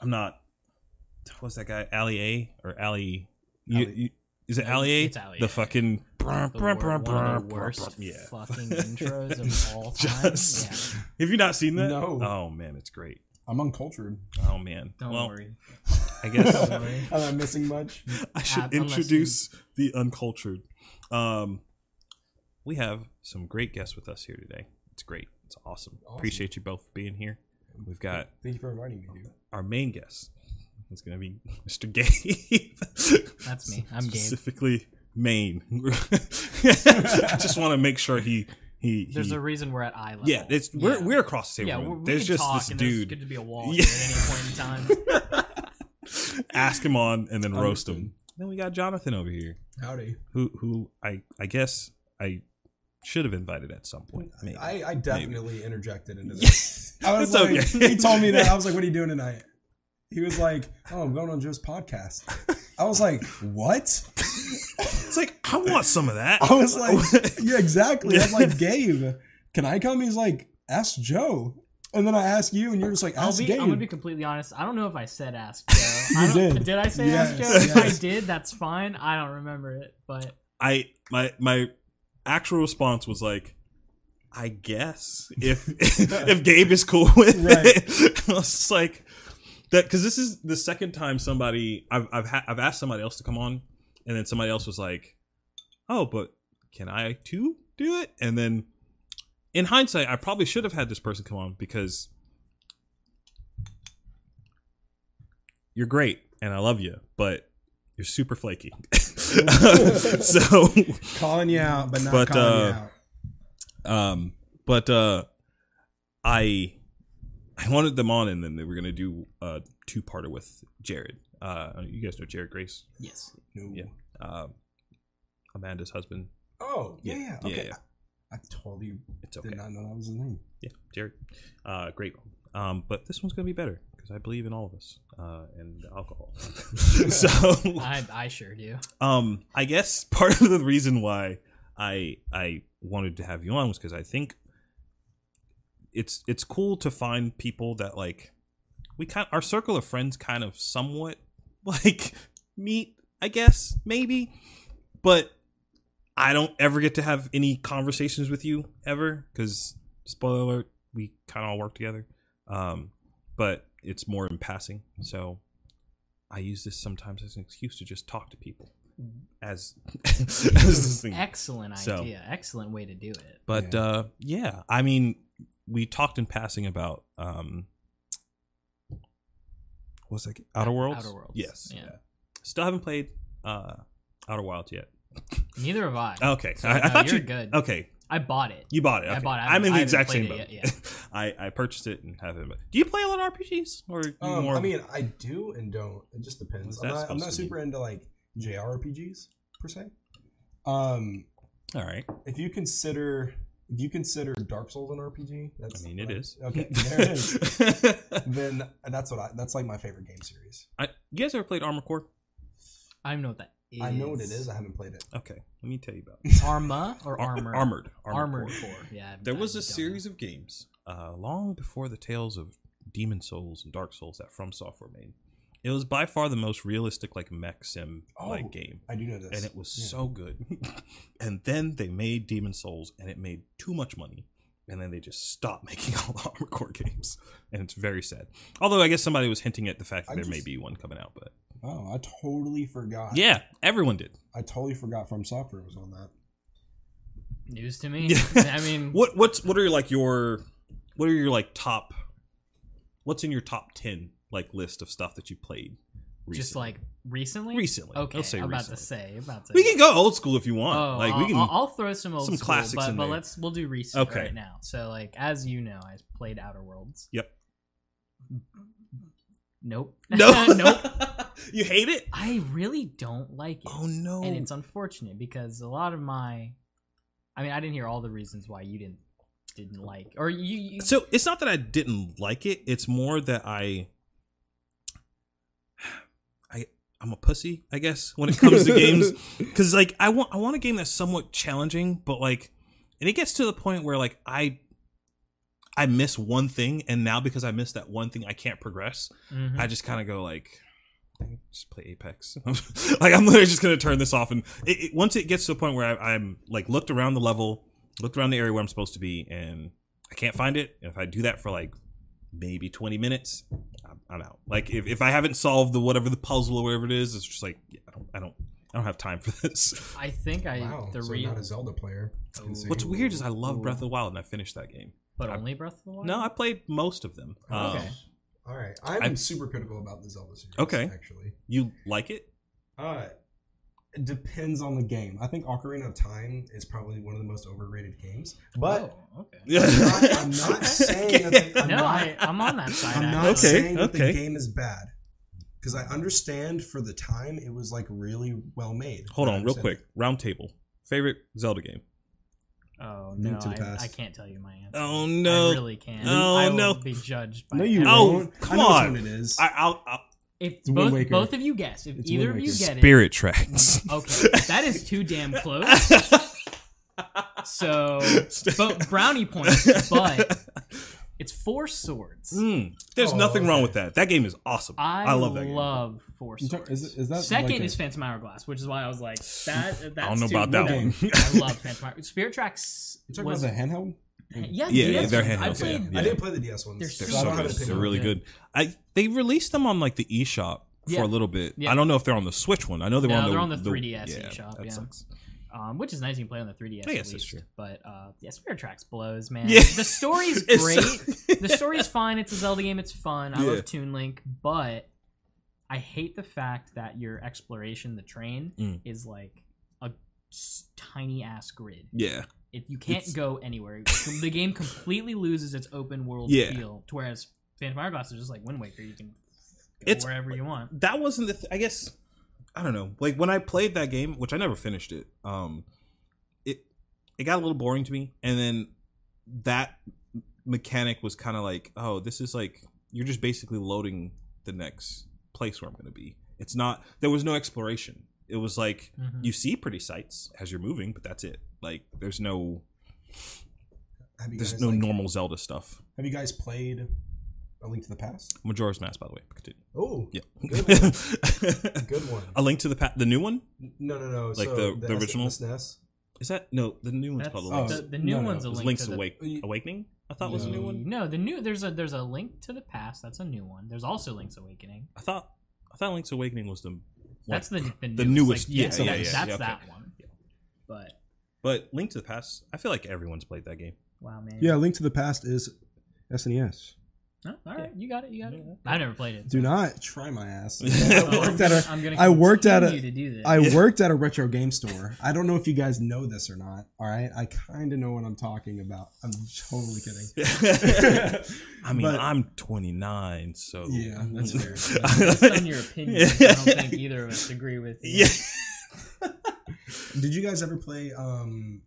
I'm not. What's that guy? Ali A or Ali? You, you, is it Ali A? It's Ali The A. fucking. The wor- one of the worst Yeah. fucking intros of all time. Just- Have you not seen that? No. Oh man, it's great. I'm uncultured. Oh man. Don't well, worry. I Don't guess worry. Am I missing much? I should Uh, unless you- introduce the uncultured. Um, we have some great guests with us here today. It's great. It's awesome. Awesome. Appreciate you both for being here. We've got Thank you for inviting me, dude. our main guest. It's going to be Mr. Gabe. That's me. I'm Gabe. Specifically, Maine. I just want to make sure he he. There's he- a reason we're at eye level. yeah. It's, We're Yeah. we're across the table. yeah, room. we- we there's can just talk, this and There's good dude. to be a wall Yeah. here at any point in time. Ask him on and then roast him. Understood. Then we got Jonathan over here. Howdy. who who I I guess I should have invited at some point. Maybe. I, I definitely interjected into this. Yes. I It's was like, okay. he told me that. I was like, what are you doing tonight? He was like, oh, I'm going on Joe's podcast. I was like, what? it's like I want some of that. I was like, yeah, exactly. I'm like, Gabe, can I come? He's like, ask Joe. And then I ask you, and you're just like, I'll ask be, Gabe. I'm gonna be completely honest. I don't know if I said ask Joe. I You don't- did. Did I say ask Yes, Joe? If I yes. did, that's fine. I don't remember it, but I my my actual response was like, I guess if if Gabe is cool with it, I was just like that because this is the second time somebody I've I've ha- I've asked somebody else to come on, and then somebody else was like, oh, but can I too do it? And then in hindsight, I probably should have had this person come on because you're great and I love you, but you're super flaky. so calling you out, but not But, calling uh, you out. um but uh i i wanted them on and then they were gonna do a two-parter with jared uh you guys know jared grace yes. No. yeah. um amanda's husband Oh, yeah, yeah. yeah, Okay. yeah. I, I totally it's did okay not know that was the name. yeah jared uh great one um but this one's gonna be better because i believe in all of us uh and alcohol so I, I sure do. um i guess part of the reason why i i wanted to have you on was because i think it's it's cool to find people that like we kind our circle of friends kind of somewhat like meet i guess maybe but i don't ever get to have any conversations with you ever because spoiler alert we kind of all work together um but it's more in passing so i use this sometimes as an excuse to just talk to people as as this thing Excellent So- idea. Excellent way to do it. but Yeah. uh yeah, I mean, we talked in passing about um what's that? Outer Worlds? Outer Worlds, Yes. yeah. Still haven't played uh Outer Wilds yet. Neither have I. Okay. So, Oh, I, I no, thought you're you Oh. good. Okay. I bought it. You bought it. I Okay. bought it. I I'm in haven't- I the exact haven't same played boat. it yet, I, I purchased it and haven't but do you play a lot of RPGs? Or you Um, more I mean, I do and don't. It just depends. What's I'm that not, I'm supposed not to super into like JRPGs per se. Um, all right. if you consider if you consider Dark Souls an RPG, that's I mean it is. Okay, there it is. Then that's what I. That's like my favorite game series. I, you guys ever played Armor Core? I don't know what that is. I know what it is. I haven't played it. Okay, let me tell you about it. Arma or Ar- armor? Armored. Armored Core. core. Yeah. There I was a don't know. series of games uh, long before the tales of Demon Souls and Dark Souls that From Software made. It was by far the most realistic, like mech sim like Oh, game, I do know this. and it was Yeah. so good. and then they made Demon Souls, and it made too much money, and then they just stopped making all the Armor Core games, and it's very sad. Although I guess somebody was hinting at the fact that I there may just- be one coming out, but Oh, I totally forgot. yeah, everyone did. I totally forgot from software was on that. News to me. Yeah. I mean, What what's what are like your what are your like top what's in your top ten like list of stuff that you played recently? just like recently. recently. Okay. Let's say I'm about recently. to say. About to. we can go old school if you want. Oh, like I'll, we can I'll, I'll throw some old some school, classics but, in but there. let's we'll do recent Okay. right now. So like as you know, I played Outer Worlds. Yep. Nope. No nope. You hate it? I really don't like it. Oh no. And it's unfortunate because a lot of my I mean, I didn't hear all the reasons why you didn't didn't like or you, you so it's not that I didn't like it, it's more that I I I'm a pussy, I guess, when it comes to games. because like I want I want a game that's somewhat challenging, but like, and it gets to the point where like I I miss one thing, and now because I miss that one thing, I can't progress. Mhm. I just kind of go like, "I just play Apex. like I'm literally just gonna turn this off, and it, it, once it gets to a point where I, I'm like looked around the level, looked around the area where I'm supposed to be, and I can't find it. And if I do that for like maybe 20 minutes, I'm, I'm out. Like if, if I haven't solved the whatever the puzzle or whatever it is, it's just like yeah, I don't I don't I don't have time for this. I think I Wow, the so re- not a Zelda player. Oh. Insane. What's weird is I love Breath of the Wild, and I finished that game. but I- only Breath of the Wild. No, I played most of them. Um, Okay. Oh. All right, I'm I've- super critical about the Zelda series. Okay. actually, You like it? uh, it depends on the game. I think Ocarina of Time is probably one of the most overrated games, but Oh, okay. not- I'm not saying that they- I'm no, not- I, I'm on that side. I'm not actually. Okay, saying that okay. the game is bad because I understand for the time it was like really well made. Hold I on, real understand quick. Round table. Favorite Zelda game. Oh Link no, to the I, past. I can't tell you my answer. Oh no! I really can't. Oh, I will no. Be judged. By that. No, you Oh, won't. come I know on. which one it is. I, I'll, I'll, If Wind both, Waker. both of you guess, if It's either Wind of you Waker. get Spirit Tracks. it, okay, that is too damn close. So, but brownie points. But it's four swords. Mm, there's Oh, nothing wrong okay. with that. That game is awesome. I, I, love that love four You swords. talk- is- is that Second like a- is Phantasmagorglass, which is why I was like, that. That's game. I don't know too about that low. one. I love Phantasmagorglass. Spirit Tracks You talking about was the handheld? yeah, Yeah, DS yeah, they're ones. I handhelds, played yeah. I didn't play the DS ones. They're They're So I so don't good. have an They're opinion. really Yeah. good. I they released them on like the eShop Yeah. for a little bit. Yeah. I don't know if they're on the Switch one. I know they're No, on the they're on the 3DS eShop, That yeah. sucks. um, which is nice. You can play on the 3DS I at guess that's least. true. But uh, yeah, Spirit Tracks blows, man. Yeah. The story's It's great. so- the story's fine. It's a Zelda game. It's fun. I Yeah. love Toon Link, but I hate the fact that your exploration, the train, Mm. is like a s- tiny ass grid. yeah, If you can't It's- go anywhere, the game completely loses its open world Yeah. feel. to Whereas Phantom Hourglass is just like Wind Waker. You can go It's- wherever you want. that wasn't the. Th- I guess I don't know. Like when I played that game, which I never finished it. Um, it it got a little boring to me, and then that mechanic was kind of like, oh, this is like you're just basically loading the next place where I'm going to be. It's not. There was no exploration. It was like Mhm. you see pretty sights as you're moving, but that's it. Like there's no Have you there's guys, no like- normal Zelda stuff. Have you guys played A Link to the Past? Majora's Mask, by the way. but Continue. Oh, Yeah. good one. a link to the pa- the new one. No, no, no. Like so the- the S- original? SNES. Is that no? The new one's That's- called a Oh, link. the, the new no, no, one's a It was link Link's to the Awake- Y- Awakening. I thought was a new one. No, the new there's a there's a link to the past. That's a new one. There's also Link's Awakening. I thought I thought Link's Awakening was the. One. That's the the, newest- Like, yeah, so yeah, that- yeah, That's yeah, that okay. one. But But Link to the Past. I feel like everyone's played that game. wow, man. Yeah, Link to the Past is SNES. No, all right, you got it. You got it. Yeah. I've never played it. Do not try my ass. Oh, I worked at a I'm gonna I worked at a- continue to do this. I Yeah. worked at a retro game store. I don't know if you guys know this or not. All right, I kind of know what I'm talking about. I'm totally kidding. I mean, But- I'm 29, so Yeah, that's fair. Based on your opinion, I don't think either of us agree with you. yeah. Did you guys ever play? um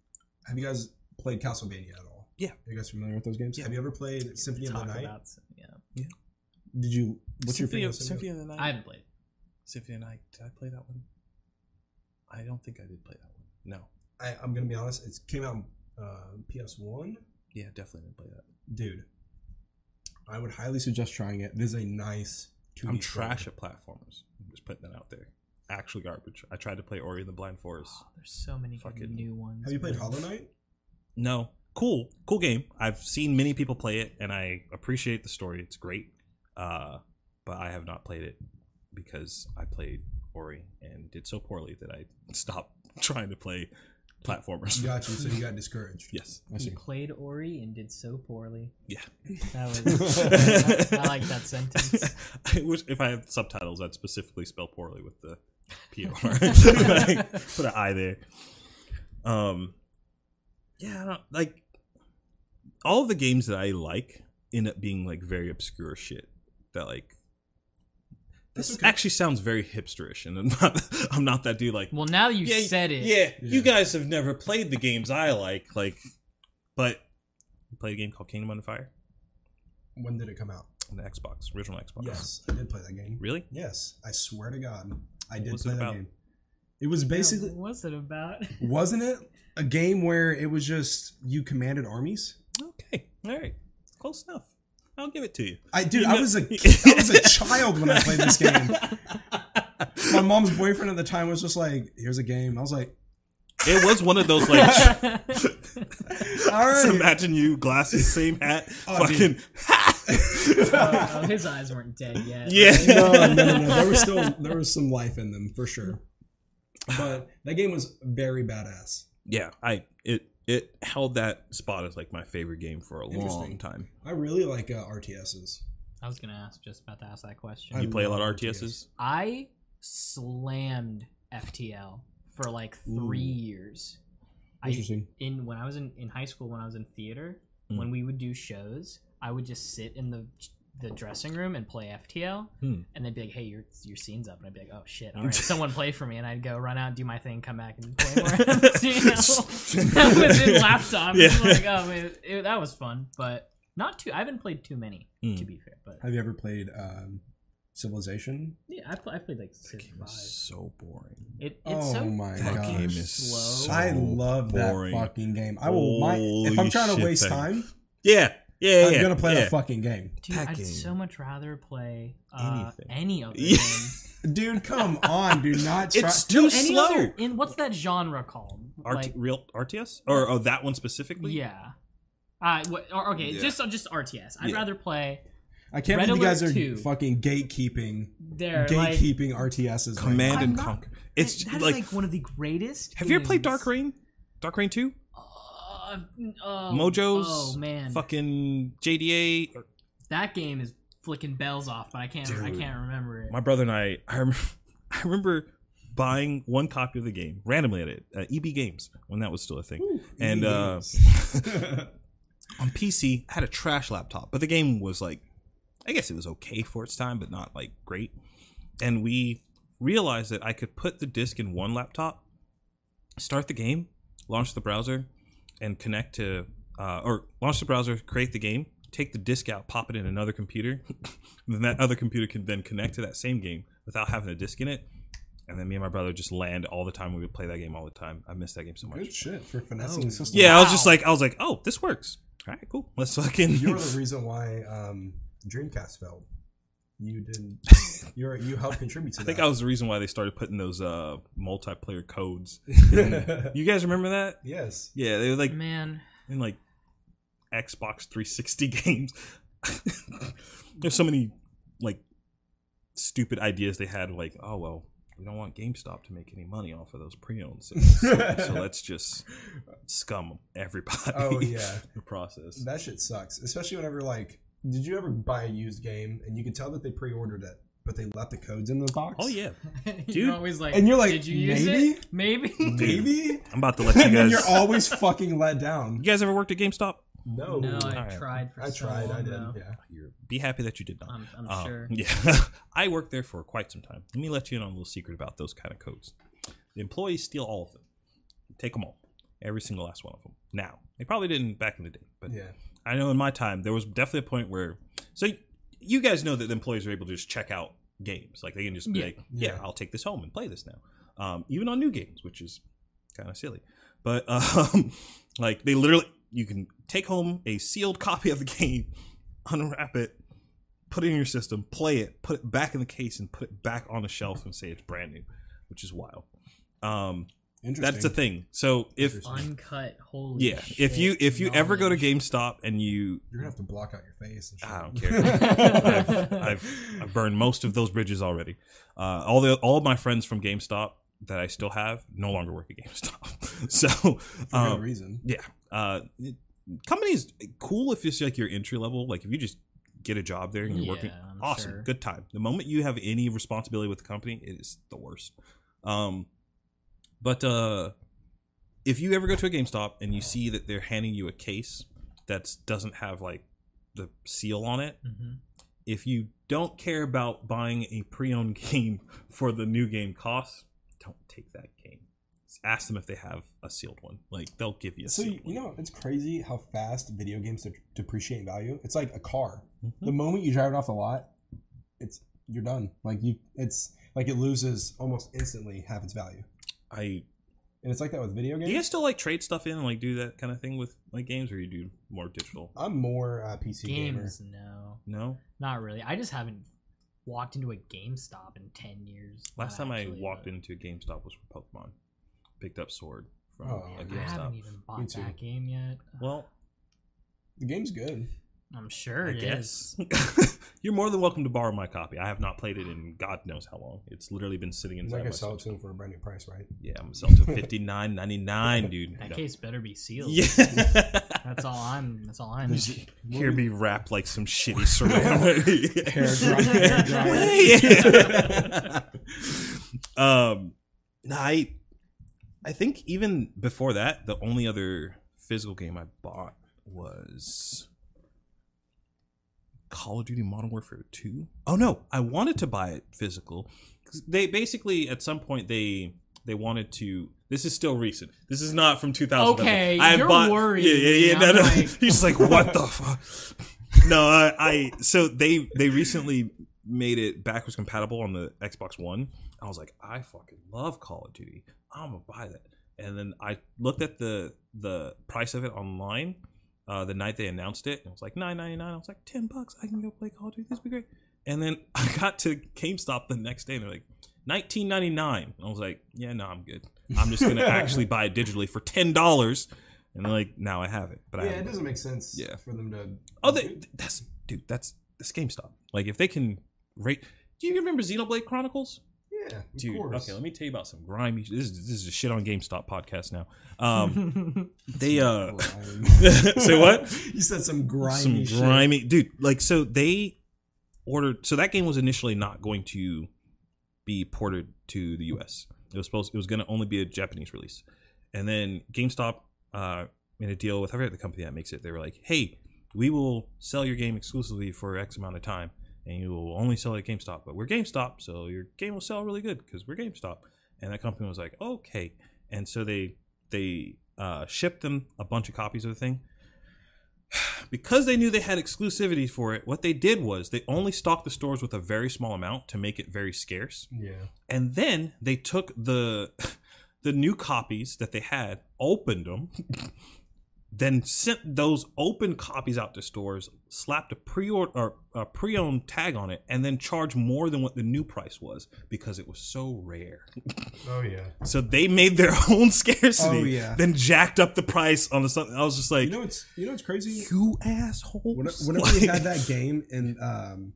Have you guys played Castlevania at all? Yeah. Are you guys familiar with those games? Yeah. Have you ever played Symphony of the Talk Night? about some- yeah. Did you? What's Symphony, your of, favorite? Symphony Symphony? of the Night. I haven't played. it. Symphony of the Night. Did I play that one? I don't think I did play that one. No. I, I'm gonna be honest. It came out on uh, PS One. Yeah, definitely didn't play that. Dude, I would highly suggest trying it. It is a nice. 2D I'm thrower. trash at platformers. I'm just putting that out there. Actually, garbage. I tried to play Ori and the Blind Forest. Oh, there's so many good Fucking- new ones. Have you played man. Hollow Knight? No. Cool. Cool game. I've seen many people play it and I appreciate the story. It's great. Uh, but I have not played it because I played Ori and did so poorly that I stopped trying to play platformers. You got you. So you got discouraged. Yes. I He see. played Ori and did so poorly. Yeah. That was. I, I like that sentence. I wish if I had subtitles, I'd specifically spell poorly with the PR. like, put an I there. Um, yeah, I don't, like all of the games that I like end up being like very obscure shit that like. This okay. actually sounds very hipsterish, and I'm not. I'm not that dude. Like, Well, now that you Yeah, said it, yeah, you Yeah. guys have never played the games I like. Like, but you played a game called Kingdom Under Fire When did it come out? on the Xbox, original Xbox. Yes, I did play that game. Really? Yes, I swear to God, I did was it play that about? game. It was basically, What was it about? wasn't it a game where it was just you commanded armies? Okay. All right. Close enough. I'll give it to you. I dude, You I know- was a I was a child when I played this game. My mom's boyfriend at the time was just like, "Here's a game." I was like, It was one of those like. "All just right." imagine you, glasses, same hat, Oh, fucking. dude. Uh, oh, his eyes weren't dead yet. Yeah. no, no, no, no. There was still there was some life in them for sure. But that game was very badass. yeah, I it it held that spot as like my favorite game for a long Interesting. time. I really like uh, RTSs. I was gonna ask, just about to ask that question. I You play a lot of love RTSs. I slammed FTL for like three Ooh. years. I Interesting. in when I was in, in high school, when I was in theater, Mm. when we would do shows, I would just sit in the the dressing room and play FTL, Hmm. and they'd be like, "Hey, your your scene's up," and I'd be like, "Oh shit! All right, someone play for me," and I'd go run out, do my thing, come back, and play more. FTL. Within laptop, yeah. Yeah. like, oh, man, it, that was fun, but not too. I haven't played too many, Hmm. to be fair. But Have you ever played um, Civilization? yeah, I, pl- I played like That six, game five. is so boring. It, it's Oh so my That fucking gosh. game is so slow. I love boring. that fucking game. I will. My, if Holy I'm trying shit, to waste that- time, Yeah, yeah, yeah. I'm Uh, gonna play yeah. that fucking game. Dude, that I'd game. so much rather play uh, Anything. any other Yeah. game. Dude, come on, dude. Not try- It's too any slow. Other, in what's that genre called? RT, like, real RTS or oh that one specifically? yeah. Uh, what, or, okay, Yeah. just just RTS. I'd Yeah. rather play I can't Red believe you guys Alert are 2. fucking gatekeeping, there. Like, gatekeeping RTSs. right Command now. and I'm not- Conquer. It's that is like, like, one of the greatest. have you ever played games. Dark Reign? Dark Reign Two? Uh, oh, Mojo's Oh man, Fucking JDA. or- that game is flicking bells off, but I can't. I Dude. can't remember it. My brother and I, I remember, I remember buying one copy of the game randomly at it, uh, EB Games when that was still a thing. Ooh, And, uh, yes. on PC, I had a trash laptop, but the game was like, I guess it was okay for its time, but not like great. And we realized that I could put the disc in one laptop, start the game, launch the browser, and connect to, uh, or launch the browser, create the game, take the disc out, pop it in another computer, and then that other computer can then connect to that same game without having a disc in it. And then me and my brother just land all the time. We would play that game all the time. I miss that game so much. good shit for finessing Oh. the system. Yeah, I was just Wow. like, I was like, oh, this works. All right, cool. Let's fucking. You're the reason why um, Dreamcast failed. You didn't. You're, you helped contribute to I that. think I was the reason why they started putting those uh, multiplayer codes. You guys remember that? yes. Yeah, they were like man, in like Xbox 360 games. There's so many like stupid ideas they had. Like, oh well, we don't want GameStop to make any money off of those pre-owned sales, so let's just scum everybody. oh yeah, the process. that shit sucks. Especially whenever like, did you ever buy a used game and you could tell that they pre-ordered it, but they left the codes in the box? Oh yeah, Dude. you're always like, And you're like, did you use it? Maybe. maybe. I'm about to let you and then guys. you're always fucking let down. you guys ever worked at GameStop? No, no, I Alright. tried for I so tried. I Oh, long, did. though. Yeah. You're, be happy that you did not. I'm, I'm Uh, sure. Yeah. I worked there for quite some time. Let me let you in on a little secret about those kind of codes. The employees steal all of them. Take them all. Every single last one of them. Now, they probably didn't back in the day, but Yeah. I know in my time there was definitely a point where so y- you guys know that the employees are able to just check out games. Like they can just be Yeah. like, yeah, Yeah. I'll take this home and play this now. Um, even on new games, which is kind of silly. But um, like they literally you can take home a sealed copy of the game, unwrap it, put it in your system, play it, put it back in the case and put it back on the shelf and say it's brand new, which is wild. Um, Interesting. that's the thing. So if Interesting. Uncut. Holy. yeah, if shit, you if you ever go to knowledge. GameStop and you You're gonna have to block out your face. And shit. I don't I've- I've- I've burned most of those bridges already. Uh, all the all my friends from GameStop that I still have no longer work at GameStop. so for no um, reason. uh, it- companies cool if it's like your entry level. Like if you just get a job there and you're Yeah, working, I'm awesome, sure. good time. The moment you have any responsibility with the company, it is the worst. Um, but uh, if you ever go to a GameStop and you see that they're handing you a case that doesn't have like the seal on it Mhm. if you don't care about buying a pre-owned game for the new game cost, don't take that game. Just ask them if they have a sealed one. Like they'll give you a So sealed you know it's crazy how fast video games de- depreciate in value. It's like a car. one. The moment you drive it off the lot, it's you're done. Like you, it's like it loses almost instantly half its value. I and it's like that with video Do games. you guys still like trade stuff in and like do that kind of thing with like games, or you do more digital? I'm more uh, PC gamer. Games, no, No. not really. I just haven't walked into a GameStop in ten years. Last Not time actually, uh, I walked but into GameStop was for Pokemon. Picked up Sword from Oh, a yeah, I haven't GameStop. even Me bought too. that game yet. Well, The game's good. I'm sure I it is. guess you're more than welcome to borrow my copy. I have not played it in God knows how long. It's literally been sitting It's inside like my I sell it system. to him for a brand new price, right? Yeah, I'm selling to fifty nine ninety nine, dude. That No. case better be sealed. Yeah. That's all I'm. That's all I'm. Just Hear me rap like some shitty ceramic. Hair dry- hair dryer. Yeah. um, no, I, I think even before that, the only other physical game I bought was Call of Duty Modern Warfare Two. Oh no, I wanted to buy it physical. 'Cause They basically at some point they they wanted to. This is still recent. This is not from 2000. Okay, I you're bought, worried. Yeah, yeah, yeah. No, I'm no. like- He's like, what the fuck? no, I, I so they they recently made it backwards compatible on the Xbox One. I was like, I fucking love Call of Duty. I'm gonna buy that. And then I looked at the the price of it online uh, the night they announced it, and it was like nine ninety nine. I was like, ten bucks, I can go play Call of Duty. This would be great. And then I got to GameStop the next day, and they're like nineteen ninety nine. I was like, yeah, no, I'm good. I'm just gonna actually buy it digitally for ten dollars. And they're like now I have it, but I Yeah, haven't it doesn't make sense. Yeah. for them to. Oh, they, that's dude. That's that's GameStop. Like if they can rate. Do you remember Xenoblade Chronicles? yeah, of Dude, course. okay, let me tell you about some grimy. This is this is a shit on GameStop podcast now. Um, they uh, Grime. Say what? You said some grimy. some shit. grimy dude. Like so, they ordered. So that game was initially not going to be ported to the U.S. It was supposed. It was going to only be a Japanese release, and then GameStop uh, made a deal with I forget the company that makes it. They were like, "Hey, we will sell your game exclusively for X amount of time, and you will only sell it at GameStop. But we're GameStop, so your game will sell really good because we're GameStop." And that company was like, "Okay," and so they they uh, shipped them a bunch of copies of the thing. Because they knew they had exclusivity for it, what they did was they only stocked the stores with a very small amount to make it very scarce Yeah. and then they took the the new copies that they had opened them then sent those open copies out to stores slapped a pre-order or a pre-owned tag on it and then charged more than what the new price was because it was so rare Oh yeah. so they made their own scarcity Oh, yeah. then jacked up the price on the something i was just like You you, know what's you know what's crazy? assholes When- Whenever we Like- had that game in um,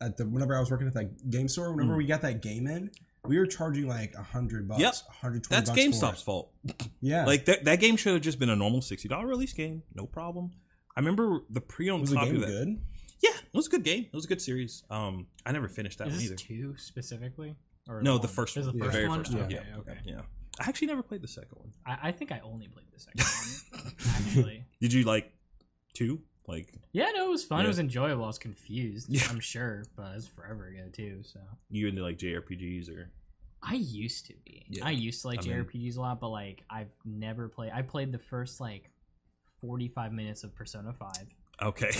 at the whenever I was working at that game store, whenever we got that game in, we were charging like a hundred bucks, Hmm. Yep. hundred twenty. that's GameStop's fault. Yeah, Like that, that game should have just been a normal sixty dollar release game, no problem. I remember the pre-owned was the copy game of that. good? Yeah, it was a good game. It was a good series. Um, I never finished that Is one this either. two specifically? Or No, the one? first This is one, the yeah. first very one. first one. Okay, yeah, okay. yeah. I actually never played the second one. I, I think I only played the second one. Actually, Did you like two? Like yeah, no, it was fun. Yeah. It was enjoyable. I was confused. Yeah. I'm sure, but it was forever ago too. So you into like JRPGs or? I used to be. Yeah. I used to like I mean- JRPGs a lot, but like I've never played. I played the first like 45 minutes of Persona 5. Okay.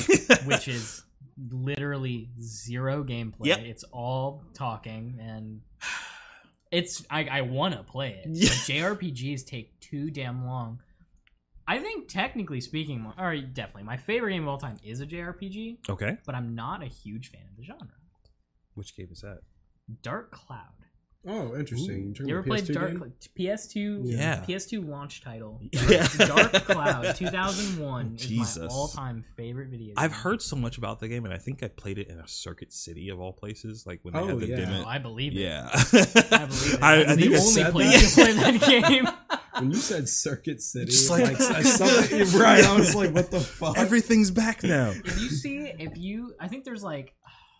which is literally zero gameplay. Yep. It's all talking, and it's I, I want to play it. But Yeah. JRPGs take too damn long. I think technically speaking, my- or definitely my favorite game of all time is a JRPG, okay. but I'm not a huge fan of the genre. Which game is that? Dark Cloud. Oh, interesting. You ever played Dark Cloud? Cloud? PS2? Yeah. PS2 launch title. Yeah. Dark Cloud 2001 is my Jesus. all-time favorite video. I've game. heard so much about the game, and I think I played it in a Circuit City of all places. Like when they Oh, had the yeah. dim No, it. I believe it. Yeah. I believe it. I- I That's think the I only said place you play that game. When you said Circuit City, Just like, like- I saw it- right, I was like, what the fuck? Everything's back now. if you see, if you, I think there's like,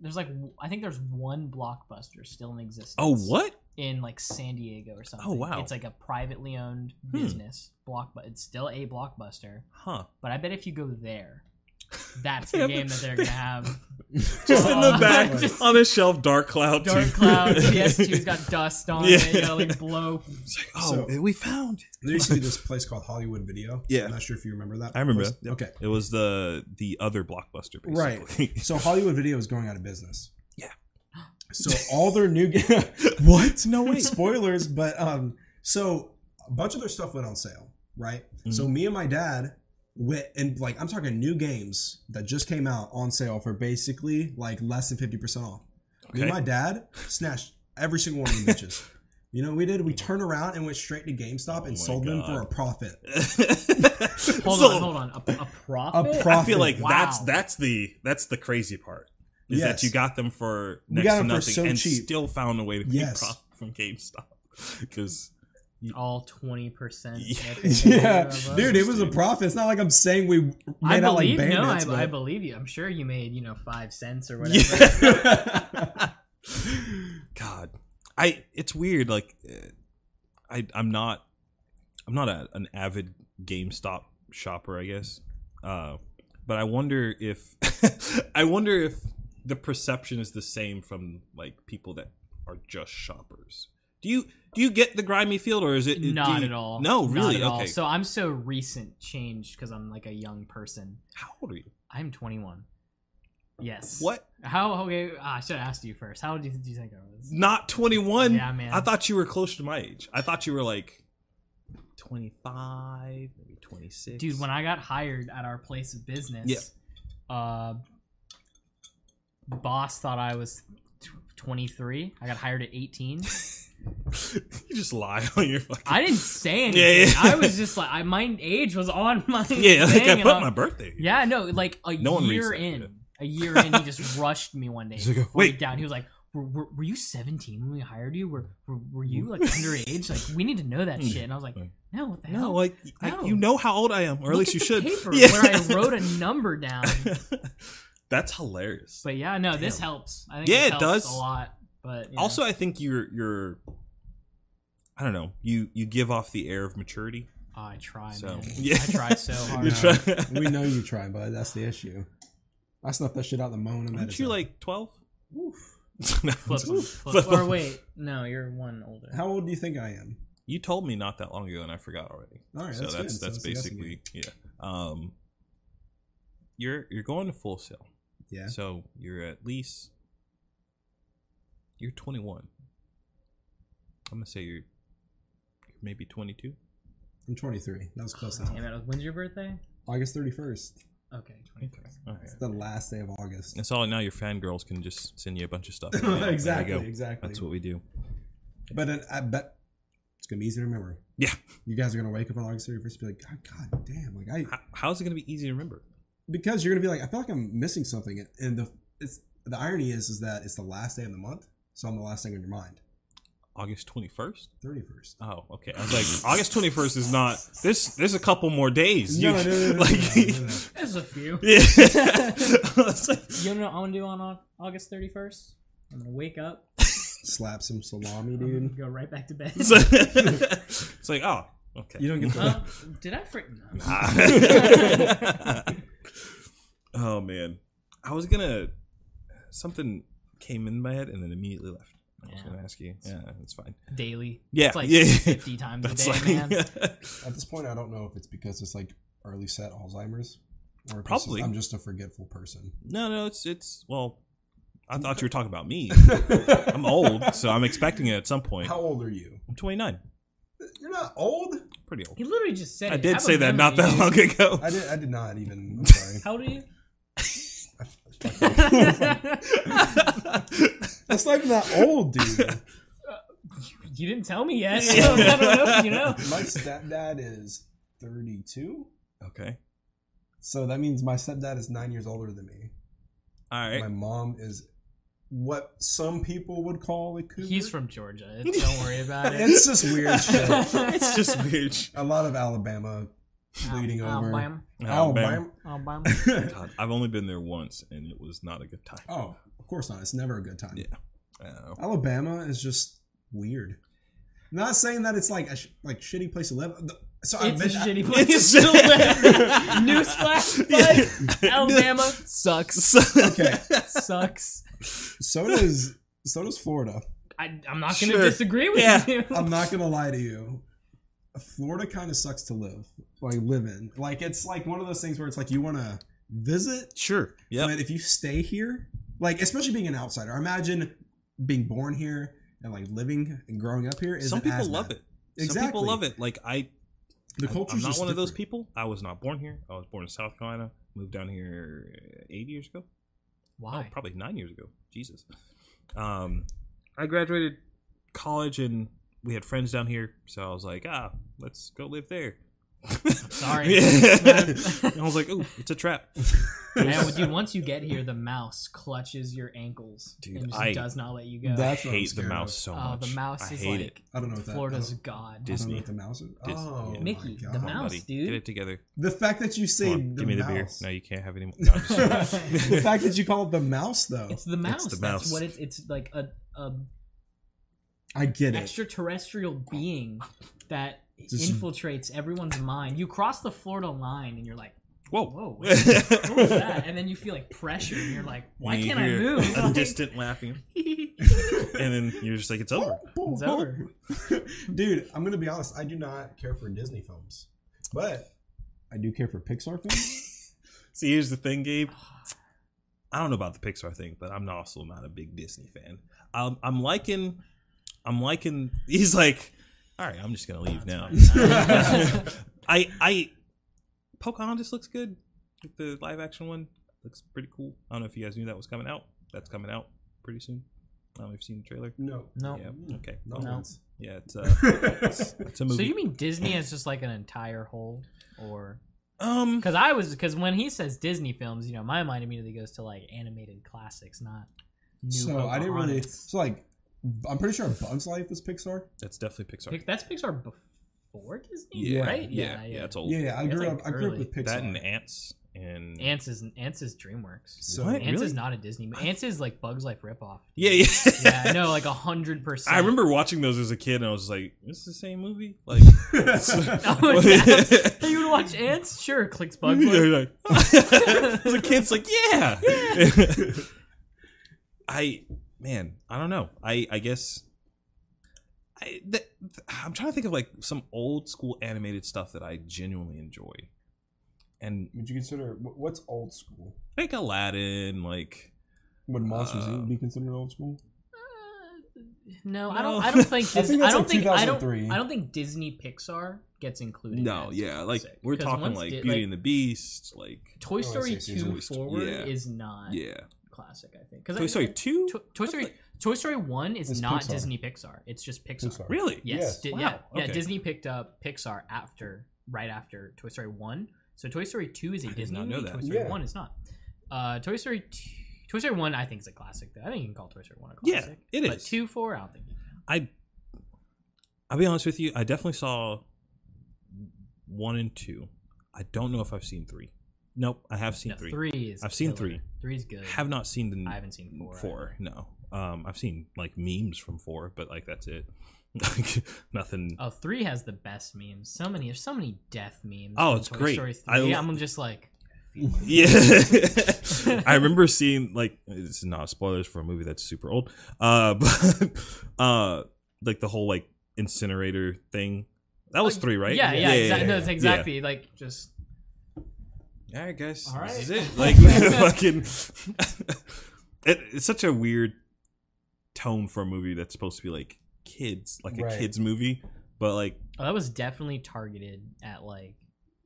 there's like, I think there's one blockbuster still in existence. Oh, what? In like San Diego or something. Oh, wow. It's like a privately owned Hmm. business block, but it's still a blockbuster. Huh. But I bet if you go there, that's Yeah, the game that they're gonna have. Just in the Uh, back just- on a shelf, Dark Cloud. Dark 2. Cloud, PS2's got dust on it. You gotta like blow. It's like, oh, we found. it. There used to be this place called Hollywood Video. Yeah. I'm not sure if you remember that. I remember place. that, yep. Okay. It was the the other blockbuster, basically. Right. So Hollywood Video is going out of business. Yeah. So all their new what? no way. Spoilers, but um, so a bunch of their stuff went on sale, right? So me and my dad went and like I'm talking new games that just came out on sale for basically like less than fifty percent off. Me and Okay. my dad snatched every single one of the bitches. You know what we did? We turned around and went straight to GameStop my and sold them for God. a profit. Hold So, on, hold on. A, a A profit? profit. I feel like Wow. that's that's the that's the crazy part is Yes. that you got them for We next got to them for nothing so and cheap. still found a way to make Yes. profit from GameStop because All 20%. Yeah. of the yeah, of us. dude, it was a profit. It's not like I'm saying we made I out like believe, no, I, I bandits. but- believe you. I'm sure you made, you know, five cents or whatever. Yeah. God, I it's weird. Like, eh, I I'm not I'm not a, an avid GameStop shopper, I guess. Uh, but I wonder if I wonder if the perception is the same from like people that are just shoppers. Do you do you get the grimy field, or is it do Not you- at all. No, Not really. at all. okay, So I'm so recent changed because I'm like a young person. how old are you? I'm 21. Yes. What? How? Okay. ah, I should have asked you first. How old do you, do you think I was? Not twenty one. Yeah, man. I thought you were close to my age. I thought you were like 25, maybe 26. Dude, when I got hired at our place of business, uh, boss thought I was tw- 23. I got hired at you 18. just lie on your fucking. I didn't say anything. Yeah, yeah. I was just like, I, my age was on my. yeah, like thing, I and put I'm- my birthday. Yeah, no, like a No one reads year that, in, yeah. a year in, he just rushed me one day. He's like, freaked "Wait." out. He was like, were, were, "Were you 17 when we hired you? Were were, were you like underage? Like, we need to know that Mm. shit." And I was like, Right. "No, what the No, hell? like No. I, you know how old I am, or at Look least at you the should. Paper Yeah. where I wrote a number down. That's hilarious. But yeah, no, this Damn. helps. I think Yeah, it it helps does. a lot. But yeah. Also, I think you're you're. I don't know. You you give off the air of maturity. Oh, I try. So- man. Yeah. I try so hard. You no. try- Oh, we know you try, bud. That's the issue. I snuffed that shit out the moment I met Aren't you like twelve? Flip, flip, Or wait, no, you're one older. How old do you think I am? You told me not that long ago, and I forgot already. All right, so that's, that's good. that's, So it's a guessing basically yeah. Um, you're you're going to full sale, game. yeah. so you're at least you're 21. I'm gonna say you're, you're maybe 22. I'm 23. That was Oh, close enough. Oh, Damn it! When's your birthday? August 31st. Okay, 23. All right. It's the last day of August. And so now your fangirls can just send you a bunch of stuff. There you exactly. go. Exactly. That's what we do. But then I bet it's gonna be easy to remember. Yeah. You guys are gonna wake up on August 31st and be like, God, God damn! Like I How, how's it gonna be easy to remember? because you're gonna be like, I feel like I'm missing something. And the it's the irony is is that it's the last day of the month, so I'm the last thing on your mind. August 21st. 31st. Oh, okay. I was like, August 21st is not. There's there's a couple more days. No, You- no, no, no, like- no, no, no, no. There's a few. Yeah. I was like, You know what I'm gonna do on Au- August 31st? I'm gonna wake up, Slap some salami, I'm gonna dude. go right back to bed. So- it's like, oh, okay. You don't get the Uh, did I freak? No. Ah. oh man, I was gonna something came in my head and then immediately left. I was Yeah. gonna ask you. Yeah, that's fine. Daily. Yeah, It's like yeah, yeah. 50 times a That's day, man. like, At this point, I don't know if it's because it's like early set Alzheimer's, or if it's Probably. just, I'm just a forgetful person. no, no, it's it's well. I thought you were talking about me. I'm old, so I'm expecting it at some point. How old are you? I'm 29, You're not old. pretty old. He literally just said I it. did Have a say that not memory, that dude. long ago. I did. I did not even. I'm sorry. How old are you? That's not even that old, dude. you didn't tell me yet. I don't, I don't know if you know. My stepdad is 32, okay. so that means my stepdad is nine years older than me. All right. My mom is what some people would call a cougar. He's from Georgia. Don't worry about it. It's just weird shit. it's just weird. sh- A lot of Alabama bleeding I'll, over. I'll buy 'em. Alabama. I'll buy 'em. God, I've only been there once, and it was not a good time. Uh, oh, of course not. It's never a good time. Yeah. I don't know. Alabama is just weird. Not saying that it's like a sh- like shitty place to live. The- So I It's a mentioned, shitty place. It's to a shitty- live. Newsflash, bud. Alabama sucks. okay. Sucks. So does so does Florida. I, I'm not going to Sure. disagree with Yeah. you. I'm not gonna lie to you. Florida kind of sucks to live, like live in. Like it's like one of those things where it's like you want to visit, Sure. Yeah. but if you stay here, like especially being an outsider, imagine being born here and like living and growing up here. Is Some people love it. Some people love it. Like I, The I- culture's I'm not just one of those different. people. I was not born here. I was born in South Carolina. Moved down here uh, eight years ago. Oh, Why? probably nine years ago. Jesus. Um, I graduated college and we had friends down here, so I was like, ah, let's go live there. sorry. and I was like, oh, it's a trap. Yeah, well, dude, once you get here, the mouse clutches your ankles Dude, and just I- does not let you go. I That's what I'm hate the scared mouse of. so oh, much. the mouse I is hate like it. I don't know what that. Florida's I don't- god. I don't know Disney. what the mouse is. Dis- oh, yeah. my Mickey, the God. Come on, mouse, buddy, dude. Get it together. The fact that you say Come on, the give me the beer. mouse. No, you can't have any more. No, I'm just- the fact that you call it the mouse, though, It's the mouse. the That's mouse. what it's. It's like a, a I get it. extraterrestrial being that Just- infiltrates everyone's mind. You cross the Florida line, and you're like, Whoa. "Whoa, what is that?" And then you feel like pressure, and you're like, "Why And you can't I hear move?" A Like, distant laughing. And then you're just like, it's over. It's over. Dude, I'm gonna be honest. I do not care for Disney films, but I do care for Pixar films. See, here's the thing, Gabe. I don't know about the Pixar thing, but I'm also not a big Disney fan. I'm, I'm liking, I'm liking. He's like, all right, I'm just gonna leave now. I, I, Pocahontas looks good. The live action one looks pretty cool. I don't know if you guys knew that was coming out. That's coming out pretty soon. I don't know if you've seen the trailer. no, no. Yeah. Okay. no. No. one's. Yeah, it's uh, it's, it's a So movie. you mean Disney is just like an entire whole, or um, because I was because when he says Disney films, you know, my mind immediately goes to like animated classics, not. New so I didn't really. Pocahontas. So like, I'm pretty sure Bugs Life is Pixar. that's definitely Pixar. Pic- That's Pixar before Disney, yeah, right? Yeah, yeah, It's old. Yeah, yeah. I That's grew like up. I grew early. up with Pixar. That and ants and Ants is Ants is DreamWorks. so What? Ants Really? is not a Disney. mo- Ants is like Bugs Life ripoff. Yeah, yeah. Yeah, no, like a hundred percent. I remember watching those as a kid, and I was like, "This is the same movie." Like, Oh, yeah. Hey, you would watch Ants? Sure, clicks Bugs Life. They're like- as a kid, it's like, yeah. I man, I don't know. I I guess I th- I'm trying to think of like some old school animated stuff that I genuinely enjoy, and Would you consider wh- what's old school? like Aladdin, like Would Monsters Uh, Inc. be considered old school? Uh, No, I don't. No. I don't think. I Dis- I, think that's don't like think. I don't. 2003. I don't think Disney Pixar gets included. no, as yeah, like classic. we're 'Cause talking once like Di- Beauty and the Beast, like Toy Oh, I Story see, I see. two Toy Story- forward yeah. is not yeah, classic. I think. 'Cause I- Toy Story two, To- Toy Story. like- Toy Story one is It's not Pixar. Disney Pixar. It's just Pixar. Pixar. really? Yes. Yes. Di- Wow, Yeah. Yeah. okay. Disney picked up Pixar after, right after Toy Story One. So Toy Story Two is a I did Disney not know movie. that. Toy Story Yeah. One is not. Uh, Toy Story Two. Toy Story One, I think, is a classic. Though I think you can call Toy Story One a Yeah, classic. it But is. two, four, I don't think. I I'll be honest with you, I definitely saw one and two. I don't know if I've seen three. Nope, I have seen No, three. is. I've seen killer. three. Three is good. Have not seen the I haven't seen four. four, no. Um I've seen like memes from four, but like that's it. Like nothing Oh, three has the best memes. So many. There's so many death memes. Oh, from it's Toy great. Story I Three. lo- I'm just like. Yeah. I remember seeing like it's not spoilers for a movie that's super old. Uh but uh like the whole like incinerator thing. That was Like, three, right? Oh, Yeah, yeah, exactly. No, it's yeah. exactly like just All right, guys. All right. This is it. Like, fucking. it, it's such a weird tone for a movie that's supposed to be like kids, like Right. a kids movie, but like oh, that was definitely targeted at like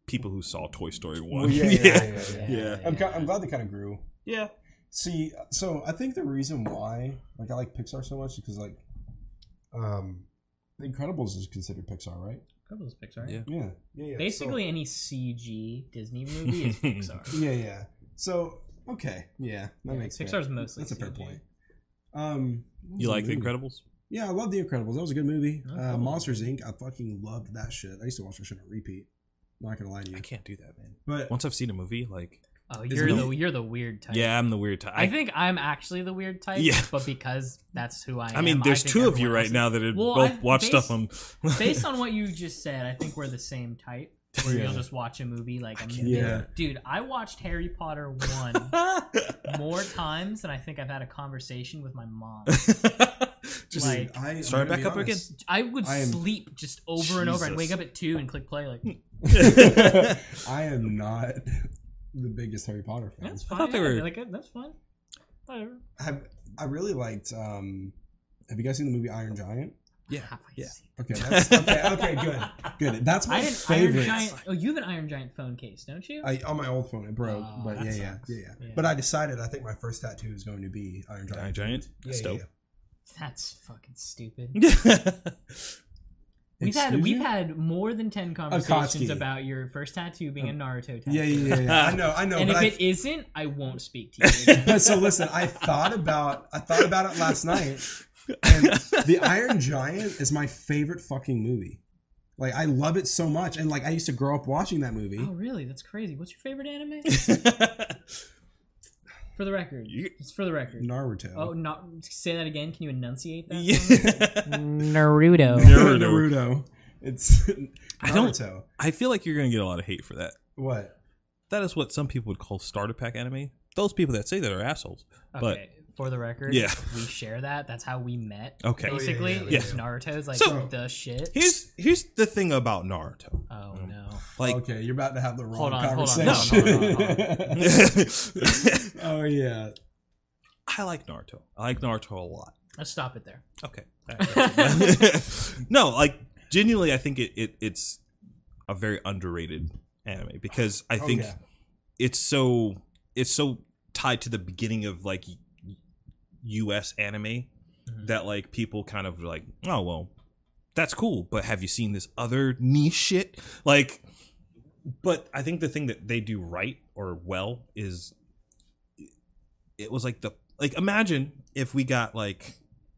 people who saw Toy Story one. Well, yeah, yeah, yeah, yeah, yeah. Yeah. I'm, ki- I'm glad they kind of grew. Yeah. See, so I think the reason why like I like Pixar so much is because like, um, The Incredibles is considered Pixar, right? Incredibles Pixar. Yeah. Yeah, yeah, yeah. Basically, any CG Disney movie is So, Pixar. yeah, yeah. So okay, yeah, that Yeah, makes sense. Pixar's mostly. That's a fair CG. point. Um, You like The movie? Mm-hmm. Incredibles? Yeah, I love The Incredibles. That was a good movie. Oh, Uh, cool. Monsters Inc. I fucking loved that shit. I used to watch that shit on repeat. not gonna lie to you, I can't do that, man. but Once I've seen a movie, like, Oh, Is you're it the me? you're the weird type. yeah, I'm the weird type. I, think I'm actually the weird type. Yeah. But because that's who I am. I mean, there's think two of you everyone right else- now that have Well, both I- watched based- stuff on. Based on what you just said, I think we're the same type. Where Yeah. you'll just watch a movie like a I can't million- do that. dude. I watched Harry Potter one more times than I think I've had a conversation with my mom. Dude, like- I, I'm Start gonna back be up again. honest. I would I am- sleep just over and over. I'd Jesus. wake up at two and click play. Like I am not the biggest Harry Potter fan. that's fine. thought they yeah, were- like that's fine. Whatever. have I really liked um have you guys seen the movie Iron Giant? Yeah, Half Life yeah. Zero. Okay, that's, okay, okay, good, good. That's my I didn't favorite. Iron Giant. Oh, you have an Iron Giant phone case, don't you? I, on my old phone, it broke, Oh, but that yeah, yeah, sucks. yeah, yeah, Yeah. But I decided I think my first tattoo is going to be Iron Giant. Iron Giant. Yeah, That's yeah, dope. That's fucking stupid. yeah. We've had Excuse we've you? had more than ten conversations Akatsuki. Oh. about your first tattoo being a Naruto tattoo. Yeah, yeah, yeah, yeah. I know, I know. and but if I, it isn't, I won't speak to you. again. but so listen, I thought about I thought about it last night, and the Iron Giant is my favorite fucking movie. Like I love it so much, and like I used to grow up watching that movie. oh, really? That's crazy. What's your favorite anime? For the record, You- it's for the record. Naruto. Oh, not say that again. Can you enunciate that? Yeah. for me? Naruto. Naruto. Naruto. It's I don't- Naruto. I feel like you're gonna get a lot of hate for that. What? That is what some people would call starter pack anime. Those people that say that are assholes. But Okay, for the record, Yeah. we share that. That's how we met. Okay. Oh, yeah, Basically, yeah, yeah, It's yeah. Naruto's like So- the shit. here's here's the thing about Naruto. oh Mm. no. Like okay, you're about to have the Hold wrong on, hold on, conversation. hold on, hold I oh yeah. like Naruto. I like Naruto a lot. Let's stop it there. Okay. Alright. no, like genuinely, I think it, it it's a very underrated anime because I Oh, think yeah. it's so it's so tied to the beginning of like y- U.S. anime Mm-hmm. that like people kind of were like, oh well, that's cool, but have you seen this other niche shit? Like, but I think the thing that they do right or well is it was like the like imagine if we got like.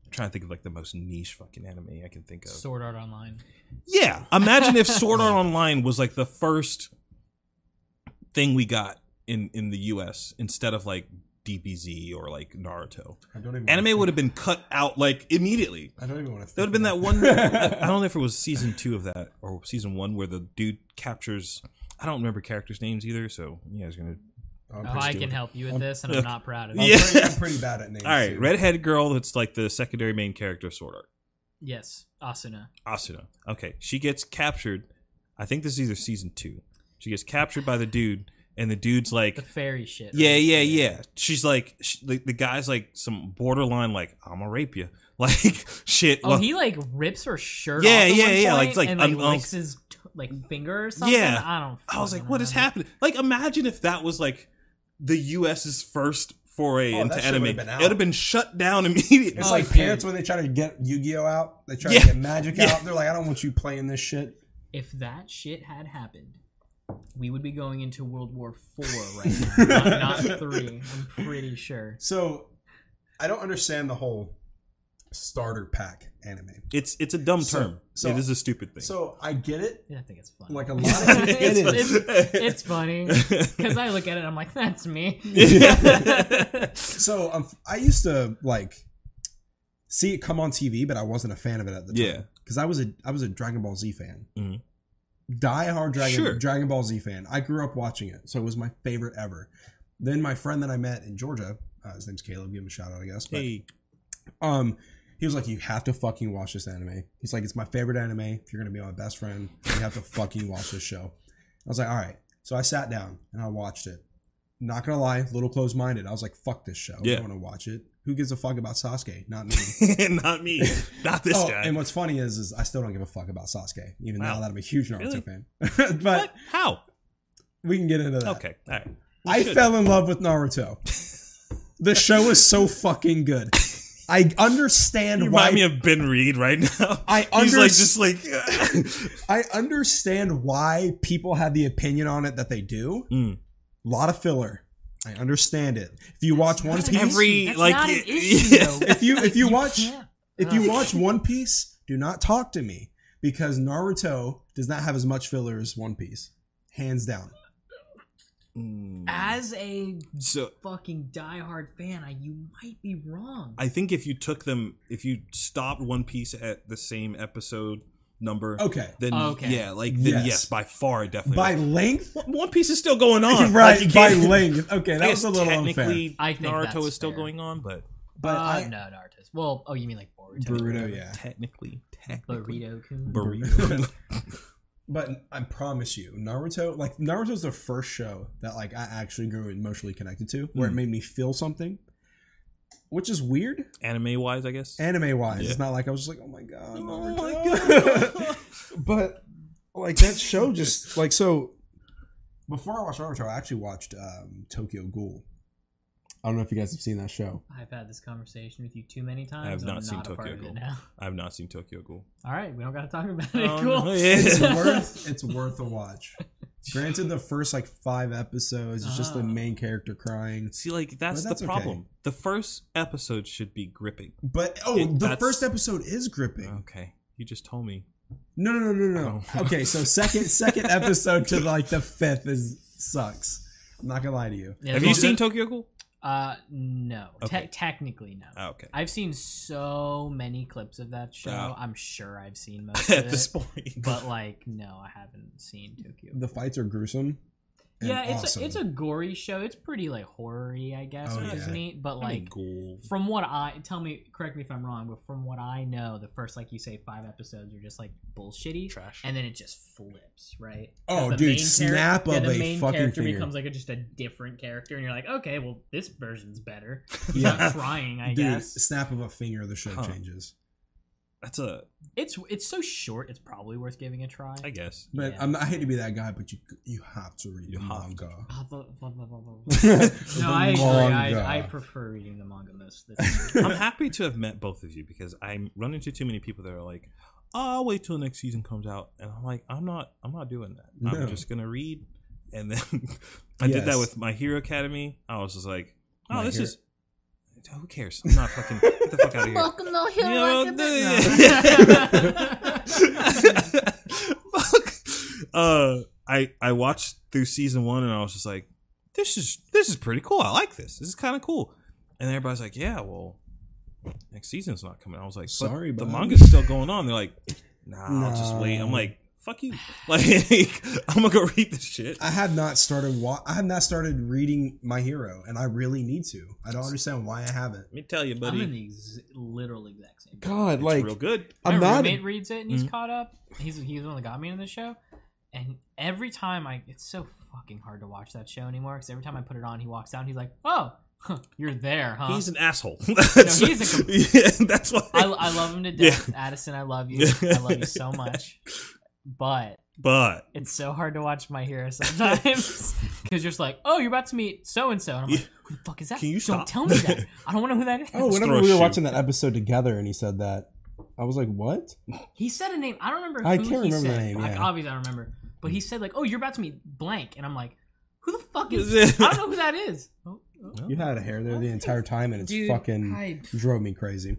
I'm trying to think of like the most niche fucking anime I can think of. Sword Art Online. Yeah. Imagine if Sword Art Online was like the first thing we got in in the US instead of like DBZ or like Naruto. I don't even Anime would have been cut out like immediately. I don't even want to. There would have been that one I don't know if it was season 2 of that or season 1 where the dude captures I don't remember characters' names either, so you guys are going to Oh, I can help you with this, and I'm not proud of it. Yeah. I'm pretty, I'm pretty bad at names. All right, too. redhead girl that's like the secondary main character of Sword Art. Yes, Asuna. Asuna. Okay, she gets captured. I think this is either season 2. She gets captured by the dude and the dude's like The fairy shit. Yeah, right? yeah, yeah. She's like, sh the, the guy's like some borderline, like I'm gonna rape you, like shit. Oh, well, he like rips her shirt Yeah, off. at yeah, one yeah, like- point like, and I'm- like I'm- licks his t- like finger or something. Yeah. I don't. I was fucking like, what is know. happening? Like, imagine if that was like the U.S.'s first foray Oh, into that shit anime. would've It'd been out. have been shut down immediately. It's Oh, like dude. parents when they try to get Yu-Gi-Oh out, they try Yeah. to get Magic Yeah. out. They're like, I don't want you playing this shit. If that shit had happened, we would be going into World War Four right now, not, not three. I'm pretty sure. So, I don't understand the whole starter pack anime. It's it's a dumb So- term. so- it is a stupid thing. So I get it. Yeah, I think it's funny. Like a lot of it It's- is. it's funny because I look at it, and I'm like, that's me. So um, I used to like see it come on TV, but I wasn't a fan of it at the time. Yeah. because I was a I was a Dragon Ball Z fan. Mhm. Die hard Dragon Sure. Dragon Ball Z fan. I grew up watching it, so it was my favorite ever. Then my friend that I met in Georgia, uh, his name's Caleb. Give him a shout out, I guess. But hey, um, he was like, "You have to fucking watch this anime." He's like, "It's my favorite anime. If you're gonna be my best friend, you have to fucking watch this show." I was like, "All right." So I sat down and I watched it. Not gonna lie, a little closed minded. I was like, "Fuck this show. I Yeah. don't want to watch it. Who gives a fuck about Sasuke? Not me." not me, not this Oh, guy. and what's funny is, is I still don't give a fuck about Sasuke, even Wow. now that I'm a huge Naruto Really? fan. but what? How? we can get into that. Okay, all right. We Uh, I should. fell in love with Naruto. the show is so fucking good. I understand You why remind me of Ben Reed right now. I He's under- like just like. I understand why people have the opinion on it that they do. Mm. A lot of filler. I understand it. If you watch One That's Piece, an Every- issue. That's like, not an yeah. issue, though. if you if you You watch can't. if you watch One Piece, do not talk to me because Naruto does not have as much filler as One Piece, hands down. as a Mm. so fucking diehard fan, I, you might be wrong. I think if you took them, if you stopped One Piece at the same episode number, Okay, then Okay. yeah, like then Yes. yes, by far it definitely. by was. length, One- One Piece is still going on, right? Like, you by can't- length. Okay, I that guess was a little unfair. technically I think Naruto that's is still fair. going on, but But uh, I, no, Naruto's. Well, oh, you mean like Boruto? Naruto, Oh, yeah. technically, technically, Burrito Kun? burrito. But I promise you, Naruto, like Naruto's the first show that like I actually grew emotionally connected to, where it Mm. made me feel something. which is weird anime wise, I guess. anime wise. Yeah. It's not like I was just like, oh my god, Oh Naruto." my god. but like that show just like so. Before I watched Naruto, I actually watched um, Tokyo Ghoul. I don't know if you guys have seen that show. I've had this conversation with you too many times. have and not I'm seen not a part Tokyo Ghoul. of it now. I've not seen Tokyo Ghoul. All right, we don't got to talk about it. Oh, cool. no, It's yeah. worth it's worth a watch. Granted, the first like five episodes is just the Ah. main character crying. See, like that's, that's the okay. problem. The first episode should be gripping. But oh, It- the that's- first episode is gripping. Okay, you just told me. No, no, no, no, no. Oh. Okay, so second second episode to like the fifth is sucks. I'm not gonna lie to you. Yeah, have as you long- seen Tokyo Ghoul? Uh, no. Okay. Te- technically, no. Oh, okay. I've seen so many clips of that show. Oh. I'm sure I've seen most of At this it. point, But like, no, I haven't seen Tokyo. The fights are gruesome. and yeah, it's awesome. a, it's a gory show. It's pretty like horror-y, I guess, Oh, which is yeah. neat. But I mean, like, Ghoul. from what I tell me, correct me if I'm wrong, but from what I know, the first like you say five episodes are just like bullshitty, Trash. and then it just flips, right? Oh, 'Cause the dude, main charac- snap yeah, of the a main fucking character finger. becomes like a, just a different character, and you're like, okay, well, this version's better. He's Yeah. not trying, I dude, guess. snap of a finger, the show Huh. changes. That's a. It's it's so short. It's probably worth giving a try. I guess. But Yeah. I'm not, I hate to be that guy, but you you have to read You the have manga. Ah, blah, blah, blah, blah, blah, blah. The no, I agree. manga. I, I prefer reading the manga most. Of the time. I'm happy to have met both of you because I'm running into too many people that are like, "I'll wait till next season comes out," and I'm like, "I'm not. I'm not doing that. No. I'm just gonna read." And then I did that Yes. with My Hero Academy. I was just like, "Oh, My this Hero- is." Who cares? I'm not fucking. Get the fuck out of here. You know, the- Fuck. Uh, I I watched through season one and I was just like, this is this is pretty cool. I like this. This is kind of cool. And everybody's like, yeah, well, next season's not coming. I was like, Sorry, sorry, but the bud." manga's still going on. They're like, nah, I'll just wait. I'm Nah. like, fuck you. Like, I'm gonna go read this shit. I have not started. Wa- I have not started reading My Hero, and I really need to. I don't understand why I haven't. Let me tell you, I'm in buddy, the ex- literal exact same. boat. God, it's real good. My I'm not. roommate reads it and he's Mhm. caught up. He's he's the one that got me into the show. And every time I, it's so fucking hard to watch that show anymore. Because every time I put it on, he walks out and he's like, "Oh, huh, you're there, huh?" He's an asshole. That's- he's a com- yeah, that's why. I, I love him to death, Addison. I love you. I love you so much. But but it's so hard to watch My Hero sometimes because you're just like, "Oh, you're about to meet so and so," and I'm like, "Who the fuck is that? Can you stop? Don't tell me that. I don't want to know who that is." Oh, Just whenever throw a we were shoe. watching that episode together, and he said that, I was like, "What?" He said a name. I don't remember. Who I can't he remember the said. name, Like, yeah. Mm. obviously, I don't remember. But he said like, "Oh, you're about to meet blank," and I'm like, "Who the fuck is?" Is it- I don't know who that is. Oh, oh. You had a hair there the entire time, and it's Dude, fucking I- drove me crazy.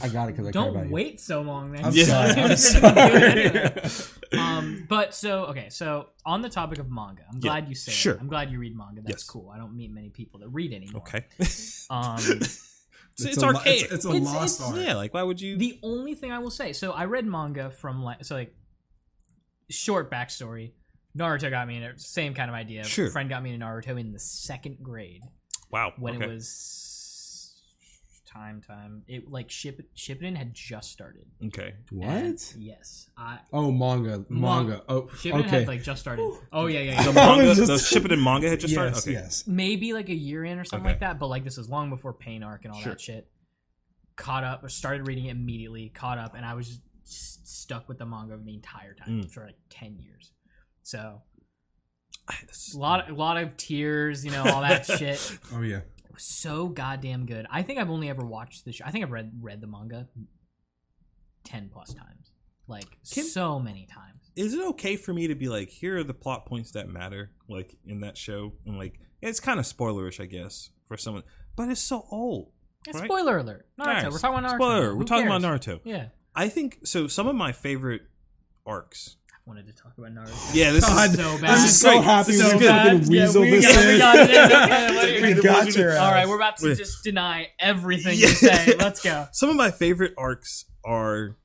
I got it because I care about Don't you. wait so long. Next I'm Yeah. sorry. time. I'm You're gonna do it sorry. anyway. um, but so okay, so on the topic of manga, I'm Yeah, glad you say. sure. It. I'm glad you read manga. Yes. That's cool. I don't meet many people that read anymore. okay, Um, it's, it's a lo- archaic. It's, it's a It's- it's- lost art. yeah, like why would you? The only thing I will say, so I read manga from like so like short backstory. Naruto got me in it. Same kind of idea. Sure. Friend got me into Naruto in the second grade wow, when okay. it was time time. It like ship Shippuden had just started. Okay. And- What? yes. I Oh, manga, manga. Oh, Shippuden okay. had like just started. Oh yeah yeah. The yeah. I was manga, just- the Shippuden manga had just started. yes, okay. yes. Maybe like a year in or something Okay. like that. But like this was long before Pain Arc and all Sure. that shit. Caught up or started reading it immediately. Caught up and I was just s- stuck with the manga the entire time Mm. for like ten years. So Ah, this is- a lot, a lot of tears, you know, all that shit. Oh yeah. It was so goddamn good. I think I've only ever watched the show. I think I've read read the manga ten plus times, like Can- so many times. Is it okay for me to be like, here are the plot points that matter, like in that show, and like it's kind of spoilerish, I guess, for someone, but it's so old. Yeah, Right. Spoiler alert! Naruto. Guys, We're talking about Naruto. Spoiler. We're Who talking cares? about Naruto. Yeah, I think so. Some of my favorite arcs. I wanted to talk about Naruto. Oh, Yeah, this God, is so I'm bad. just so Great. happy This is we fucking good. Yeah, weasel we this got- we got it. Okay, what do in. you- we got your ass. All right, we're about to Wait. just deny everything Yeah. you say. Let's go. some of my favorite arcs are.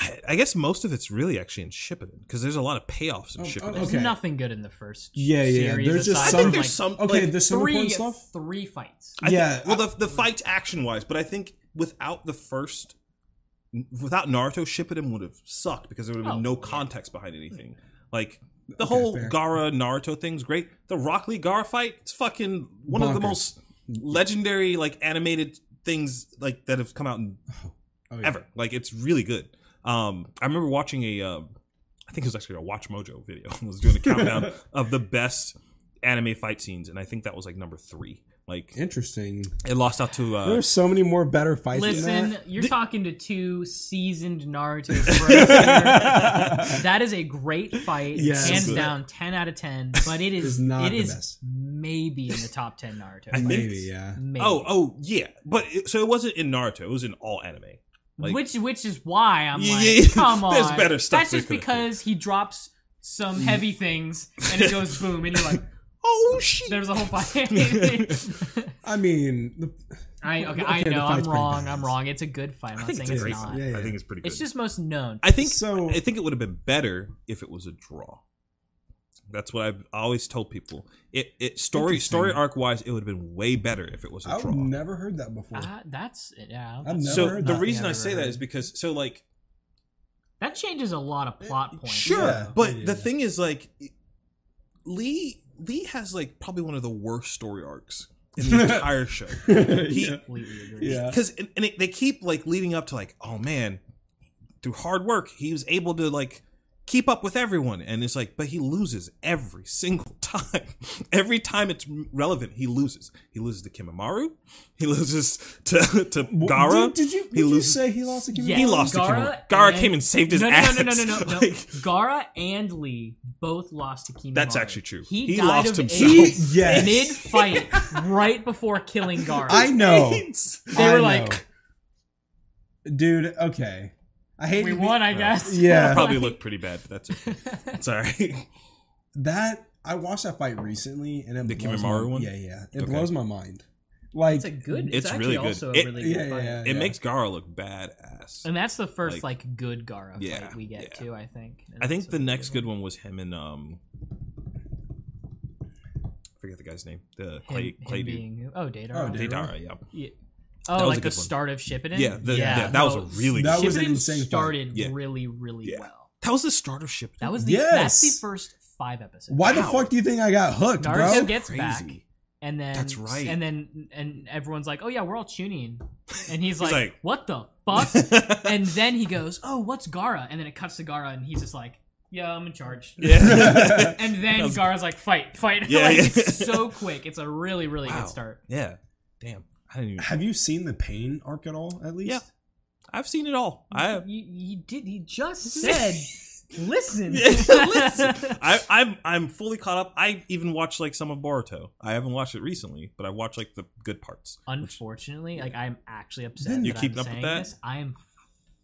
I, I guess most of it's really actually in Shippuden because there's a lot of payoffs in Oh, Shippuden. There's Okay. nothing good in the first. Yeah, yeah. Series There's just aside I some. think from, there's like, some okay, like, there's some important Three, stuff. three fights. I think- Yeah, well, the the fights action wise, but I think without the first, without Naruto, Shippuden would have sucked because there would have been Oh, no yeah. context behind anything. Like the Okay, whole fair. Gara Naruto thing's great. The Rock Lee Gara fight, it's fucking one of the Bonkers. most legendary like animated things like that have come out in Oh, yeah. ever. Like it's really good. Um, I remember watching a, um, I think it was actually a Watch Mojo video. I was doing a countdown of the best anime fight scenes, and I think that was like number three. Like Interesting. it lost out to there uh, are so many more better fights. Listen, than you're talking to two seasoned Naruto pros here. that. That is a great fight, Yes. hands Yeah. down, ten out of ten. But it is It's not it the is best. maybe in the top ten Naruto. I think- Maybe, yeah. Maybe. oh oh yeah, but it, so it wasn't in Naruto. It was in all anime. like- which which is why I'm Yeah, like, yeah, yeah. come on. There's better stuff That's they just could've Mm. because he drops some heavy things and it goes boom, and you're like, Oh shit! there's a whole fight. I mean, the, I okay, Okay, I the know I'm fight's pretty wrong. badass. I'm wrong. It's a good fight. I'm I not think it's, saying it's great. not. Yeah, yeah. I think it's pretty good. It's just most known. I think So- I think it would have been better if it was a draw. That's what I've always told people. It it story story Interesting. arc wise, it would have been way better if it was a I've draw. never heard that before. Ah, that's yeah. I've never so heard the that. reason I Never say that heard. is because so like That changes a lot of plot points. Sure, Yeah. but Yeah. the thing is, like, Lee Lee has like probably one of the worst story arcs in the entire show He- I completely agree. yeah. because and, and it, they keep like leading up to like, oh man, through hard work he was able to like keep up with everyone, and it's like, but he loses every single time. every time it's relevant, he loses. He loses to Kimamaru. He loses to to Wh- Gara. Did, did you, did he you loses- say he lost again? Yeah. He lost Gaara to Kimamaru. Gara and- came and saved his no, no, ass. No, no, no, no, no. Like, Gara and Lee both lost to Kimimaro. That's actually true. He, He died lost of himself. He, AIDS yes. mid-fight, right before killing Gara. I know. They I were like- know. dude, okay. I hate we to be- won, I Yeah. guess. Yeah. uh, probably looked pretty bad, but that's okay. Sorry. that. I watched that fight recently, and it The blows Kimimaro my, one? Yeah, yeah. It Okay. blows my mind. Like It's a good. It's, It's actually really good. Also It- a really Yeah, good yeah, fight. yeah. It makes Gara look badass. And that's the first Like- like, good Gara fight Yeah, we get yeah. too. I think. And I think it's the a next good one was him and um I forget the guy's name. The Him, Clay Clay him dude. being who- oh Data. Oh, Data. Deidara, yeah. Yeah. was a Oh, like the good one. start of Shippuden. Yeah, the- yeah, that was a really That good was an Shippuden insane fight. started Yeah. really really Yeah. well. That was the start of ship. That was the that's Yes. the first five episodes. Why the Wow. fuck do you think I got hooked, Naruto bro? gets back, crazy. and then That's right. And then and everyone's like, "Oh yeah, we're all tuning," and he's, like, like- "What the fuck?" and then he goes, "Oh, what's Gara?" And then it cuts to Gara, and he's just like, "Yeah, I'm in charge." Yeah. And then was- Gara's like, "Fight, fight!" Yeah, like, yeah. It's so quick. It's a really really Wow. good start. yeah. Damn. I didn't even Have you seen the Pain arc at all? At least, Yeah. I've seen it all. I You, you did. He just said, "Listen." Yeah, listen. I, I'm I'm fully caught up. I even watched like some of Boruto. I haven't watched it recently, but I watched like the good parts. Unfortunately, like I'm actually upset. Then you that keep I'm up with saying that? This. I am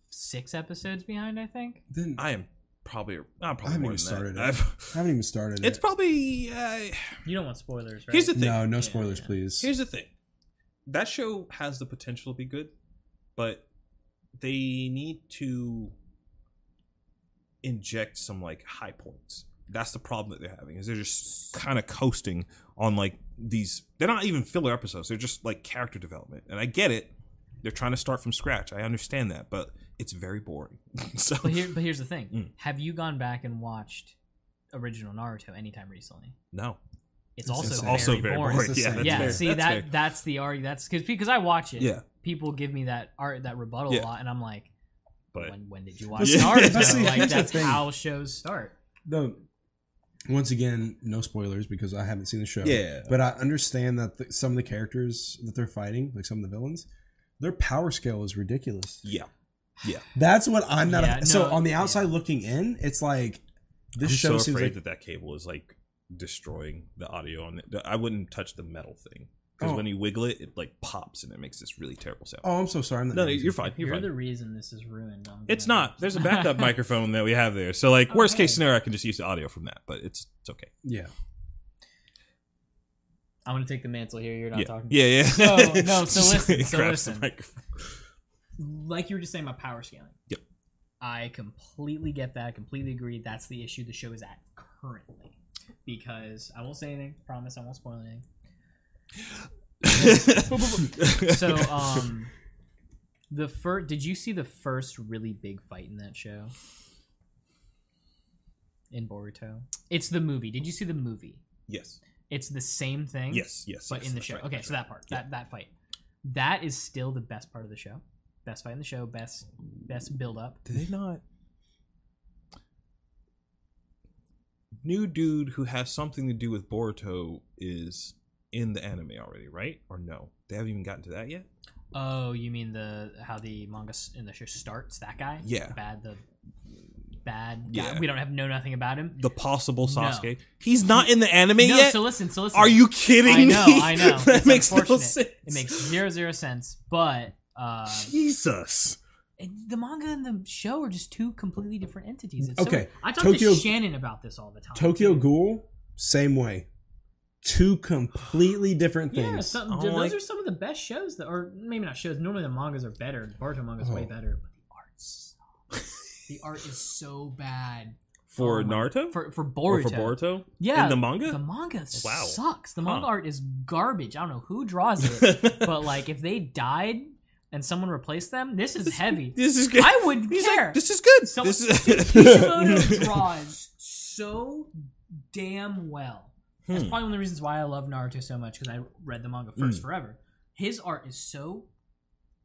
six episodes behind. I think. Then I I am probably I'm probably haven't more even than that. started it. I've- haven't even started. it's it. probably uh, You don't want spoilers, right? here's the thing. no, no Yeah, spoilers, yeah. please. Here's the thing. That show has the potential to be good, but they need to inject some like high points. That's the problem that they're having is they're just kind of coasting on like these. They're not even filler episodes. They're just like character development, and I get it. They're trying to start from scratch. I understand that, but it's very boring. so But here, but here's the thing. Mm. Have you gone back and watched original Naruto anytime recently? no, It's, It's also insane. very also very boring. boring. It's the Yeah, same. that's yeah, fair. see That's that fair. that's the arg that's because because I watch it. Yeah. people give me that art that rebuttal Yeah. a lot, and I'm like, But when when did you watch see- Naruto? but see, like here's the that's thing. how shows start. the once again, no spoilers because I haven't seen the show. Yeah. but I understand that the, some of the characters that they're fighting, like some of the villains, their power scale is ridiculous. yeah. That's what I'm not. Yeah, so no, on the yeah. outside looking in, it's like this I'm show so seems afraid like that that cable is like destroying the audio on it. I wouldn't touch the metal thing because Oh. when you wiggle it, it like pops and it makes this really terrible sound. Oh, I'm so sorry. I'm not no, no, noisy. you're fine. You're, You're fine. the reason this is ruined. I'm it's gonna- not. There's a backup microphone that we have there. So like Oh, worst hey. case scenario, I can just use the audio from that. But it's it's okay. Yeah. I'm gonna take the mantle here. You're not yeah. talking. yeah, yeah, No, no, so Just, listen, like, so grabs the listen. microphone. like you were just saying about power scaling. Yep. I completely get that. I completely agree. That's the issue the show is at currently. Because I won't say anything. Promise, I won't spoil anything. So, um, the first. Did you see the first really big fight in that show? In Boruto, it's the movie. Did you see the movie? yes, It's the same thing. Yes, yes. but yes, in the that's show. right, okay, that's so right. that part, that that fight, that is still the best part of the show. Best fight in the show. Best best build up. Did they not? New dude who has something to do with Boruto is in the anime already, right? Or no? They haven't even gotten to that yet. Oh, you mean the how the manga s- in the show starts? That guy. Yeah. The bad. The bad guy. Yeah. We don't have know nothing about him. The possible No. Sasuke. He's not in the anime no. yet. So listen. So listen. Are you kidding I know. me? I know. that It's makes no unfortunate. sense. It makes zero zero sense. But uh, Jesus. and the manga and the show are just two completely different entities. It's Okay, So, I talk Tokyo- to Shannon about this all the time. Tokyo too. Ghoul, same way. Two completely different Yeah, things. some, I don't those like- are some of the best shows, that, or maybe not shows. Normally the mangas are better. Boruto manga's way Oh. better, but the art sucks. the art is so bad For Oh my- Naruto? for for Boruto. or for Boruto? Yeah, In the manga? The manga Wow. sucks. The manga Huh. art is garbage. I don't know who draws it, but like if they died and someone replaced them, this is heavy. this is good. I wouldn't He's like, care. this is good. Someone- this is Kishimoto draws so damn well. That's Hmm. probably one of the reasons why I love Naruto so much because I read the manga first Mm. forever. His art is so,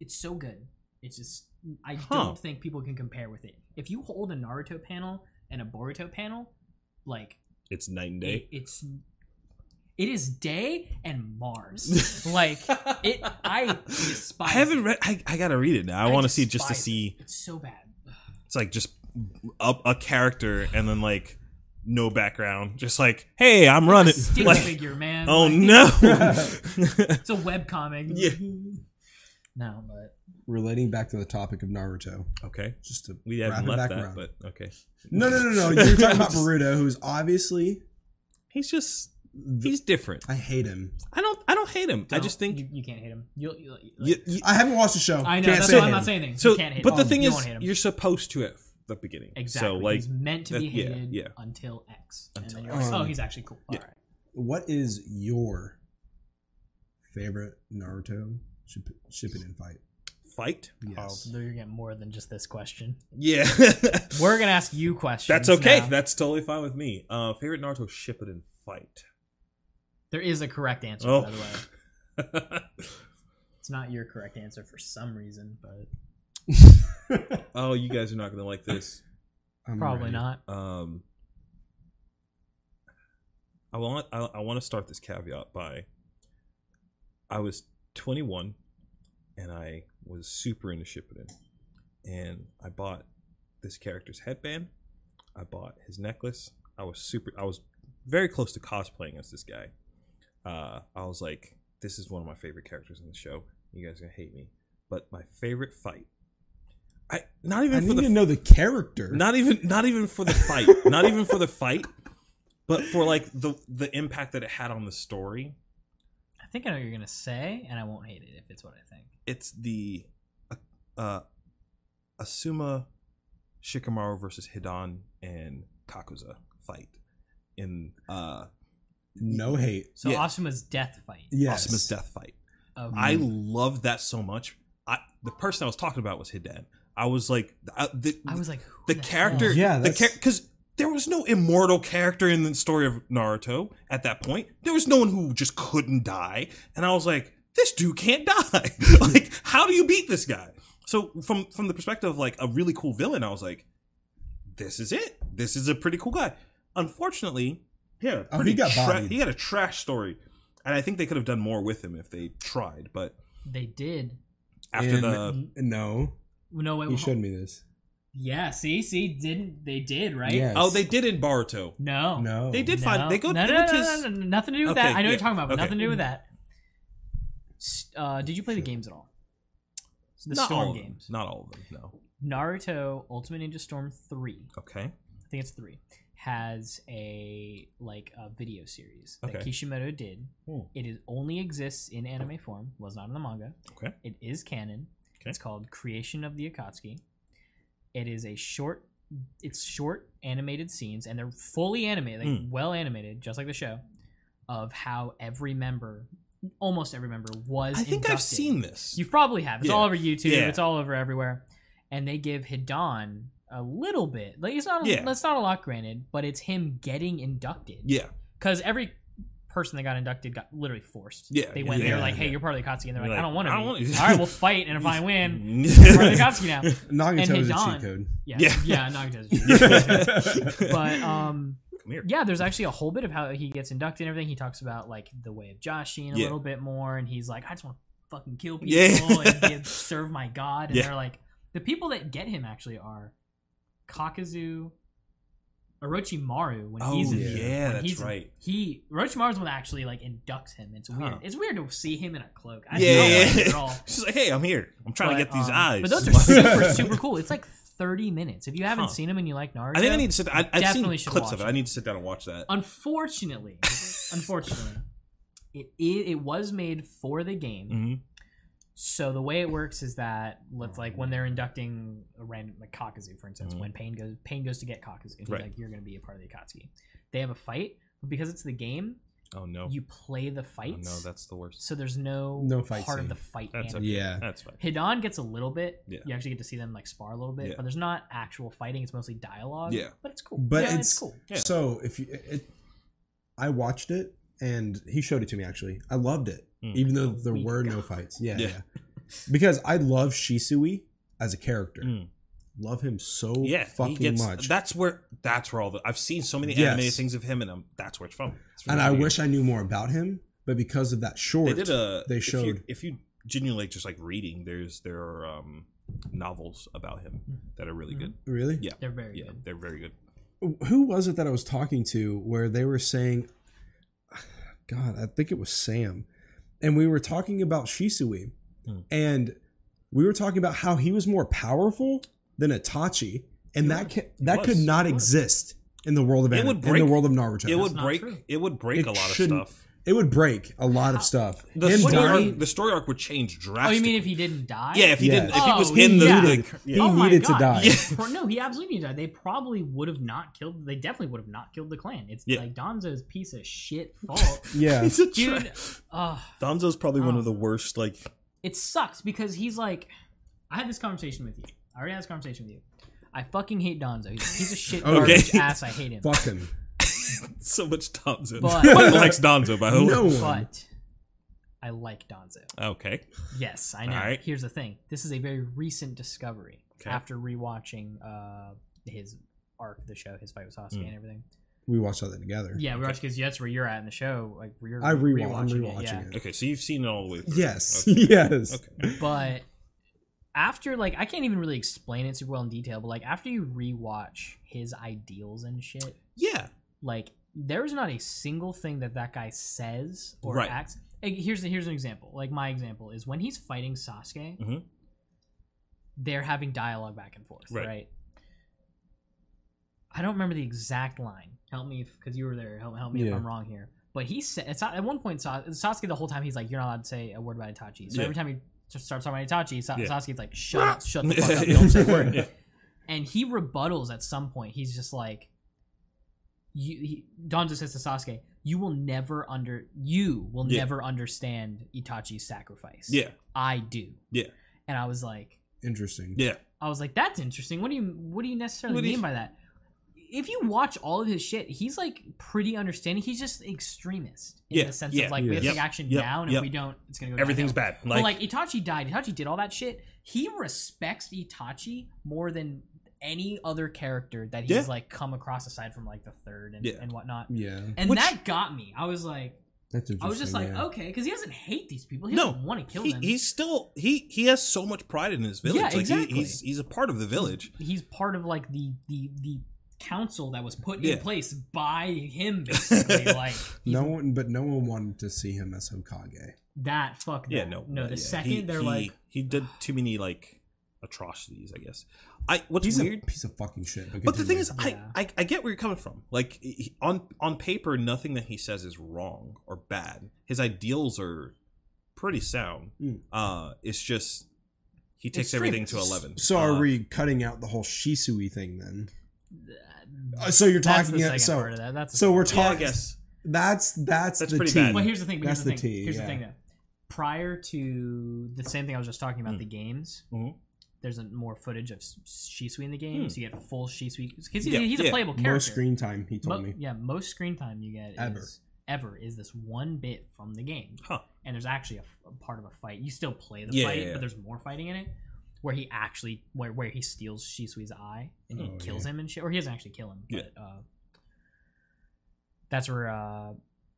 it's so good. It's just I Huh. don't think people can compare with it. If you hold a Naruto panel and a Boruto panel, like It's night and it, day. it's, it is day and Mars. like it, I I despise. haven't it. read. I, I gotta read it now. I, want to see just to despise it. see. It's so bad. It's like just a, a character and then like no background. Just like, hey, I'm running. Stick Like, figure, man. oh Like, no. It's a webcomic. Yeah. No, but Relating back to the topic of Naruto, okay, just to we wrap haven't it back left that, around. but okay. no, no, no, no. You're talking about Just- Naruto, who's obviously He's just he's different. I hate him. I don't I don't hate him. I don't- just think you, you can't hate him. You'll, you'll, like- you- you- I haven't watched the show. I know. Can't That's say why I'm him. not saying things. so. you can't hate But him. the thing you is, won't hate him. you're supposed to at the beginning. exactly. So like, he's meant to be that- yeah, hated yeah. until X. And Until then you're like, X. oh, he's actually cool. Yeah. All right. What is your favorite Naruto Shipp- Shippuden fight? fight. Yes. Although Oh, you're getting more than just this question. Yeah. We're gonna ask you questions. That's okay. now. That's totally fine with me. Uh, favorite Naruto Shippuden fight. there is a correct answer, Oh. by the way. It's not your correct answer for some reason, but oh, you guys are not gonna like this. I'm probably ready. not. Um, I want I, I want to start this caveat by. I was 21, and I was super into Shippuden, and I bought this character's headband. I bought his necklace. I was super. I was very close to cosplaying as this guy. Uh, I was like, this is one of my favorite characters in the show. You guys are gonna hate me, but my favorite fight. I not even I for need the to know the character. not even not even for the fight not even for the fight but for like the the impact that it had on the story I think I know what you're gonna say, and I won't hate it if it's what I think. it's the uh asuma shikamaru versus hidan and kakuza fight in uh no hate. So Yeah. Asuma's death fight. Yes. asuma's death fight Okay. I love that so much. I the person I was talking about was Hidan. I was like, I, the, I was like, the who hell? character, Yeah, the that's- because there was no immortal character in the story of Naruto at that point. There was no one who just couldn't die, and I was like, this dude can't die. like, how do you beat this guy? So from from the perspective of like a really cool villain, I was like, this is it. This is a pretty cool guy. Unfortunately, yeah, Oh, he got bodied. he had a trash story, and I think they could have done more with him if they tried. But They did. after And- the No, No, wait. you hold- showed me this. Yeah, see, see, didn't they did right? Yes. oh, they did in Baruto. No, No, They did no. find they go No, they no, went no, to no, his- no, no, nothing to do with Okay, that. I know yeah, what you're talking about, but okay. nothing to do with that. S- Uh, did you play the games at all? The not Storm all of them. games. Not all of them. No. Naruto Ultimate Ninja Storm three. Okay. I think it's three. Has a like a video series that Okay. Kishimoto did. Hmm. It is only exists in anime form. Was not in the manga. Okay. It is canon. Okay. It's called Creation of the Akatsuki. It is a short. It's short animated scenes, and they're fully animated, like Mm. well animated, just like the show, of how every member, almost every member, was. I think I've inducted. seen this. You probably have. It's Yeah. all over YouTube. Yeah. It's all over everywhere. And they give Hidan a little bit. Like it's not. Yeah. That's not a lot, granted, but it's him getting inducted yeah. because every person that got inducted got literally forced. Yeah, they went. they were yeah, like, "Hey, yeah. you're part of the Akatsuki," and they're like, You're "I like, don't want I to." don't want to- All right, we'll fight, and if I win, we're part of the Akatsuki now. Nagato's And a Hidan. cheat code. Yeah, yeah, Yeah. Nagato's. but um, Come here. yeah, there's actually a whole bit of how he gets inducted and everything. He talks about like the way of Joshin a Yeah. little bit more, and he's like, I just want to fucking kill people Yeah. and give, serve my god. And Yeah. they're like, the people that get him actually are Kakazu, Orochimaru when Oh he's in yeah, the- when that's he's in- right. He Orochimaru's the one that actually like inducts him. It's weird. Huh. It's weird to see him in a cloak. I Yeah, don't yeah, like it yeah. at all. She's like, hey, I'm here. I'm trying to get But, these um, eyes. But those are super super cool. It's like 30 minutes. If you haven't Huh. seen them and you like Naruto, I think I need to sit. I, I've seen Definitely should clips watch of it. it. I need to sit down and watch that. unfortunately, unfortunately, it, it it was made for the game. hmm So the way it works is that let's like when they're inducting a random like Kakazu, for instance, Mhm. when Pain goes Pain goes to get Kakazu, he's Right. like you're gonna be a part of the Akatsuki. They have a fight, but because it's the game, Oh no, you play the oh, fights. no, that's the worst. so there's no No fight part scene. of the fight. That's anime. okay. Yeah. That's fine. Hidan gets a little bit. Yeah. You actually get to see them like spar a little bit, Yeah. but there's not actual fighting. It's mostly dialogue. Yeah. but it's cool. But Yeah, it's- cool. Yeah. So if you, it, I watched it and he showed it to me actually. I loved it, Hmm. Mm. even though there We were no fights. Yeah, Yeah. yeah. Because I love Shisui as a character. Hmm. Mm. Love him so Yeah, fucking he gets. much. That's where. That's where all the. I've seen so many Yes. anime things of him, and i that's where it's from. It's and really I weird. wish I knew more about him, but because of that short, they did a. they If showed. you, if you genuinely like just like reading, there's there are um, novels about him that are really good. really? Yeah. They're very Yeah, good. they're very good. who was it that I was talking to where they were saying, God, I think it was Sam. And we were talking about Shisui. Hmm. And we were talking about how he was more powerful than Itachi. And that ca- that was. could not He was. exist in the world of It anime, would in break- the world of Naruto. It would not break. true. It would break It a lot of shouldn't- stuff. It would break a lot of stuff. The Him story, dying- arc, the story arc would change Oh, drastically. you mean if he didn't die? Yeah, if he Yeah. didn't, if he was Oh, in the, yeah. the He yeah. oh my needed to God. die. Yeah. Pro- no, he absolutely needed to die. They probably would have not killed. They definitely would have not killed the clan. It's Yeah. like Donzo's piece of shit fault, yeah. a dude. Uh, Donzo's probably one Oh. of the worst. Like, it sucks because he's like, I had this conversation with you. I already had this conversation with you. I fucking hate Donzo. He's a piece of shit Okay. garbage ass. I hate him. Fuck him. so much Donzo. But- Nobody likes Donzo, by the No way. one. Oh. But I like Donzo. Okay. Yes, I know. All right. Here's the thing. This is a very recent discovery Okay. after rewatching uh, his arc, of the show, his fight with Sasuke Hmm. Mm. and everything. we watched all that together. Yeah, we watched because that's where you're at in the show. Like you're I rewatched. I'm rewatching rewatching it. Yeah. it. Okay, so you've seen it all the way through. Yes. Okay. Yes. Okay. But after like I can't even really explain it super well in detail, but like after you rewatch his ideals and shit, Yeah. like there's not a single thing that that guy says or Right. acts. Like, here's here's an example. Like my example is when he's fighting Sasuke, Mhm. they're having dialogue back and forth, Right. right? I don't remember the exact line. Help me because you were there. Help, help me if Yeah. I'm wrong here. But he said it's not- at one point Sa- Sasuke the whole time he's like, "You're not allowed to say a word about Itachi." So Yeah. every time he just starts talking about Itachi, Sa- Yeah. Sasuke's like, "Shut up, shut the fuck up, don't say a word." and he rebuttals at some point. He's just like, you, he, Donzo says to Sasuke, "You will never under you will Yeah. never understand Itachi's sacrifice. Yeah. I do. Yeah. And I was like, Interesting. Yeah. I was like, that's interesting. What do you what do you necessarily What do mean you- by that? If you watch all of his shit, he's like pretty understanding. He's just extremist in Yeah, the sense yeah, of like we yeah. have to Yep, take action yep, down. If yep. we don't, it's gonna go. Everything's downhill. bad. Like, Like, like Itachi died. Itachi did all that shit. He respects Itachi more than any other character that he's Yeah. like come across aside from like the third and, Yeah. Mm. and whatnot. Yeah. And Which- that got me. I was like, That's I interesting. was just like, yeah. okay, because he doesn't hate these people. He No, doesn't want to kill he, them. he's still he he has so much pride in his village. Yeah, like, he- exactly. he's he's a part of the village. he's part of like the the the council that was put Yeah. in place by him. Basically, like oh, he's- No one, but no one wanted to see him as Hokage. that. Fuck Yeah. that. No. no. The yeah. second He- they're he- like, he did too many like atrocities. I guess. I what's He's weird. a piece of fucking shit. But the thing is, I, Yeah. I I get where you're coming from. Like he, on on paper, nothing that he says is wrong or bad. His ideals are pretty sound. Mm. Uh, it's just he takes Extreme. everything to eleven. so uh, are we cutting out the whole Shisui thing then? "Th- Uh, so you're that's talking. the second so part of that. That's the so we're second Yeah, I talking. guess. that's that's That's the pretty tea. bad. Well, here's the thing. But That's here's the, the thing. tea, Here's the yeah. thing, though. Prior to the same thing I was just talking about, the games. Mhm. There's a, more footage of S- Shisui in the game, Hmm. so you get full Shisui because he's, Yeah, he's a yeah. playable character. Most screen time, he told Mo- me. Yeah, most screen time you get Ever. is ever is this one bit from the game. Huh. And there's actually a, f- a part of a fight. You still play the Yeah, fight, yeah, yeah. but there's more fighting in it where he actually where where he steals Shisui's eye and he Oh, kills him and shit. Or he doesn't actually kill him, Yeah. but uh, that's where uh,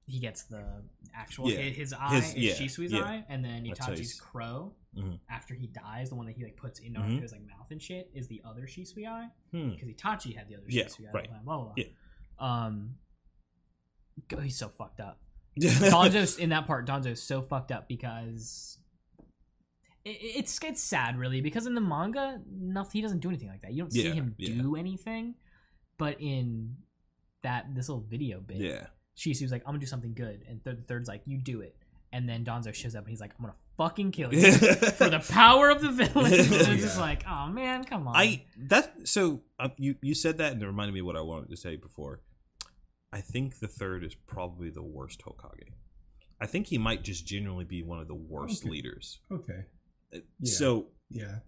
he gets the actual Yeah. hi- his eye His- is yeah, Shisui's yeah. eye, and then That's how Itachi's he's- crow Mhm. after he dies, the one that he like puts in Mhm. his like mouth and shit is the other Shisui eye Hmm. because Itachi had the other Yeah, Shisui eye. right. Blah blah blah. Yeah. Um, go- he's so fucked up. Donzo's in that part. Donzo's so fucked up because it, it- it's it's sad, really, because in the manga, nothing he doesn't do anything like that. You don't see Yeah, him yeah. do anything, but in that this little video bit, yeah. Shisu's like, "I'm gonna do something good," and third, third's like, "You do it," and then Donzo shows up and he's like, "I'm gonna fucking kill you." For the power of the villain, and it's just Yeah. like, oh man, come on. I that so uh, you you said that and it reminded me of what I wanted to say before. I think the third is probably the worst Hokage. I think he might just genuinely be one of the worst Okay. leaders. Okay. Uh, Yeah. So Yeah.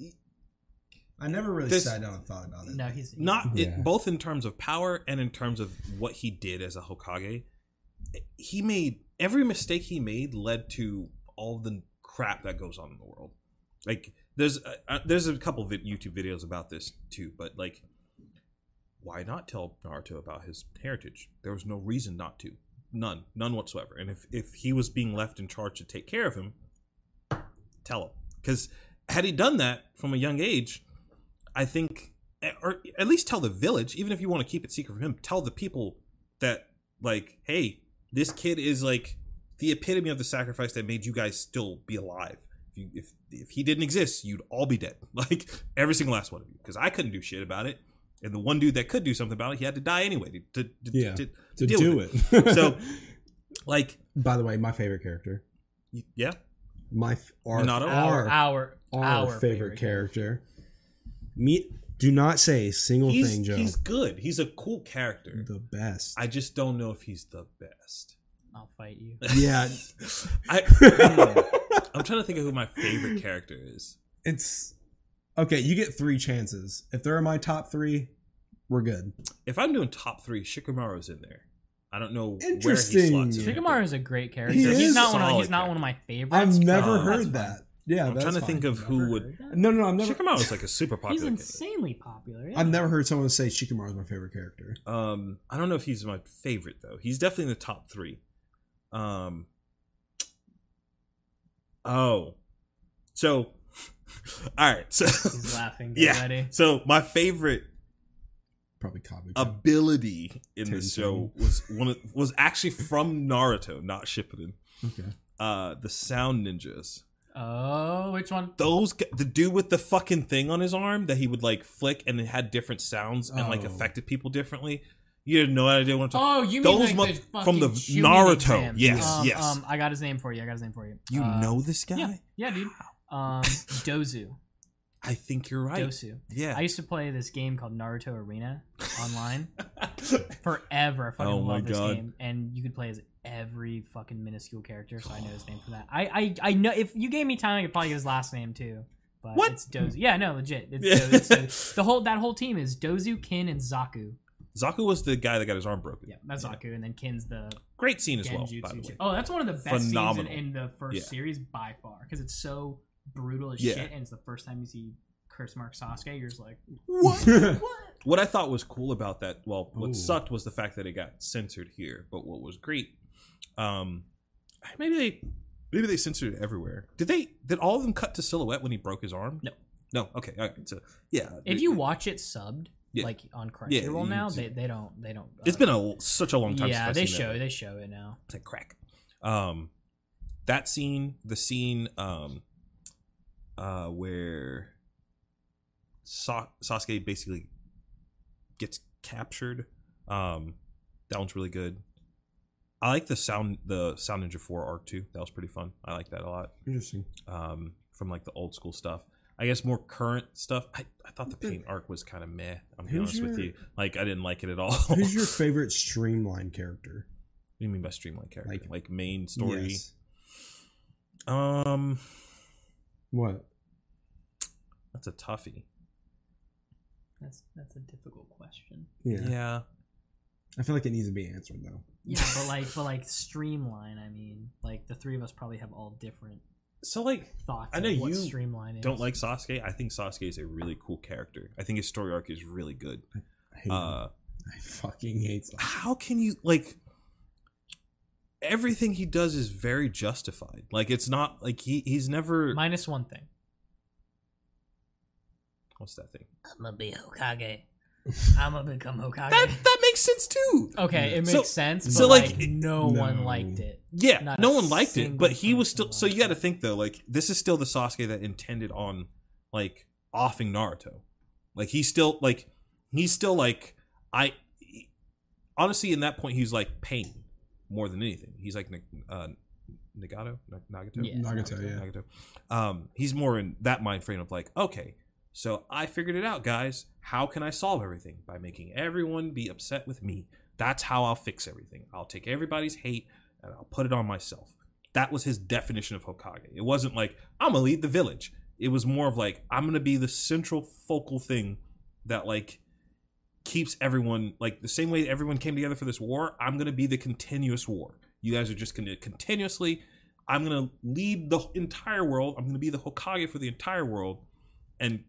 I never really This- sat down and thought about it. no, he's not Yeah. it, both in terms of power and in terms of what he did as a Hokage. He made every mistake he made led to all the crap that goes on in the world. Like there's a, uh, there's a couple vid- YouTube videos about this too, but like why not tell Naruto about his heritage? There was no reason not to. None, none whatsoever. And if if he was being left in charge to take care of him, tell him. Cuz had he done that from a young age, I think or at least tell the village, even if you want to keep it secret from him, tell the people that like, hey, this kid is like the epitome of the sacrifice that made you guys still be alive. If you, if if he didn't exist, you'd all be dead. Like every single last one of you, because I couldn't do shit about it, and the one dude that could do something about it, he had to die anyway. To, to, to, Yeah. to- to deal do with it. So- like, by the way, my favorite character, y- yeah, my f- our, Minato? our our, our, our favorite character. Me, do not say a single he's thing, Joe. he's good. He's a cool character. the best. I just don't know if he's the best. I'll fight you. yeah. I, I'm trying to think of who my favorite character is. it's okay. You get three chances. If they're in my top three, we're good. If I'm doing top three, Shikamaru's in there. I don't know where he Interesting. slots in. Shikamaru is a great character. He he's is not one. Of, solid he's not one of my favorites. I've never fine. heard That's that. fine. Yeah, I'm that's trying to fine. think of who would. No, no, I've never. Shikamaru's like a super popular. He's kid. insanely popular. yeah. I've never heard someone say Shikamaru is my favorite character. Um, I don't know if he's my favorite though. He's definitely in the top three. Um. Oh, so, all right. So, He's laughing Yeah. already. so my favorite Probably Kabuto. ability in the Tenzin. show was one of, was actually from Naruto, not Shippuden. okay. Uh, the Sound Ninjas. Oh, which one? those g- the dude with the fucking thing on his arm that he would like flick and it had different sounds and like Oh. affected people differently. You didn't know what I did want to talk. Oh, you mean Those like mo- the fucking from the Chunin Naruto. exams. Yes, um, yes. Um, I got his name for you. I got his name for you. you Uh, know this guy? yeah. Yeah, dude. Um, Dozu. I think you're right. Dosu. I Yeah. used to play this game called Naruto Arena online forever. I fucking Oh my love this God. game, and you could play as every fucking minuscule character. So I know his name for that. I, I, I know if you gave me time, I could probably get his last name too. But What? It's Dozu. Yeah, no, legit. It's Yeah. Dozu. It's Dozu. The whole that whole team is Dozu, Kin, and Zaku. Zaku was the guy that got his arm broken. Yeah, that's Zaku, and then Kin's the Great scene as well, Genjutsu. by the way. shit. Oh, that's one of the best Phenomenal. scenes in, in the first Yeah. series by far because it's so brutal as Yeah. shit, and it's the first time you see curse mark Sasuke. You're just like, What? what? What I thought was cool about that, well, what Ooh. sucked was the fact that it got censored here. But what was great, um, maybe they, maybe they censored it everywhere. Did they? Did all of them cut to silhouette when he broke his arm? No. No. Okay. All right. So yeah. If you watch it subbed, Yeah. like on Yeah, Crunchyroll you- now, they, they don't they don't. uh, It's been a such a long time. yeah, since I've they seen show that. they show it now. It's like crack. Um, that scene, the scene, um, uh, where Sa- Sasuke basically gets captured. Um, that one's really good. I like the sound, the Sound Ninja Four arc too. That was pretty fun. I like that a lot. Interesting. Um, from like the old school stuff. I guess more current stuff. I, I thought the paint arc was kind of meh. I'm being Who's honest with your- you. Like I didn't like it at all. Who's your favorite streamline character? What do you mean by streamline character? Like, Like- main story. Yes. Um, What? that's a toughie. That's that's a difficult question. Yeah. Yeah. I feel like it needs to be answered though. Yeah, but like, but like streamline. I mean, like the three of us probably have all different So like, thoughts. I know of what you streamline is. don't like Sasuke. I think Sasuke is a really cool character. I think his story arc is really good. I hate him. Uh, I fucking hate Sasuke. how can you like? Everything he does is very justified. Like it's not like he he's never. minus one thing. what's that thing? I'm gonna be Hokage. I'm gonna become Hokage. That that makes sense too. okay, it makes Mm. So- sense. But so, like, like, it- no, one No. liked it. Yeah, Not no a one liked it, single but he was still. person So you liked got to it. think though, like this is still the Sasuke that intended on like offing Naruto. Like he's still like he's still like I. he- honestly, in that point, he's like pain more than anything. He's like Nag- uh, Nagato, Nag- Nagato, Yeah, Nagato, yeah. Nagato. Um, he's more in that mind frame of like, okay, so I figured it out, guys. How can I solve everything by making everyone be upset with me? That's how I'll fix everything. I'll take everybody's hate and I'll put it on myself. That was his definition of Hokage. It wasn't like I'm gonna lead the village. It was more of like I'm gonna be the central focal thing that like keeps everyone like the same way everyone came together for this war. I'm gonna be the continuous war. You guys are just gonna continuously. I'm gonna lead the entire world. I'm gonna be the Hokage for the entire world, and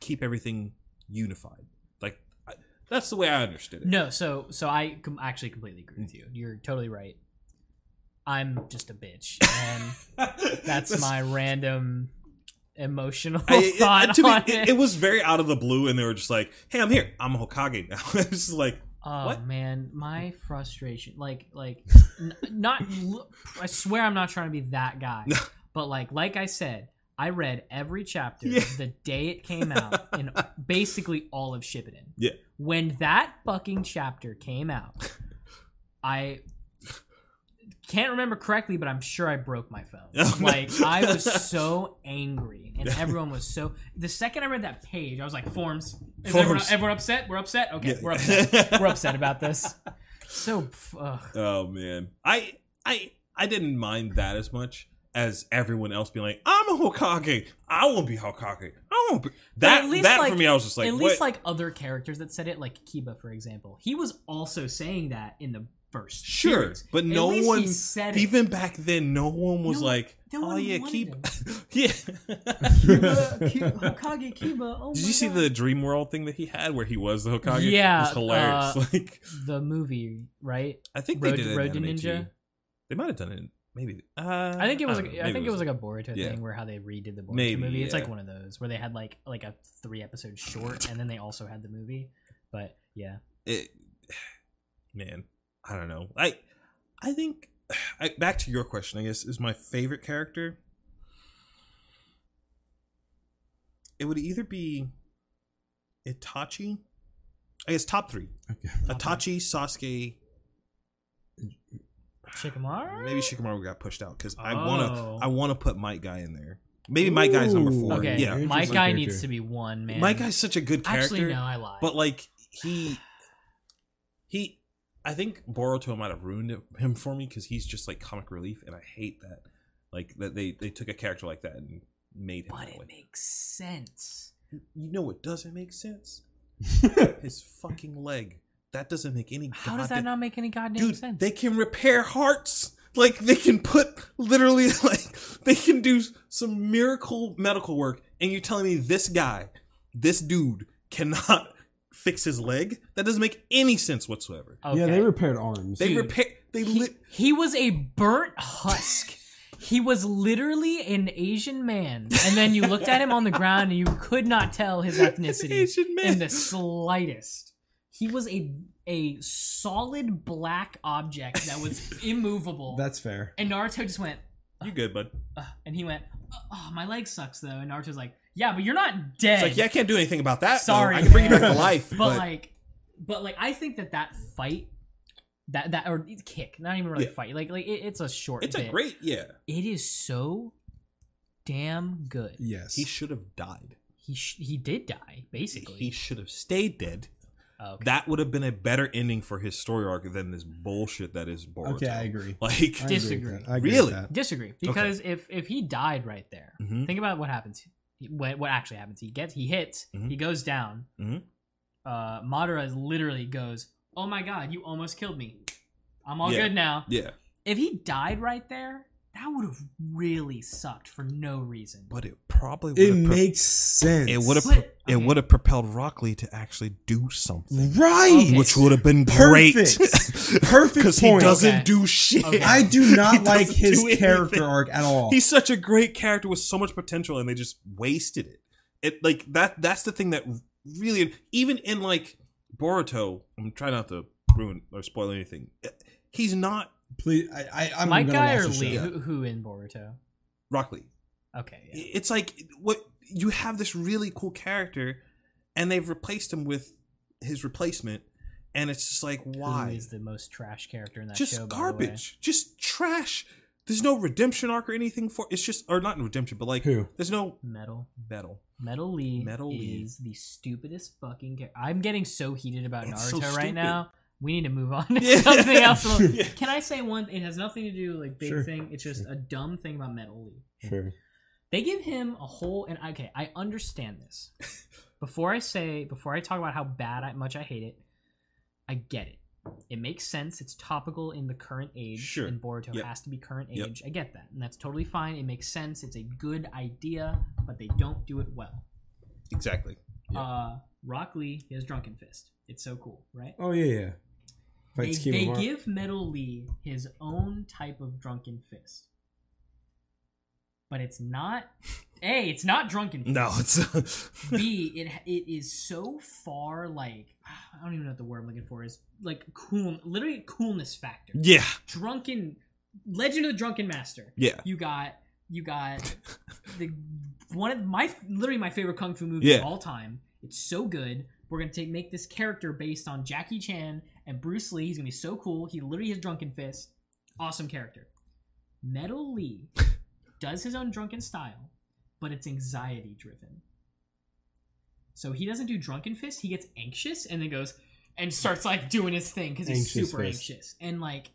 keep everything unified. Like I, that's the way I understood it. No, so so I com- actually completely agree Mm. with you. You're totally right. I'm just a bitch, and that's, my random emotional I- it- thought to me, on it, it. it was very out of the blue, and they were just like, "Hey, I'm here. I'm a Hokage now." I was just like, oh what? Mm. man, my frustration, like like n- not. l- I swear, I'm not trying to be that guy, but like like I said. I read every chapter Yeah. the day it came out and basically all of Shippuden. Yeah. When that fucking chapter came out, I can't remember correctly, but I'm sure I broke my phone. Oh, no. like I was so angry, and everyone was so. The second I read that page, I was like, "Forms, is Everyone, Forms. everyone upset? We're upset. Okay, Yeah. we're upset. we're upset about this." So, pff, ugh. "Oh man, I, I, I didn't mind that as much." As everyone else being like, I'm a Hokage. I won't be Hokage. I won't be. That, at least, that like- for me, I was just like, at what? least like other characters that said it, like Kiba, for example, he was also saying that in the first. Sure, series. but At no least he one- said it. Even back then, no one was No- like, no one oh yeah, wanted keep. him. yeah. Kiba, Ki- Hokage Kiba. Oh Did my you see God. the Dream World thing that he had where he was the Hokage? Yeah, It's hilarious. uh, like, the movie? Right. I think Road- they did it Road Road to Ninja. Ninja? They might have done it. Maybe. Uh, I think it was. don't Like, know. I Maybe think it was like a Boruto yeah. thing where how they redid the Boruto Maybe, movie. It's like yeah. one of those where they had like like a three episode short, and then they also had the movie. But yeah, it, man, I don't know. I I think I, back to your question. I guess is my favorite character. It would either be Itachi. I guess top three: Okay. Itachi, Sasuke, Shikamaru. maybe Shikamaru got pushed out because I wanna Oh. I wanna put Mike Guy in there. Maybe Mike Guy's number Ooh. four. Okay, Yeah, You're my just guy like needs character. to be one man. Mike Guy's such a good character. Actually, no, I lied. But like he, he, I think Boruto might have ruined it, him for me because he's just like comic relief, and I hate that. Like that they they took a character like that and made him but that it way. makes sense. you know what doesn't make sense? His fucking leg. That doesn't make any. How does that goddamn- not make any goddamn Dude, sense? they can repair hearts. Like they can put literally like they can do some miracle medical work, and you're telling me this guy, this dude, cannot fix his leg? That doesn't make any sense whatsoever. okay. Yeah, they repaired arms. They Dude, repair. They he, lit. he was a burnt husk. he was literally an Asian man, and then you looked at him on the ground and you could not tell his ethnicity Asian man. in the slightest. He was a a solid black object that was immovable. That's fair. and Naruto just went, You good, bud? Ugh, and he went, oh, my leg sucks though. And Naruto's like, yeah, but you're not dead. It's like yeah, I can't do anything about that. though. Sorry, I can bring you man. back to life. but, like, but like, I think that that fight, that that or kick, not even really Yeah. fight. Like, like it, it's a short. it's a bit. great yeah. It is so damn good. Yes. He should have died. He sh- he did die basically. He should have stayed dead. Oh, okay. That would have been a better ending for his story arc than this bullshit that is Boruto. okay, I agree. Like I agree with Disagree. that. I agree with Really? that. Disagree because if if he died right there, Mm-hmm. Mhm. think about what happens. What what actually happens? He gets he hits. Mhm. He goes down. Mhm. Uh, Madara literally goes oh my god, you almost killed me. I'm all Yeah. good now. Yeah, If he died right there, that would have really sucked for no reason. but it probably It would've pro- makes sense. it would have But- it okay. would have propelled Rockley to actually do something, right. Okay. which would have been great. Perfect. Perfect Because he point. doesn't Okay. do shit. Okay. I do He doesn't not like his do anything. character arc at all. He's such a great character with so much potential, and they just wasted it. It like that. That's the thing that really, even in like Boruto, I'm trying not to ruin or spoil anything. He's not Please, I, I, I'm My gonna guy watch or the show. Lee? Who, who in Boruto? Rockley. Okay. yeah. It's like what you have this really cool character, and they've replaced him with his replacement, and it's just like why? Who is the most trash character in that just show? by the way? garbage, just trash. There's no redemption arc or anything for it's just or not redemption, but like Who? there's no Metal. battle. Metal Lee Metal Lee. is the stupidest fucking character. I'm getting so heated about It's so Naruto right stupid. now. We need to move on to Yeah. something else. a little- Yeah. Can I say one? It has nothing to do like big Sure. thing. It's just a dumb thing about Metal Lee. Sure. They give him a whole and okay, I understand this. before I say, before I talk about how bad I, much I hate it, I get it. It makes sense. It's topical in the current age, Sure. and Boruto Yep. has to be current Yep. age. I get that, and that's totally fine. It makes sense. It's a good idea, but they don't do it well. Exactly. Yeah. Uh, Rock Lee is Drunken Fist. It's so cool, right? Oh yeah, yeah. They, Fights they Kingdom Hearts. give Metal Lee his own type of Drunken Fist, but it's not. A, it's not Drunken Fist. No, it's uh, B, it it is so far like I don't even know what the word I'm looking for is like cool, literally coolness factor. yeah, Drunken Legend of the Drunken Master. yeah, You got you got the one of my literally my favorite kung fu movie Yeah. of all time. It's so good. We're gonna take make this character based on Jackie Chan and Bruce Lee. He's gonna be so cool. He literally has drunken fist. Awesome character. Metal Lee does his own drunken style, but it's anxiety driven. So he doesn't do drunken fist. He gets anxious and then goes and starts like doing his thing because he's Anxious super fist. anxious and like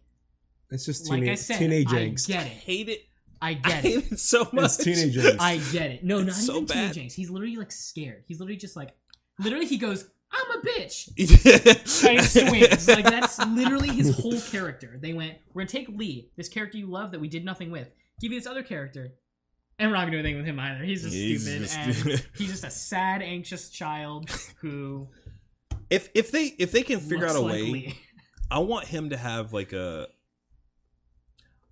It's just like teenage, I said, teenage I angst. I get it. hate it. I I get it. hate it so much. It's teenage angst. I get it. No, It's not so even bad. teenage angst. He's literally like scared. He's literally just like, literally he goes, "I'm a bitch," and he swings. like that's literally his whole character. They went, "We're gonna take Lee, this character you love that we did nothing with, give you this other character, and we're not gonna do anything with him either. He's just He's stupid, just and stupid. he's just a sad, anxious child who if if they if they can figure looks out a like way, Lee. I want him to have like a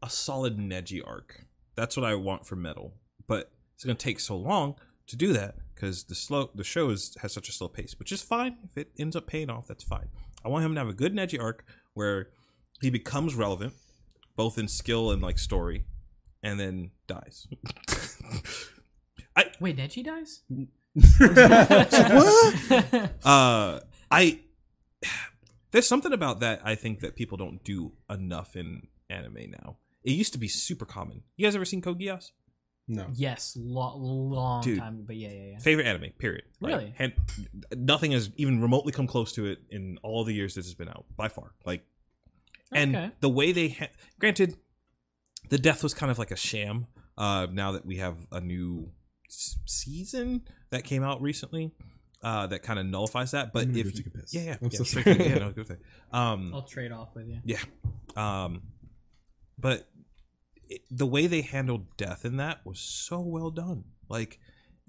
a solid Neji arc. That's what I want for Metal, but it's going to take so long to do that because the slow the show is has such a slow pace, which is fine. If it ends up paying off, that's fine. I want him to have a good Neji arc where he becomes relevant, both in skill and like story, and then dies. Wait, Neji dies? What? uh i there's something about that i think that people don't do enough in anime now it used to be super common you guys ever seen code Geass? No. Yes, lo- long Dude. time, but yeah, yeah, yeah. favorite anime period Like, Really? hand, nothing has even remotely come close to it in all the years this has been out by far like and Okay. the way they ha- granted the death was kind of like a sham uh now that we have a new s- season that came out recently uh that kind of nullifies that but I'm gonna if go you- take a piss. yeah yeah I'm yeah, so straight sorry. to- yeah, no, go with it. um I'll trade off with you. Um, but it, the way they handled death in that was so well done. Like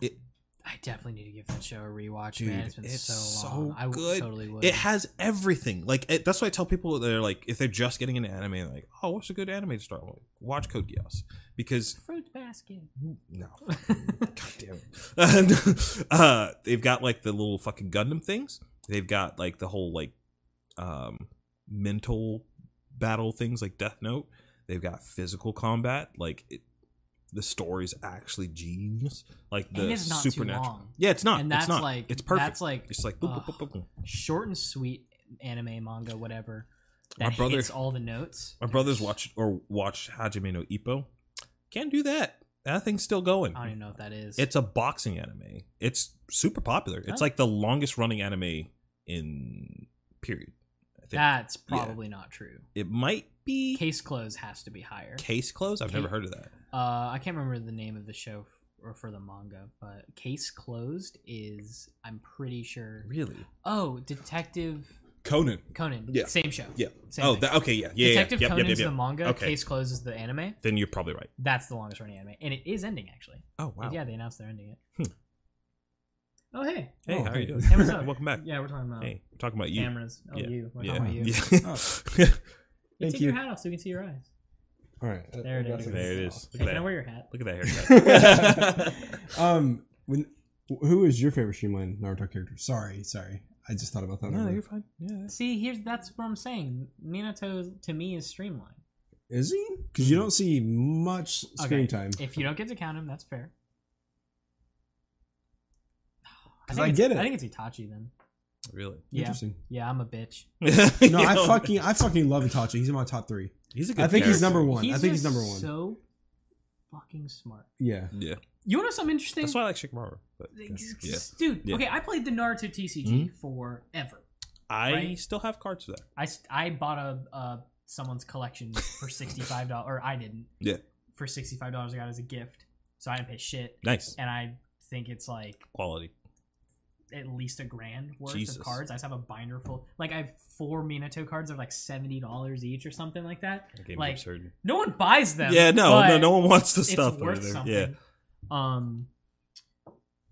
it, I definitely need to give that show a rewatch, Dude, man. It's been it's so so long. I w- good. totally would. it has everything. Like it, that's why I tell people they're like, if they're just getting into anime, they're like, oh, what's a good anime to start with? Watch Code Geass because fruit basket. no, god damn it. uh, they've got like the little fucking Gundam things. They've got like the whole like um mental battle things like Death Note. They've got physical combat. Like it, the story's actually genius. Like the and it's not supernatural. too long. Yeah, it's not. And that's it's not. like it's perfect. That's like it's like boop, Ugh. boop, boop, boop. short and sweet anime, manga, whatever. My That brother- hits all the notes. my brothers watch or watch Hajime no Ippo. Can't do that. That thing's still going. I don't even know what that is. It's a boxing anime. It's super popular. It's Oh. like the longest running anime in period. I think that's probably not true. it might be Case, Case close has to be higher. Close. I've Ca- never heard of that. Uh, I can't remember the name of the show f- or for the manga, but Case Closed is I'm pretty sure. Really? Oh, Detective Conan. Conan. Yeah. Same show. Yeah. Same oh, thing. that, okay, yeah, yeah, yeah, Detective yep, yep, yep, Conan's yep. the manga. Okay. Case closes the anime. Then you're probably right. That's the longest running anime, and it is ending actually. Oh wow. Hmm. Yeah, they announced they're ending it. Oh hey. Hey, Oh, how are hey. you doing? Hey, what's up? Welcome back. Yeah, we're talking about Hey, we're talking about you. cameras. Oh, Yeah. you. We're yeah. talking about you. Oh. Yeah. You Thank take you. your hat off so we can see your eyes. All right. There it is. there it is. Look Hey, at can I that. wear your hat? Look at that haircut. Um, when who is your favorite Streamline Naruto character? Sorry, sorry. I just thought about that. no, earlier. you're fine. Yeah. See, here's that's what I'm saying. Minato to me is streamlined. Is he? Because you don't see much screen Mm. Okay. time. If you don't get to count him, that's fair. 'Cause think I it's- get it. I think it's Itachi then. Really? Yeah, Interesting. yeah, I'm a bitch. No, I fucking I fucking love Itachi. He's in my top three. He's a good I think he's character. number one. I think he's just number one. So fucking smart. Yeah. Yeah. You want to know something interesting? That's why I like Shikamaru. But Yeah. Dude, Yeah. Mm-hmm. okay, I played the Naruto TCG forever. I Right. still have cards for that. I, s- I bought a uh, someone's collection for sixty five dollars, or I didn't. Yeah. For sixty five dollars, I got it as a gift, so I didn't pay shit. Nice. And I think it's like Quality. at least a grand worth Jesus. of cards. I just have a binder full. Like I have four Minato cards. They're like seventy dollars each or something like that. That game Like, is absurd. No one buys them. Yeah, no, but no, no one wants the it's stuff. worth over there. something. Yeah. Um,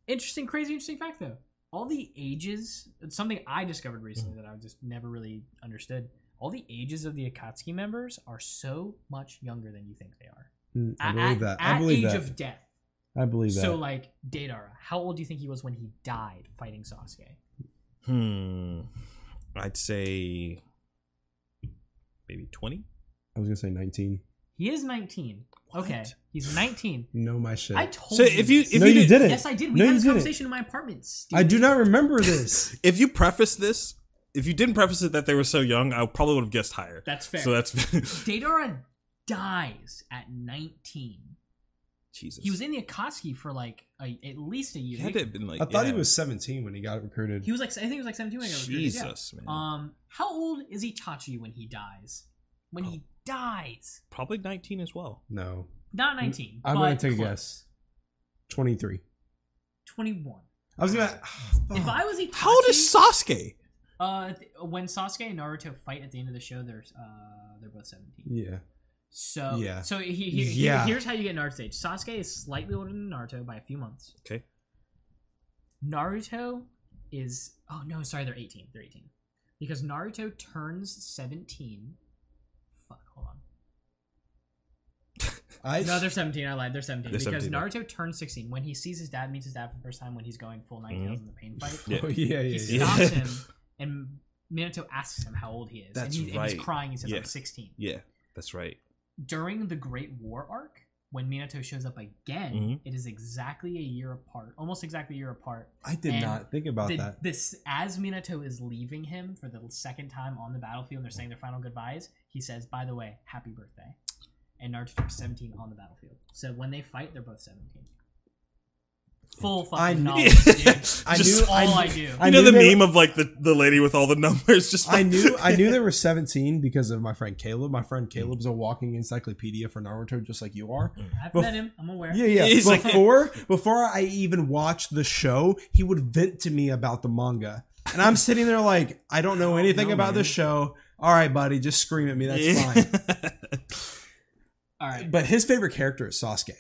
interesting, crazy, interesting fact though. All the ages. It's something I discovered recently Mm-hmm. that I just never really understood. All the ages of the Akatsuki members are so much younger than you think they are. Mm, I At- believe at- that. At I believe age that. of death. I believe that. So like Deidara, how old do you think he was when he died fighting Sasuke? Hmm. I'd say maybe 20. I was gonna say nineteen. He is 19. Okay, What? he's 19. No, my shit. I told So you. if you this. if No, you, you did, didn't. yes, I did. We No, had you this didn't. conversation in my apartment. I stupid. do not remember this. if you preface this, if you didn't preface it that they were so young, I probably would have guessed higher. That's fair. So that's Deidara dies at 19. Jesus. He was in the Akatsuki for like a, at least a He year. had to have been like I thought he yeah. was seventeen when he got recruited. He was like I think he was like 17 when I got recruited, yeah. Jesus, man. Um, how old is Itachi when he dies? When he Oh. dies, probably 19 as well. no, not 19. Mm, I'm but gonna take a close. guess. twenty-three. 21. I was gonna. If I was Itachi, Oh. How old is Sasuke? Uh, th- when Sasuke and Naruto fight at the end of the show, they're uh, they're both seventeen. Yeah. So Yeah. So he, he, he- Yeah. here's how you get Naruto age. Sasuke is slightly older than Naruto by a few months. Okay. Naruto is oh no sorry they're eighteen they're eighteen because Naruto turns seventeen. Fuck hold on. I No, they're 17. I lied. They're 17. They're because 17, Naruto turns 16. When he sees his dad, meets his dad for the first time when he's going full nine tails in the pain fight. Mm-hmm. Yeah. Oh, yeah, yeah, he yeah. Yeah. stops him and Minato asks him how old he is. That's and, he, and right. he's crying. He says, Yeah. I'm 16. Yeah, that's right. During the Great War arc, when Minato shows up again, Mhm. it is exactly a year apart, almost exactly a year apart. I did And not think about The- that. This, as Minato is leaving him for the second time on the battlefield, they're saying their final goodbyes. He says, "By the way, happy birthday," and Naruto turns seventeen on the battlefield. So when they fight, they're both seventeen. Full I fucking knew- knowledge. dude. I Just- knew. All I, I do. I you know knew the they meme were- of like the, the lady with all the numbers just I like- knew. I knew there were seventeen because of my friend Caleb. My friend Caleb's a walking encyclopedia for Naruto, just like you are. I've Bef- met him. I'm aware. Yeah, yeah. He's like- before before I even watched the show, he would vent to me about the manga. And I'm sitting there like, I don't know anything know, about Oh, man. this show. All right, buddy, just scream at me. That's fine. All right. But his favorite character is Sasuke.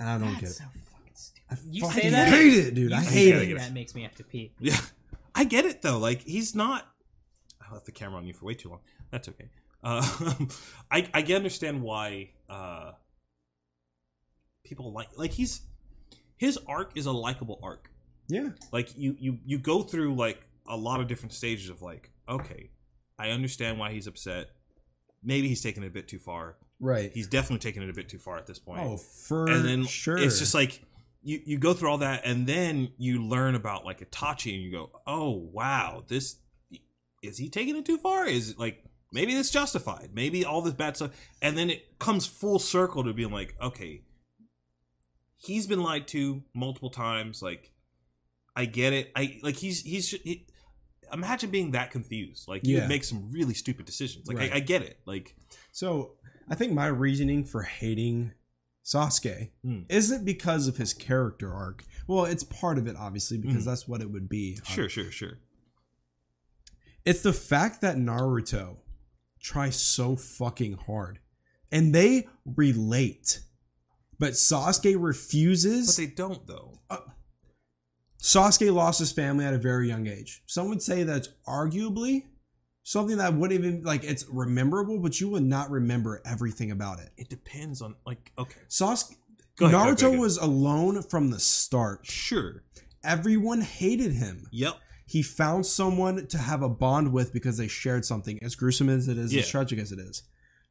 And I don't That's get it. so fucking stupid. I You fucking say that? hate it, dude. I You hate say it. saying it. That makes me have to pee. Yeah, I get it though. Like he's not. I left the camera on you for way too long. That's okay. Uh, I I can understand why uh, people like like he's his arc is a likable arc. Yeah. Like you you you go through like a lot of different stages of like okay, I understand why he's upset. Maybe he's taking it a bit too far. Right. He's definitely taking it a bit too far at this point oh, for and then sure. it's just like you you go through all that and then you learn about like Itachi and you go, "Oh, wow, this is he taking it too far? Is it like maybe it's justified. Maybe all this bad stuff." And then it comes full circle to being like, "Okay, he's been lied to multiple times. Like I get it. I like he's he's he, imagine being that confused. Like you Yeah. would make some really stupid decisions. Like Right. I, I get it. Like So I think my reasoning for hating Sasuke Hmm. isn't because of his character arc. Well, it's part of it, obviously, because Mhm. that's what it would be. sure, sure, sure. It's the fact that Naruto tries so fucking hard and they relate. But Sasuke But refuses. Uh, they don't though. Sasuke lost his family at a very young age. Some would say that's arguably something that would even like it's rememberable, but you would not remember everything about it. It depends on like okay. Sasuke Go ahead, go ahead, Naruto go ahead. was alone from the start. Sure. Everyone hated him. Yep. He found someone to have a bond with because they shared something, as gruesome as it is, Yeah. as tragic as it is.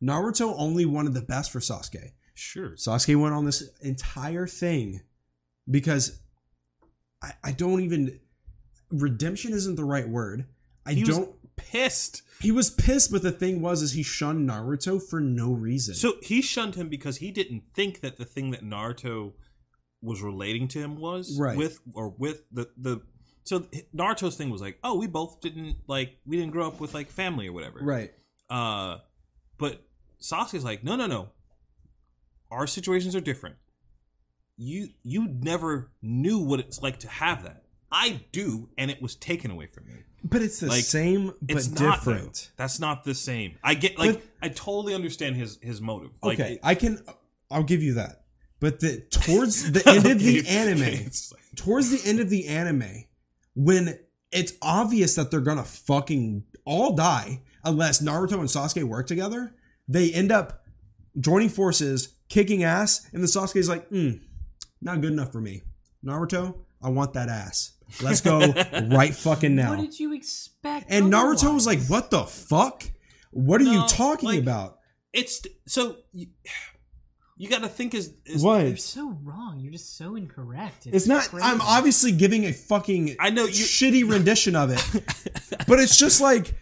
Naruto only wanted the best for Sasuke. Sure. Sasuke went on this entire thing because I, I don't even redemption isn't the right word. I He was- don't. Pissed. he was pissed, but the thing was, is he shunned Naruto for no reason. So he shunned him because he didn't think that the thing that Naruto was relating to him was Right. with or with the the. So Naruto's thing was like, oh, we both didn't like we didn't grow up with like family or whatever. right, Uh, but Sasuke's like, no, no, no. Our situations are different. You you never knew what it's like to have that. I do, and it was taken away from me. but it's the Like, same but It's not though. different. That's not the same. I get like But- I totally understand his his motive. Like, okay, it- I can. I'll give you that. But the towards the end of the Okay, anime, it's like- towards the end of the anime, when it's obvious that they're gonna fucking all die unless Naruto and Sasuke work together, they end up joining forces, kicking ass, and the Sasuke's like, mm, not good enough for me. Naruto, I want that ass. Let's go right fucking What now. did you expect? And Naruto otherwise? was like, what the fuck? What are you No, talking like- about? it's so you, you got to think is, is What? You're so wrong. You're just so incorrect. It's not. crazy. I'm obviously giving a fucking I know you. shitty rendition of it. but it's just like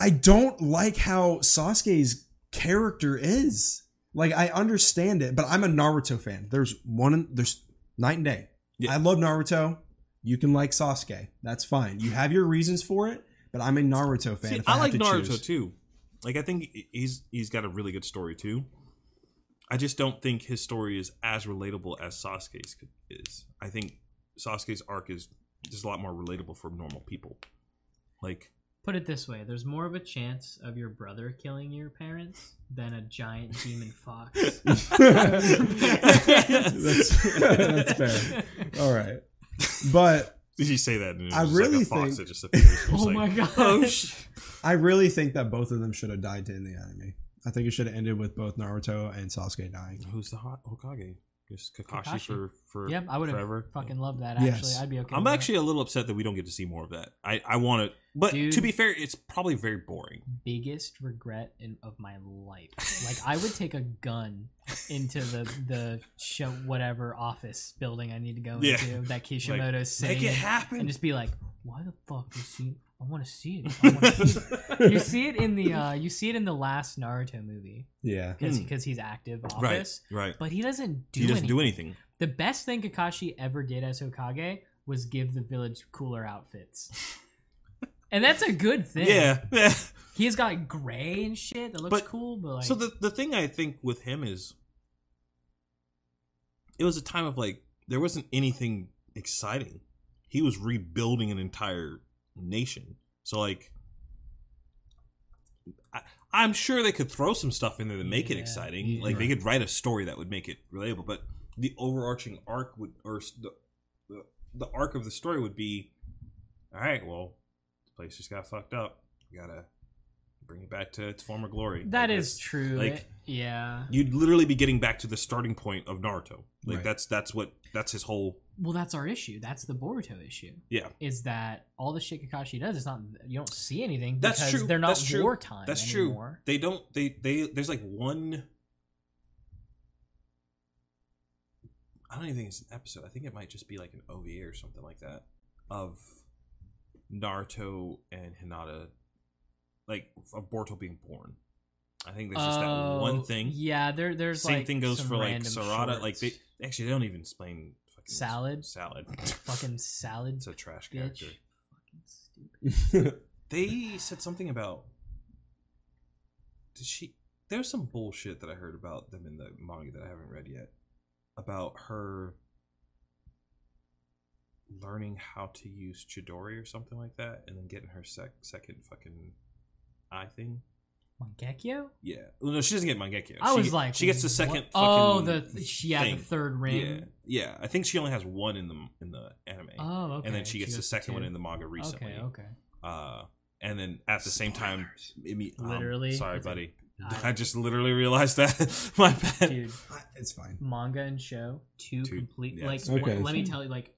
I don't like how Sasuke's character is. Like I understand it, but I'm a Naruto fan. There's one. There's night and day. Yeah. I love Naruto. You can like Sasuke. That's fine. You have your reasons for it, but I'm a Naruto fan. See, if I, I, like have to Naruto choose. too. Like I think he's he's got a really good story too. I just don't think his story is as relatable as Sasuke's is. I think Sasuke's arc is just a lot more relatable for normal people. Like Put it this way: there's more of a chance of your brother killing your parents than a giant demon fox. that's, that's fair. All right, but Did you say that? And it I was really like a fox think- that just appears. It's oh like, my gosh! Oh, sh- I really think that both of them should have died in the anime. I think it should have ended with both Naruto and Sasuke dying. Who's the hot Hokage? Just Kakashi, Kakashi. for for yep, I would have forever. fucking loved that. Actually, Yes. I'd be okay. I'm with actually a little upset that we don't get to see more of that. I I want to, but to Dude. be fair, it's probably very boring. that. biggest regret in, of my life. Like I would take a gun into the the show whatever office building I need to go Yeah. into that Kishimoto's sitting Make it in. happen. and just be like, "Why the fuck you see? I want to see it. I wanna see it." you see it in the uh, you see it in the last Naruto movie Yeah. because Hmm. he's active office, right, right. but he doesn't do He doesn't anything. do anything. The best thing Kakashi ever did as Hokage was give the village cooler outfits. And that's a good thing. Yeah. he's got gray and shit that looks But- cool, but like, so the the thing I think with him is, it was a time of like there wasn't anything exciting. He was rebuilding an entire nation. So like, I, I'm sure they could throw some stuff in there to make it Yeah, exciting. yeah. Like they could write a story that would make it relatable. But the overarching arc would, or s- the the, the arc of the story would be, all right, well, the place just got fucked up. We gotta bring it back to its former glory. that Like, is that's- true. like- It- yeah. You'd literally be getting back to the starting point of Naruto. Like Right. that's that's what that's his whole. Well, that's our issue. That's the Boruto issue. Yeah. is that all the shit Kakashi does? It's not you don't see anything. That's because true. They're not That's true. wartime. That's true. anymore. They don't. They they. There's like one. I don't even think it's an episode. I think it might just be like an OVA or something like that of Naruto and Hinata, like of Boruto being born. I think there's just that one Oh, thing. Yeah, there, there's Same like thing goes some for like random Sarada. Like they shorts. actually they don't even explain fucking Salad? Salad. fucking salad It's a trash bitch. character. Fucking stupid. They said something about. Did she? There's some bullshit that I heard about them in the manga that I haven't read yet. About her learning how to use Chidori or something like that, and then getting her sec- second fucking eye thing. Mangekyo? Yeah, Well, no, she doesn't get Mangekyo. I she, was like, she gets the what? second. Oh, the fucking th- she had thing. the third ring. Yeah, yeah. I think she only has one in the in the anime, Oh, okay. and then she gets the second one in two. the manga recently. Okay, okay. Uh, and then at the same time, it me- um, Literally? sorry, It's like- buddy. I, I, just literally realized that. My bad. dude, I- It's fine. manga and show two, Two- complete yeah, like it's let- Okay. let me tell you like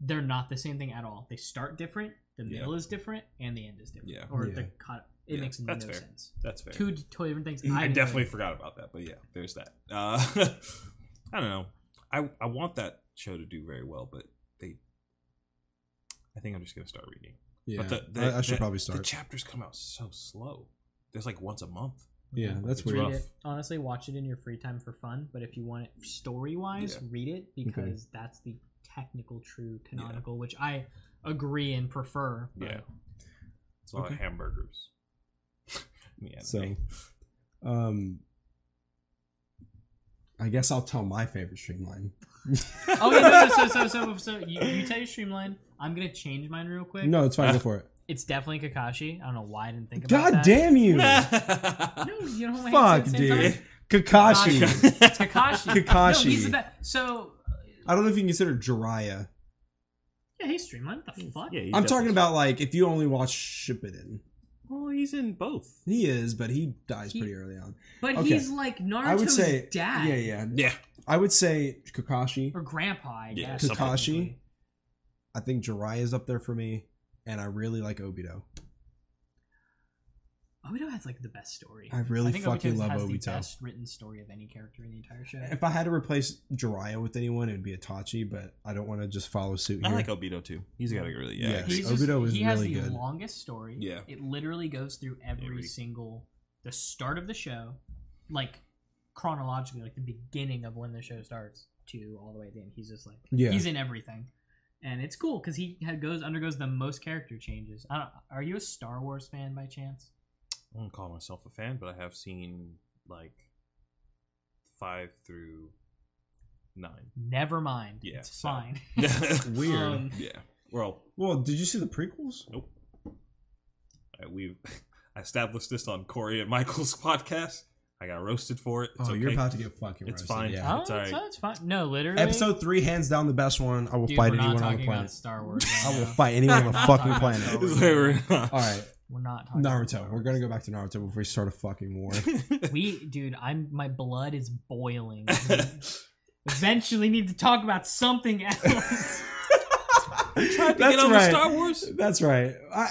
they're not the same thing at all. They start different, the Yeah. middle is different, and the end is different. Yeah. Or Yeah. the cut. It Yeah, makes no that's fair. sense. That's fair. Two d- totally different things. I didn't know definitely that. forgot about that, but yeah, there's that. Uh, I don't know. I I want that show to do very well, but they. I think I'm just gonna start reading. Yeah, But the, the, I, I should the- probably The start. chapters come out so slow. There's like once a month. yeah, that's It's weird. rough. Read it. Honestly, watch it in your free time for fun. But if you want it story wise, Yeah. read it because that's the technical, true canonical, which I agree and prefer. but Yeah. It's a lot of Okay. hamburgers. yeah. So, um, I guess I'll tell my favorite streamline. Oh yeah, no, no, so so so so you, you tell your streamline. I'm gonna change mine real quick. No, it's fine. Go for it. It's definitely Kakashi. I don't know why I didn't think about God that. damn you, No, you don't want fuck, to say dude, Kakashi. Kakashi. Kakashi. No, he's the best. So I don't know if you can consider Jiraiya. yeah, hey streamline. What the fuck? Yeah, he I'm does talking this. about like if you only watch Shippuden. Oh, Well, he's in both. He is, but he dies He- pretty early on. But Okay. he's like Naruto's I would say, dad yeah, yeah. Yeah. I would say Kakashi. or grandpa. I Yeah, guess. something. Kakashi. I think Jiraiya's up there for me, and I really like Obito. Obito has like the best story. I really think fucking Obito love has Obito. The best written story of any character in the entire show. If I had to replace Jiraiya with anyone, it'd be Itachi, but I don't want to just follow suit I here. like Obito too. He's got a really yeah. Yeah. actually. He's Obito just, was he has really the good. longest story. Yeah. It literally goes through every, Every- single the start of the show, like chronologically, like the beginning of when the show starts to all the way at the end. He's just like yeah, he's in everything. And it's cool because he had, goes undergoes the most character changes. I don't, are you a Star Wars fan by chance? I wouldn't call myself a fan, but I have seen like five through nine. Never mind. Yeah, it's so- fine. weird. Um, yeah. Well, well, did you see the prequels? nope. I, we've I established this on Corey and Michael's podcast. I got roasted for it. It's oh, okay. you're about to get fucking. It's roasted, fine. Yeah. oh, it's it's, alright. it's fine. No, literally. Episode three, hands down, the best one. I will Dude, fight we're not anyone on the talking about planet. Star Wars. I right will now. fight anyone on the We're not fucking talking about planet. Star Wars. It's like we're- All right, We're not talking about Star Naruto. We're Wars. gonna go back to Naruto before we start a fucking war. We, dude, I'm my blood is boiling. We eventually, need to talk about something else. Tried to That's get on with right. Star Wars. That's right. I,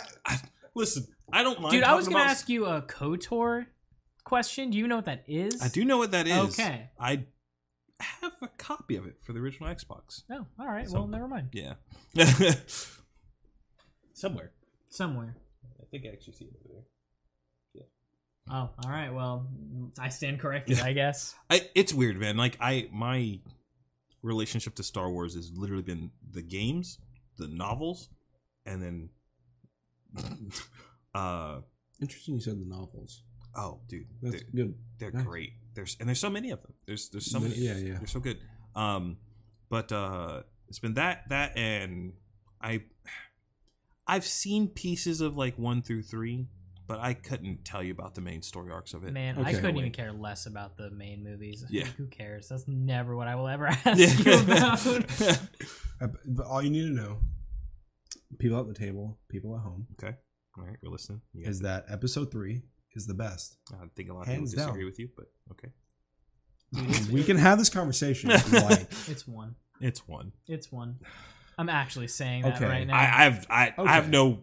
Listen, I don't mind. dude, I talking was gonna about- ask you a Kotor question. Do you know what that is? I do know what that is. Okay. I have a copy of it for the original Xbox. No. Oh, all right. Well, Some- never mind. Yeah. Somewhere. Somewhere. I think I actually see it over there. Oh, all right. Well, I stand corrected, I guess. I, it's weird, man. Like I, my relationship to Star Wars has literally been the games, the novels, and then, uh, interesting. You said the novels. oh, dude, That's they're, good. they're nice. great. There's and there's so many of them. There's there's so The- many. yeah, yeah. They're so good. Um, but uh, it's been that that and I, I've seen pieces of like one through three, but I couldn't tell you about the main story arcs of it. Man, I Okay. couldn't even care less about the main movies. Yeah. Who cares? That's never what I will ever ask you about. Yeah. Uh, but- But all you need to know, people at the table, people at home, All right, we're listening. You guys is that episode three is the best. I think a lot of people Hands disagree down. with you, but okay. we can have this conversation if you like. It's one. It's one. It's one. I'm actually saying that Okay. right now. I, I've I, I have Okay. no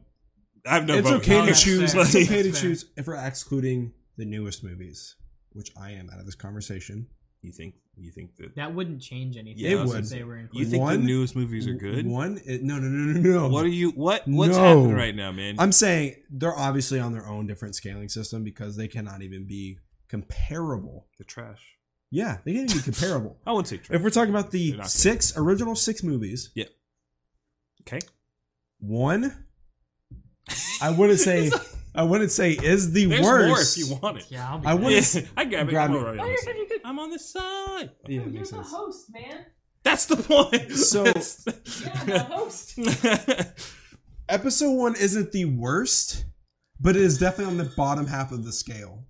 I have no it's vote. okay No, to that's choose. fair. It's okay to That's fair. choose if we're excluding the newest movies, which I am out of this conversation. You think you think that that wouldn't change anything. Yeah, It If would. they were you included. think the One- newest movies are good? One, it, no, no, no, no, no. What are you what what's No. happening right now, man? I'm saying they're obviously on their own different scaling system because they cannot even be comparable. the trash. Yeah, they can't even be comparable. I wouldn't say trash. If we're talking about They're the not good. six original six movies, Okay. one, I wouldn't say, I wouldn't say is the There's worst. more if you want it. Yeah, I'll be I back. wouldn't- I grab it. Grab Oh, I'm already it. on the side. I'm on the side. Yeah, it makes sense. host, man. That's the point. So- That's- Yeah, host. Episode one isn't the worst, but it is definitely on the bottom half of the scale.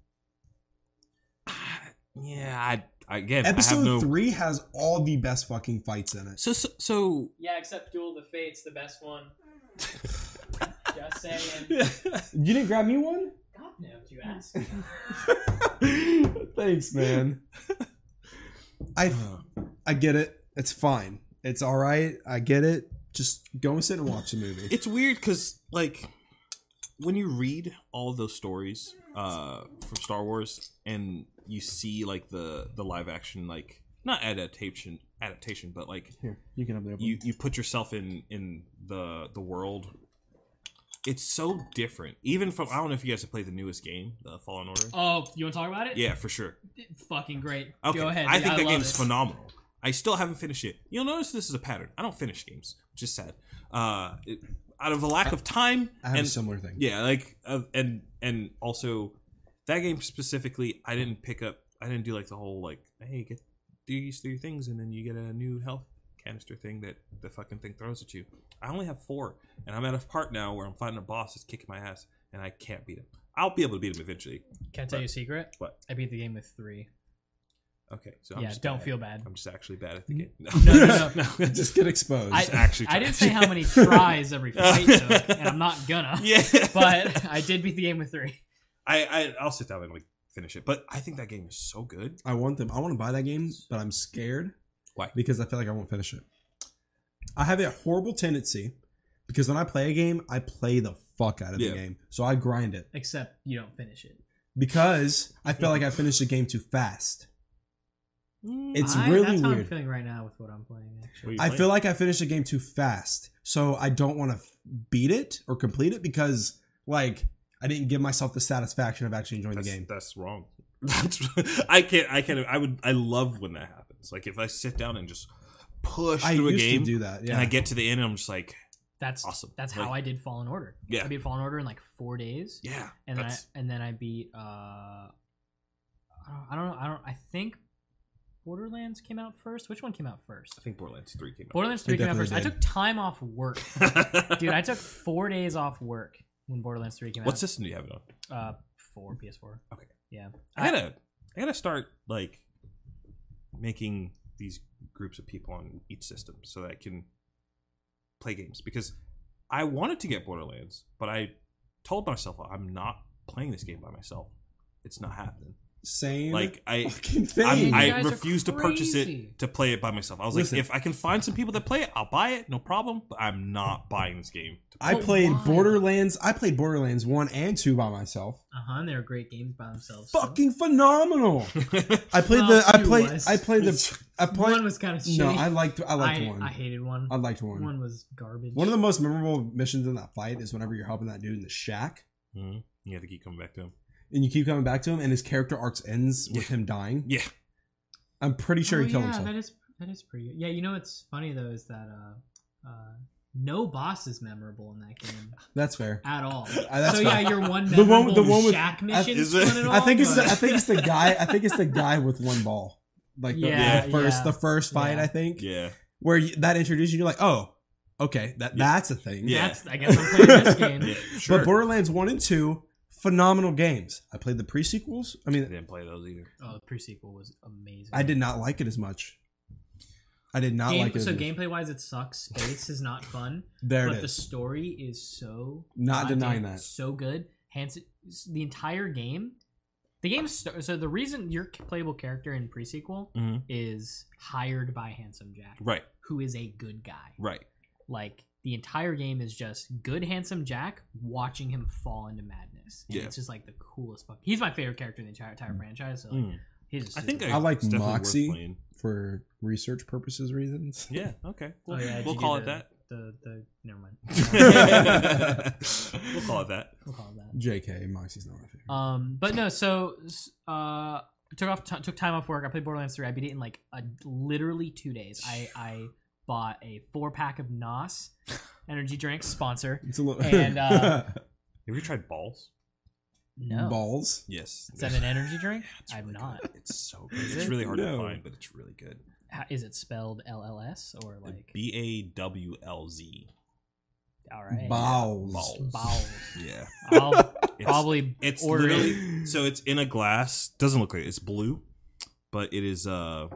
Ah, yeah, I again I Episode have no. three has all the best fucking fights in it. So, so so Yeah, except Duel of the Fates, the best one. Just saying. You didn't grab me one? God knows you asked. Thanks, man. I I get it. It's fine. It's all right. I get it. Just go and sit and watch the movie. it's weird because like when you read all those stories uh from star wars and you see like the the live action like not adaptation adaptation but like Here, you can have the you you put yourself in in the the world it's so different even from i don't know if you guys have played the newest game the fallen order Oh, you want to talk about it? yeah for sure Fucking great. okay Go ahead. i think that love game's it. phenomenal i still haven't finished it you'll notice this is a pattern i don't finish games which is sad uh it, out of a lack of time I have and a similar thing. yeah like uh, and and also that game specifically i didn't pick up i didn't do like the whole like hey get do these three things and then you get a new health canister thing that the fucking thing throws at you i only have four and i'm at a part now where i'm fighting a boss that's kicking my ass and i can't beat him i'll be able to beat him eventually Can I tell you a secret? What? I beat the game with three. okay so I'm yeah, just don't bad. feel bad. Mm. i'm just actually bad at the game no no, no, Just get exposed. I, actually I try. didn't say how many tries every fight took, and I'm not gonna. yeah But I did beat the game with three. I, I i'll sit down and like finish it but i think that game is so good I want them. I want to buy that game, but I'm scared. Why? Because I feel like I won't finish it. I have a horrible tendency because when I play a game, I play the fuck out of Yeah. the game. So I grind it Except you don't finish it. because I feel like I finished the game too fast. It's Mm, I, really that's how I'm weird. feeling right now with what I'm playing. Actually, I feel like I finished the game too fast. So I don't want to beat it or complete it because, like, I didn't give myself the satisfaction of actually enjoying that's, the game. That's wrong. That's, I can't. I can't. I would. I love when that happens. Like if I sit down and just push I through a used game, to do that. Yeah. and I get to the end, and I'm just like, that's Awesome. That's Like- how I did Fallen Order. Yeah. I beat Fallen Order in like four days, yeah, and then I, that's and then I beat. Uh, I don't- I don't know. I don't. I think Borderlands came out first. Which one came out first? I think Borderlands Three came out. Borderlands Three came out definitely first. I took did. time off work, dude. I took four days off work when Borderlands Three came what out. system do you have it on? Uh, four PS4. Okay. Yeah. I gotta. I gotta start like making these groups of people on each system so that I can play games because I wanted to get Borderlands, but I told myself I'm not playing this game by myself. It's not happening. Same Like I, fucking thing. I'm- You I guys are refuse to purchase crazy. it to play it by myself. I was Listen. like, if I can find some people that play it, I'll buy it, no problem. But I'm not buying this game. to play I But played why? Borderlands. I played Borderlands one and two by myself. Uh huh. They were great games by themselves. too. Fucking phenomenal. I played Well, the. I two played. was. I played the. I played. one was kind of No, shitty. I liked. I liked I, one. I I, hated one. liked one. one was garbage. One of the most memorable missions in that fight is whenever you're helping that dude in the shack, Mhm. You have to keep coming back to him. and you keep coming back to him, and his character arcs ends with him dying. Yeah, I'm pretty sure oh, he killed yeah, himself. that is that is pretty. Good. Yeah, you know what's funny though is that uh, uh, no boss is memorable in that game That's fair. at all. Uh, that's so fine. yeah, your one The one- memorable the one with- shack I- mission. is is it- fun at I all, think it's. The, but- I think it's the guy. I think it's the guy with one ball. Like the, Yeah, the first, yeah. the first fight. Yeah. I think yeah. where you, that introduces you. You're like, oh, okay, that Yeah. that's a thing. Yeah. That's, I guess I'm playing this game. yeah sure. But Borderlands 1 and 2, phenomenal games. I played the pre sequels. I I mean, didn't play those either. Oh, the pre-sequel was amazing. I did not like it as much. I did not Game, like it. so as much. gameplay wise, it sucks. Space is not fun, There but it the is. story is so Not goddamn- denying that. so good. Hands the entire game. The game st- so the reason your playable character in pre-sequel hmm is hired by Handsome Jack, Right, who is a good guy. right. Like the entire game is just good Handsome Jack watching him fall into madness. And Yeah. it's just like the coolest. Fuck. He's my favorite character in the entire, entire franchise. So like, Mm. he's just I think super- I, I like it's definitely worth Moxie. playing. For research purposes reasons. Yeah. Okay. Oh, Cool. yeah, did we'll you call do it the- that. the the never mind. we'll call it that. We'll call it that. JK, Moxie's not my favorite. Um, but no, so s- uh, I took off t- took time off work. I played Borderlands Three. I beat it in like a, literally two days. I I bought a four pack of Nos energy drink sponsor. it's a little. and, uh, Have you tried balls? No, Balls. Yes. is that an energy drink? It's I've really not. good. It's so good. Is It's it? really hard No. to find, but it's really good. ha- is it spelled LLS or like B A W L Z. all right Bowls. Bowls. Bowls. Yeah. I'll It's, probably it's order it. literally so it's in a glass. Doesn't look like it. it's blue, but it is uh,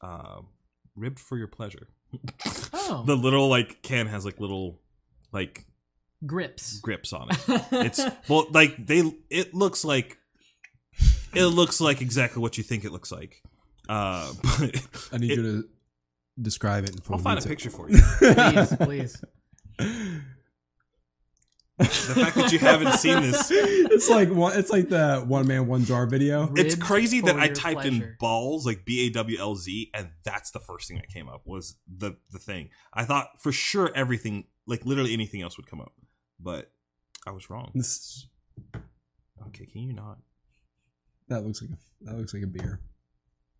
uh, ribbed for your pleasure. Oh, The little like can has like little like grips. grips on it. It's well, like they. It looks like it looks like exactly what you think it looks like. Uh, but I need It- you to describe it. in full I'll find a detail. picture for you. please, please. The fact that you haven't seen this, it's like one. It's like the one man one jar video. it's Ribbed crazy that for I your typed in pleasure. balls like B A W L Z, and that's the first thing that came up was the the thing. I thought for sure everything, like literally anything else, would come up, but I was wrong. This- Okay, can you not? that looks like a that looks like a beer.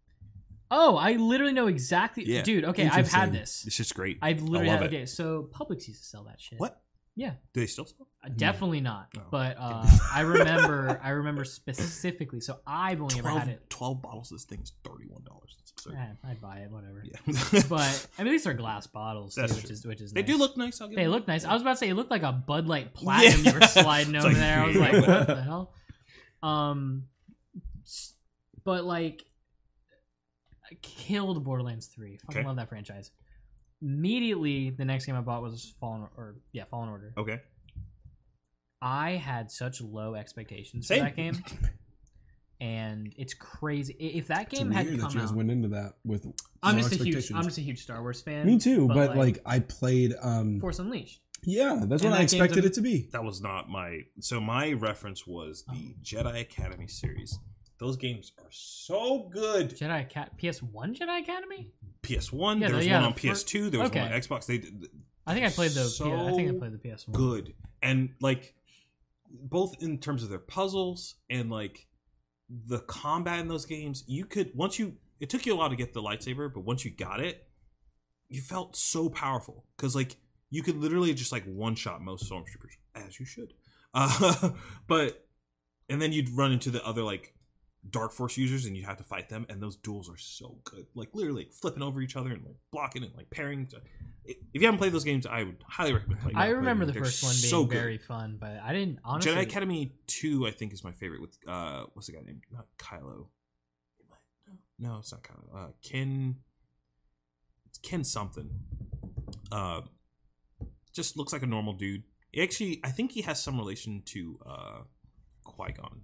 Oh, I literally know exactly, Yeah. dude. Okay, I've had Interesting. this. It's just great. I've literally I had love okay. So Publix used to sell that shit. What? Yeah. Do they still sell? Uh, Definitely not. Oh. But uh, I remember, I remember specifically. So I've only ever 12, had it. 12 bottles. of This thing's thirty one dollars. Eh, I'd buy it, whatever. Yeah. But I mean, these are glass bottles, too, That's which true. is which is They nice. do look nice. I'll give They them look that. nice. I was about to say it looked like a Bud Light Platinum you were Yeah. sliding It's over like, there. I was like, yeah. what the hell? Um, s- but like, I killed Borderlands Three. Fucking Okay. love that franchise. Immediately, the next game I bought was Fallen or yeah, Fallen Order. Okay. I had such low expectations Same. for that game, and it's crazy. I- If that It's game had weird come that you guys out, went into that with. I'm no just a huge, expectations. I'm just a huge Star Wars fan. Me too, but, like, like I played. um Force Unleashed. Yeah, that's And what I that game's expected a- it to be. That was not my. So my reference was the Oh. Jedi Academy series. Those games are so good. Jedi Cat PS1 Jedi Academy? PS One. Yeah, there the- was yeah, one the on fir- PS Two. There was one okay. on Xbox. They did I think I played the. So yeah, I think I played the PS1. good and like both in terms of their puzzles and like the combat in those games. You could once you. It took you a while to get the lightsaber, but once you got it, you felt so powerful because like you could literally just like one shot most stormtroopers as you should. Uh, but and then you'd run into the other like dark force users and you have to fight them and those duels are so good like literally like, flipping over each other and like blocking and like pairing if you haven't played those games i would highly recommend playing I them. remember the They're first one being so good. very fun, but I didn't honestly. jedi academy 2 i think is my favorite with uh what's the guy named not kylo no it's not kylo uh ken it's ken something uh just looks like a normal dude actually i think he has some relation to uh qui-gon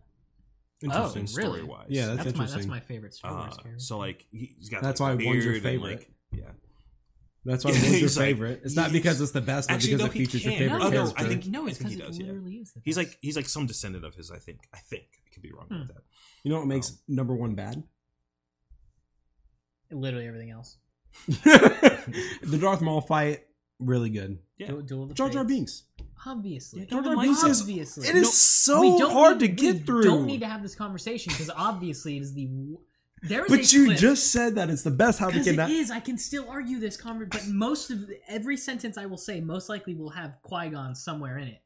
Oh, in really? story wise Yeah, That's, that's, my that's interesting. my favorite Star uh, Wars character. so like he- he's got That's like, why the one's your beard and, like, favorite. yeah. That's why one's your He's like- favorite. It's not he's- because it's the best, but Actually, because no, it he features your can't. favorite Oh, no, I character. think- no, I it's think because he it does, yeah. literally is. The He's best. like he's like some descendant of his. I think. I think I could be wrong Hmm. about that. You know what makes Oh. number one bad? literally everything else. the Darth Maul fight, really good. Yeah. Duel, Duel of the Jar Jar Fates. Binks. Obviously, Yeah, Jar Jar Binks is- obviously. It No, is so We don't hard need- to get we through. Don't need to have this conversation because obviously it is the. w- There is a but you clip- just said that it's the best how to Because get it that. is, I can still argue this comment, but most of the, every sentence I will say most likely will have Qui Gon somewhere in it.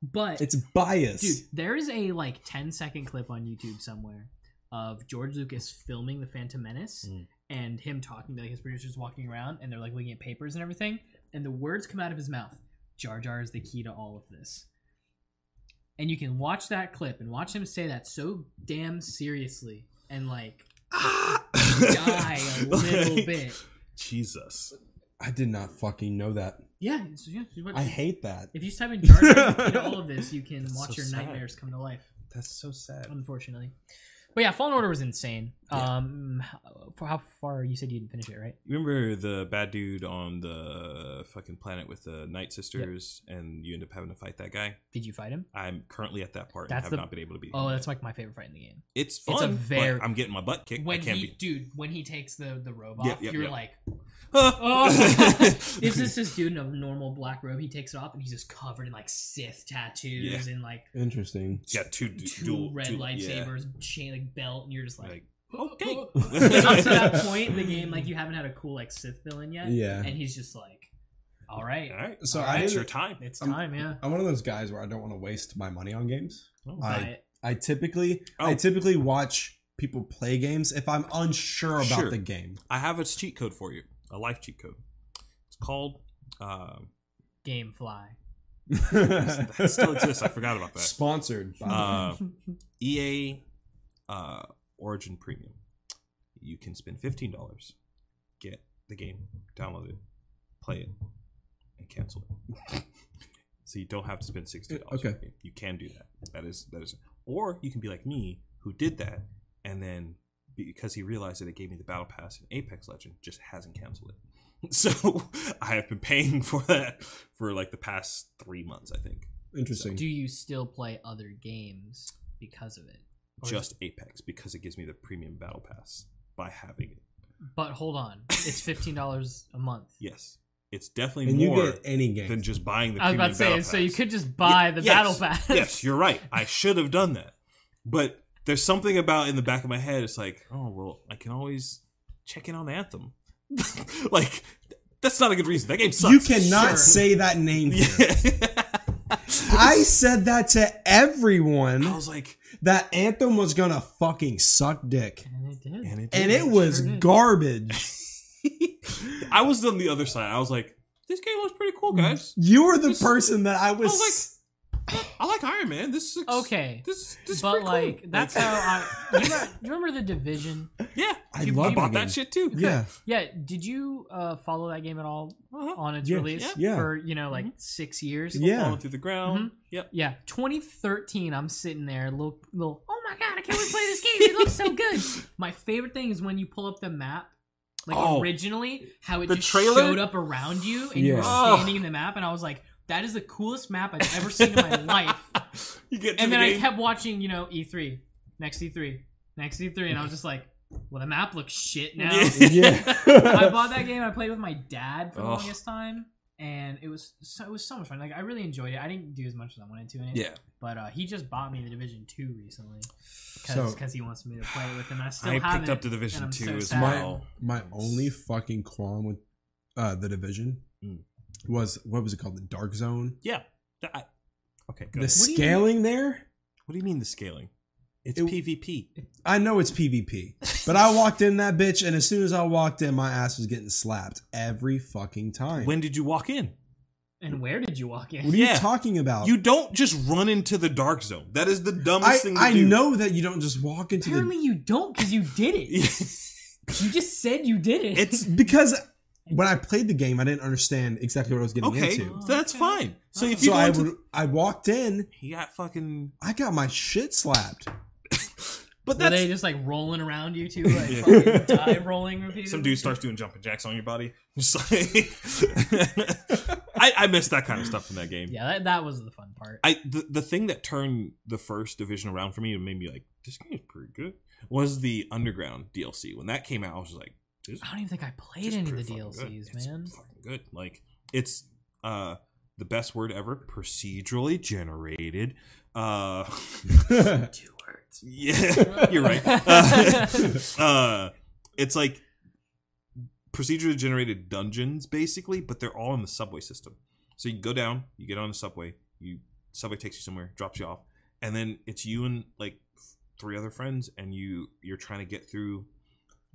But It's bias. dude, there is a like 10 second clip on YouTube somewhere of George Lucas filming The Phantom Menace Mm. and him talking to like, his producers walking around, and they're like looking at papers and everything, and the words come out of his mouth. Jar Jar is the key to all of this. And you can watch that clip and watch him say that so damn seriously and like die a little Like, bit. Jesus. I did not fucking know that. Yeah, it's, yeah it's what- I hate that. if you just type in Jar Jar Binks in all of this, you can That's watch so your sad. nightmares come to life. That's so sad. Unfortunately, but yeah, Fallen Order was insane. Yeah. Um, how- for how far you said you didn't finish it, right? Remember the bad dude on the uh, fucking planet with the Night Sisters, and you end up having to fight that guy. Did you fight him? I'm currently at that part and That's have the- not been able to beat. him Oh, yet. that's like my favorite fight in the game. it's a fun. but very- I'm getting my butt kicked. I When can't he, be. dude, when he takes the the robe off, Yep, yep, you're yep. like, Oh. oh, it's just this dude in a normal black robe. He takes it off, and he's just covered in like Sith tattoos and like Interesting. yeah, two, du- two dual- red two- yeah. lightsabers, chain like belt, and you're just like. Like, okay. Okay. up to that point in the game, like you haven't had a cool like Sith villain yet. Yeah. And he's just like, All right, all right. So So I it's didn't- your time. it's I'm- time, yeah. I'm one of those guys where I don't want to waste my money on games. Oh. I Buy it. I typically Oh. I typically watch people play games if I'm unsure about Sure. the game. I have a cheat code for you, a life cheat code. It's called. Uh, Gamefly. that still exists. I forgot about that. Sponsored by Uh, EA E uh, Origin Premium. You can spend fifteen dollars, get the game, download it, play it, and cancel it. so you don't have to spend sixty dollars. Okay. you can do that. That is that is, or you can be like me who did that, and then because he realized that it gave me the battle pass in Apex Legend, just hasn't canceled it. So I have been paying for that for like the past three months, I think. Interesting. Do you still play other games because of it? Or Oh, is- just Apex because it gives me the premium battle pass by having it. But hold on, it's fifteen dollars a month. Yes, it's definitely and you more get any game. than just buying the. I was premium about to say, battle so you pass. could just buy Ye- the yes, battle pass. Yes, you're right. I should have done that, but there's something about in the back of my head. It's like, oh well, I can always check in on Anthem. like, th- that's not a good reason. That game sucks. you cannot Sure. say that name. Yeah. here. I said that to everyone I was like, that Anthem was gonna fucking suck dick. And it did. and it, And did. it was Sure did. garbage. I was on the other side. I was like, this game looks pretty Mm. cool, guys. You were the This- person that I was. was I like Iron Man. This is Okay. This, this is but pretty cool. like that's how I. You re- you remember the division? Yeah, I you, love you that bought game. that shit too. yeah. Yeah. Did you uh, follow that game at all uh-huh. on its Yeah, release yeah. for you know like Mm-hmm. six years? Yeah. falling through the ground. Um, Yep. Mm-hmm. Yeah, 2013. I'm sitting there, little, little. Oh my god, I can't wait to play this game. It looks so good. My favorite thing is when you pull up the map, like Oh. originally, how it The just trailer? showed up around you, and you were Yeah. Oh. standing in the map, and I was like, that is the coolest map I've ever seen in my life. You get to Mm-hmm. And the then I game. kept watching, you know, E3, next E3, next E3, and I was just like, well, the map looks shit now. Yeah. I Yeah. bought that game. I played with my dad for the Ugh. longest time, and it was so, it was so much fun. Like I really enjoyed it. I didn't do as much as I wanted to in it. yeah, But uh, he just bought me the Division Two recently So- because he wants me to play it with him. and I still I haven't. picked up the and Division I'm Two so as sad. well. My only fucking qualm with uh, the division Mm. was what was it called? The Dark Zone. Yeah. That- I- okay. Good. The do you scaling there. what do you mean the scaling? It's It- PvP. I know it's PvP, but I walked in that bitch, and as soon as I walked in, my ass was getting slapped every fucking time. When did you walk in? And where did you walk in? what are you Yeah. talking about? You don't just run into the dark zone. That is the dumbest I, thing to I do. know that you don't just walk into Apparently you don't because you did it. it's you just said you did it. the because when I played the game, I didn't understand exactly what I was getting okay. into. so that's Okay. Uh-huh. fine. So if you So go I into, would, I walked in, he got fucking. I got my shit slapped. But Were that's they just like rolling around you two, like Yeah. fucking die rolling repeatedly? some dude starts doing jumping jacks on your body. Just like I, I miss that kind of stuff in that game. Yeah, that, that was the fun part. I the, the thing that turned the first division around for me and made me like this game is pretty good was the underground DLC. When that came out, I was just like, this, I don't even think I this played is any of the pretty fucking good. DLCs, It's man. fucking good. Like it's uh the best word ever, procedurally generated. Uh Two words. yeah, you're right. Uh, uh, it's like procedurally generated dungeons, basically, but they're all in the subway system. So you go down, you get on the subway, you subway takes you somewhere, drops you off, and then it's you and like three other friends, and you you're trying to get through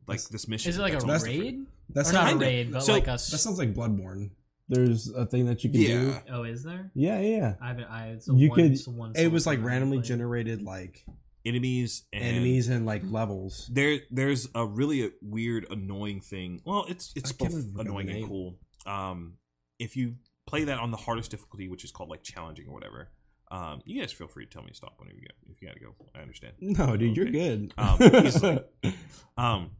like That's- this mission. Is it like that's a almost raid? That's or not a kinda. raid, but So- like a. That sounds like Bloodborne. There's a thing that you can do. Yeah, oh, is there? Yeah, yeah, yeah. I haven't. I it's You one, could- it's one It was solo like game I randomly played. generated like enemies and enemies and like levels. There, there's a really weird, annoying thing. Well, it's it's I can't both remember the annoying and name. cool. Um, if you play that on the hardest difficulty, which is called like challenging or whatever, um, you guys feel free to tell me to stop whenever you if you gotta go. I understand. No, dude, you're good. Um, he's like- Um,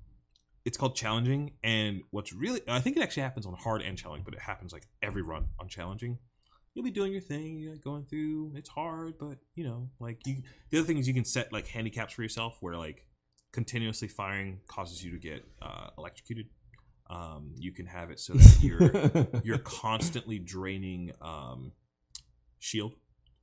it's called challenging, and what's really I think it actually happens on hard and challenging, but it happens like every run on challenging. You'll be doing your thing, you're like going through. It's hard, but you know, like you. The other thing is you can set like handicaps for yourself, where like continuously firing causes you to get uh, electrocuted. Um, you can have it so that you're you're constantly draining um, shield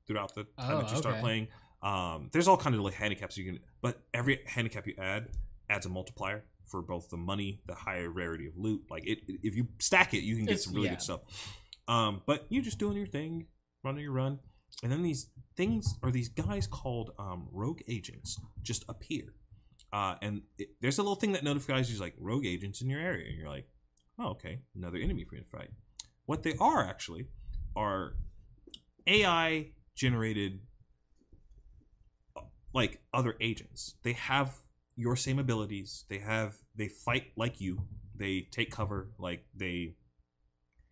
throughout the time Oh, that you start okay. playing. Um, there's all kind of like handicaps you can, but every handicap you add adds a multiplier for both the money, the higher rarity of loot. Like it, if you stack it, you can get It's- some really yeah. good stuff. Um, but you're just doing your thing, running your run, and then these things or these guys called um, rogue agents just appear. Uh, and it, there's a little thing that notifies you like rogue agents in your area, and you're like, oh, okay, another enemy for you to fight. What they are actually are AI generated like other agents. They have your same abilities. They have they fight like you. They take cover like they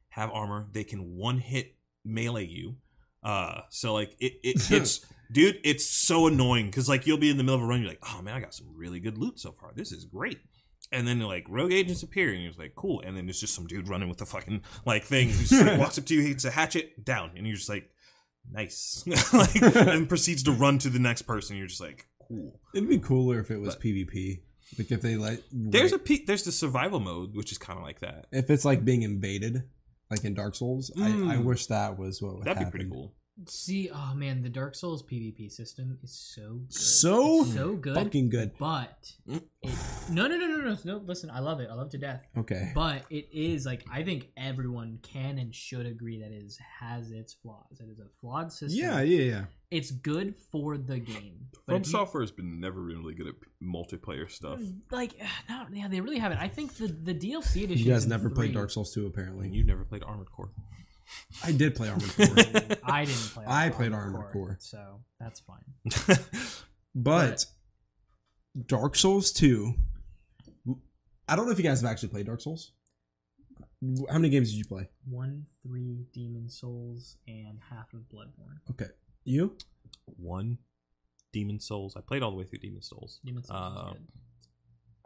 have armor. They can one hit melee you. Uh, so like it, it it's dude, it's so annoying because like you'll be in the middle of a run, you're like, oh man, I got some really good loot so far. This is great. And then like rogue agents appear, and you're just like, cool. And then there's just some dude running with the fucking like thing who just, like, walks up to you, hits a hatchet, down, and you're just like, nice, like, and proceeds to run to the next person. You're just like, cool. It'd be cooler if it was PvP. Like if they let There's a pe- there's the survival mode, which is kind of like that. if it's like being invaded, like in Dark Souls. I, I Mm. wish that was what would That'd be happen. pretty cool. See, oh man, the Dark Souls PvP system is so good. So It's so good. fucking good. But it, no, no, no, no, no, no. Listen, I love it. I love it to death. Okay. But it is like I think everyone can and should agree that it is, has its flaws. It is a flawed system. Yeah, yeah, yeah. it's good for the game. But From if you- Software has been never really good at multiplayer stuff. like, not yeah, they really haven't. I think the the DLC edition. You guys never played Dark Souls 2 And apparently. you never played Armored Core. I did play Armored Core. I didn't play. I played Armored Core. so that's fine. But Dark Souls 2 I don't know if you guys have actually played Dark Souls. How many games did you play? One, three Demon Souls and half of Bloodborne. Okay. You? One, Demon Souls. I played all the way through Demon Souls. Demon Souls. is Uh, good.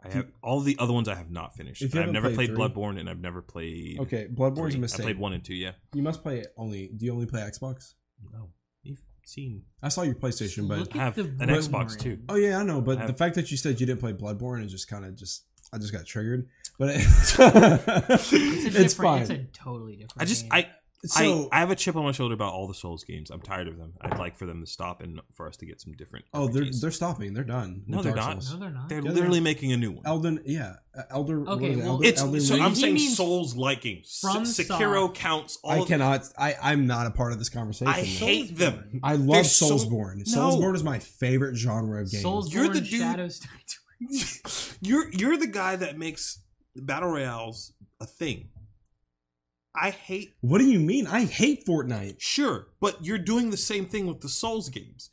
I have all the other ones I have not finished. If you And I've haven't never played played, three- Bloodborne, and I've never played. Okay, Bloodborne's three. a I mistake. played one and two. Yeah. You must play it only. Do you only play Xbox? No, you've seen. I saw your PlayStation, but Look at have the an room Xbox we're too. in. Oh yeah, I know, but I the have- fact that you said you didn't play Bloodborne is just kind of just I just got triggered. But it, It's, a it's, different. fine. It's a totally different. I just game. I, so I I have a chip on my shoulder about all the Souls games. I'm tired of them. I'd like for them to stop and for us to get some different. oh, they're RPGs. they're stopping. They're done. No, with they're Dark not. no, Souls. they're not. They're Yeah, they're- literally making a new one. Elden, yeah, uh, Elder. what Okay, is it, well- Elder, it's Elden so Ring? I'm He saying means Souls liking from Se- Sekiro soft. counts. All I of- cannot. I I'm not a part of this conversation. I hate them. I love They're so- Soulsborne. No. Soulsborne is my favorite genre of games. Souls. You're the dude- Shadows. you're you're the guy that makes battle royales a thing. I hate What do you mean? I hate Fortnite. Sure, but you're doing the same thing with the Souls games.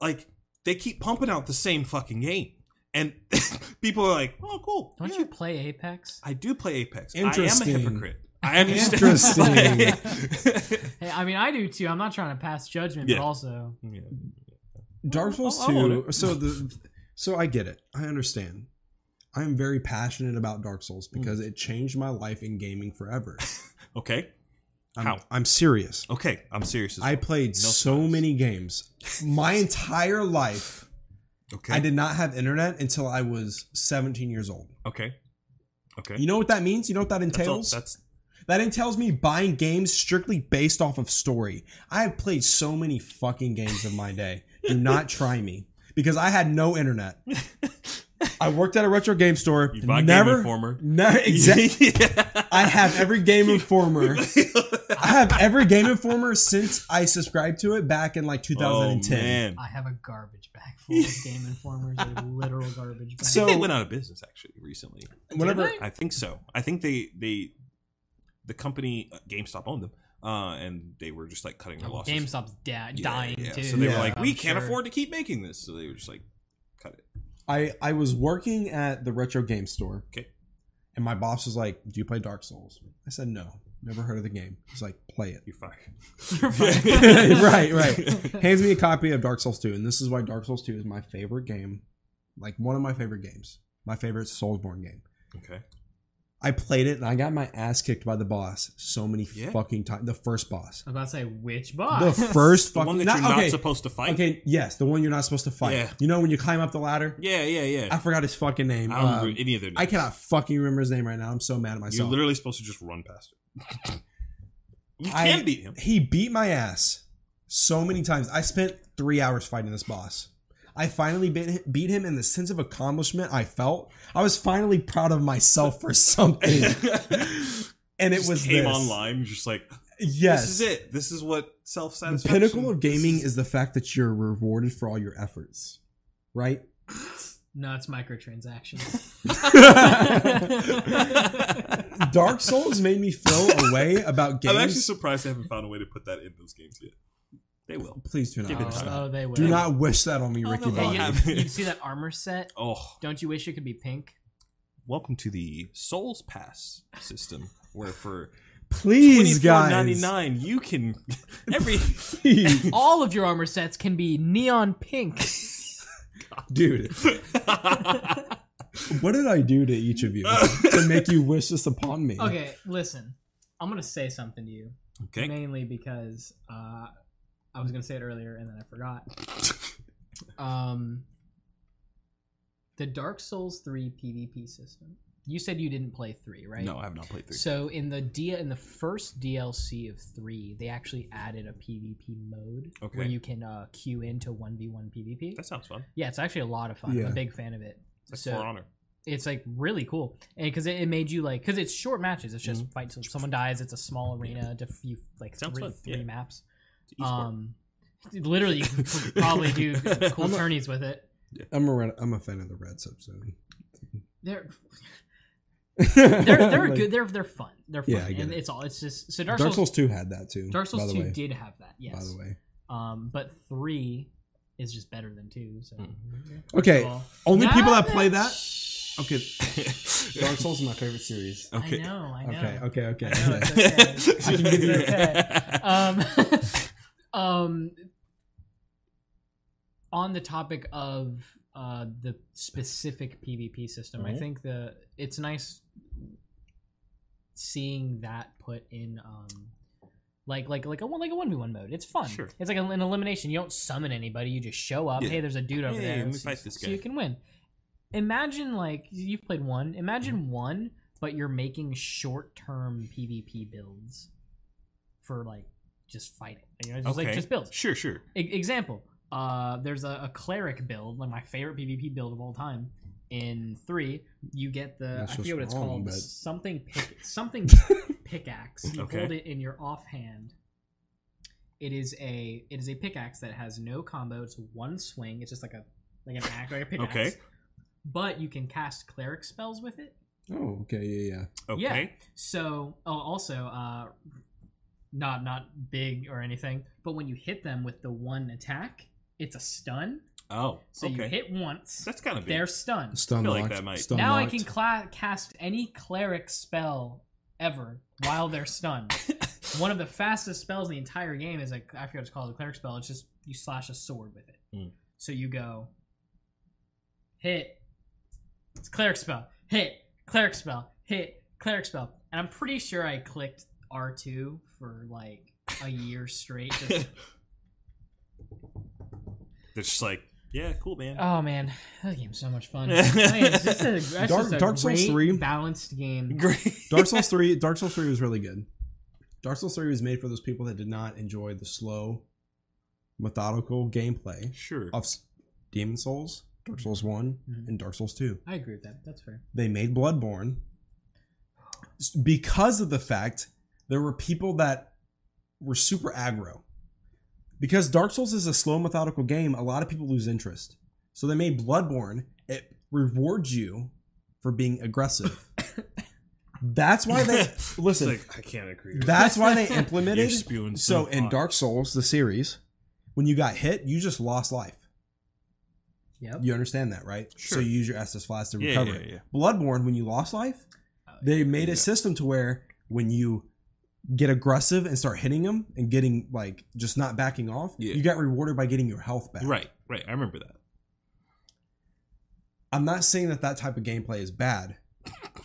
Like they keep pumping out the same fucking game, and people are like, "Oh, cool." Don't yeah." you play Apex? I do play Apex. I am a Interesting. hypocrite. I understand. Interesting. Hey, I mean, I do too. I'm not trying to pass judgment, Yeah. but also Yeah. Dark Souls I'll- I'll own Two. So the so I get it. I understand. I'm very passionate about Dark Souls Hmm. because it changed my life in gaming forever. Okay. I'm, How? I'm serious. Okay. I'm serious. as I well. played so smiles. many games. My entire life, Okay. I did not have internet until I was 17 years old. Okay. Okay. You know what that means? You know what that that's, all, entails? that's that entails me buying games strictly based off of story. I have played so many fucking games of my day. Do not try me because I had no internet. I worked at a retro game store. you bought never, Game Informer. Never, exactly. I have every Game Informer. I have every Game Informer since I subscribed to it back in like Oh 2010. man. I have a garbage bag full of Game Informers, a literal garbage bag. I So- think they went out of business actually recently. Whenever Did I think so. I think they they the company uh, GameStop owned them, uh, and they were just like cutting their Oh, losses. GameStop's da- Yeah, dying yeah. too. So they Yeah. were like, we I'm can't sure. afford to keep making this. So they were just like, cut it. I I was working at the retro game store. Okay. And my boss was like, "Do you play Dark Souls?" I said, "No, never heard of the game." He's like, "Play it." You're fired. You're fired. right, right. Hands me a copy of Dark Souls 2, and this is why Dark Souls 2 is my favorite game. Like one of my favorite games. My favorite Soulsborne game. Okay. I played it and I got my ass kicked by the boss so many Yeah. fucking times. The first boss. I was about to say which boss. The first The fucking one that not- you're not okay, supposed to fight. okay, yes, the one you're not supposed to fight. Yeah. You know when you climb up the ladder? Yeah, yeah, yeah. I forgot his fucking name. I don't Um, remember any of their names. I cannot fucking remember his name right now. I'm so mad at You're myself. literally supposed to just run past it. you I- can beat him. he beat my ass so many times. I spent three hours fighting this boss. I finally beat, beat him in the sense of accomplishment I felt. I was finally proud of myself for something, and it Just was came this. online, just like this is Yes, it. This is what self the satisfaction. pinnacle of gaming is the fact that you're rewarded for all your efforts, right? No, it's microtransactions. Dark Souls made me feel a way about games. I'm actually surprised they haven't found a way to put that in those games yet. They will. Please do not. Give it wish time. that. oh, they will. Do not wish that on me, Oh, Ricky no, Bobby. yeah. Hey, you, you see that armor set? Oh, Don't you wish it could be pink? welcome to the Souls Pass system, where for Please, $24.99 guys. you can every Please. All of your armor sets can be neon pink. Dude, what did I do to each of you to make you wish this upon me? Okay, listen. I'm gonna say something to you, okay. mainly because uh, I was gonna say it earlier and then I forgot. Um, the Dark Souls three PvP system. You said you didn't play three, right? No, I have not played three. So in the D- in the first DLC of three, they actually added a PvP mode where Okay. you can uh, queue into one v one PvP. That sounds fun. yeah, it's actually a lot of fun. I'm Yeah. a big fan of it. That's So- for honor. it's like really cool because it, it made you like because it's short matches. It's just fight till someone dies. It's a small arena to few like Sounds three, fun, three yeah. maps. It's esport. Um, literally, you can probably do cool I'm a- tourneys with it. I'm a red, I'm a fan of the red substone. They're they're they're good. They're they're fun. They're fun, Yeah, I get and it. it's all it's just so Dark, Dark, Souls, Souls Two had that too. Dark by Souls the two way, did have that. Yes, By the way, um, but three is just better than two. So Hmm. okay. Well, Only people nah, that play nah, that. Okay, Dark Souls is my favorite series. I know. I know. Okay, okay, okay. I know, okay. it's okay. I can give you- It's okay. um, um, on the topic of uh, the specific PvP system, I Mhm. think the it's nice seeing that put in. Um, like like like a one like a one v one mode. It's fun. Sure. It's like an elimination. You don't summon anybody. You just show up. Yeah. Hey, there's a dude over Hey, there. let me so- fight this so guy. you can win. Imagine like you've played one. Imagine Mm-hmm. one, but you're making short term PvP builds for like just fighting. You know, just like Okay. just builds. Sure, sure. E- example, uh, there's a, a cleric build, like my favorite PvP build of all time. In three, you get the That's I just forget what it's wrong, called but- something pick, something pickaxe. You Okay. hold it in your offhand. It is a it is a pickaxe that has no combo. It's one swing. It's just like a like an axe, like a pickaxe. Okay. But you can cast cleric spells with it. Oh, okay, yeah, yeah. Okay. So, oh, also, uh, not not big or anything, but when you hit them with the one attack, it's a stun. Oh, So okay. you hit once, That's kind of big. they're stunned. Stun feel like locked. that might- Stun now locked. I can cla- cast any cleric spell ever while they're stunned. one of the fastest spells in the entire game is like I forget what it's called, a cleric spell. It's just you slash a sword with it. Mm. So you go hit. It's cleric spell. Hit cleric spell. Hit cleric spell. And I'm pretty sure I clicked R two for like a year straight. Just, They're just like, yeah, cool, man. oh man, that game's so much fun. I mean, it's just a, that's Dark- just a Dark Souls great 3. balanced game. Great. Dark Souls Three. Dark Souls Three was really good. Dark Souls Three was made for those people that did not enjoy the slow, methodical gameplay Sure. of s- Demon Souls, Dark Souls One, Mhm. and Dark Souls Two. I agree with that. That's fair. They made Bloodborne s- because of the fact there were people that were super aggro. Because Dark Souls is a slow, methodical game, a lot of people lose interest. So they made Bloodborne. It rewards you for being aggressive. That's why they It's listen. like, I can't agree. with That's why they that. implemented. You're spewing So some in thought. Dark Souls, the series, when you got hit, you just lost life. Yep. You understand that, right? Sure. So you use your Estus Flask to Yeah, recover yeah, it. yeah. Bloodborne, when you lost life, they made Yeah. a system to where when you get aggressive and start hitting them and getting like just not backing off, Yeah. you got rewarded by getting your health back. Right, right. I remember that. I'm not saying that that type of gameplay is bad.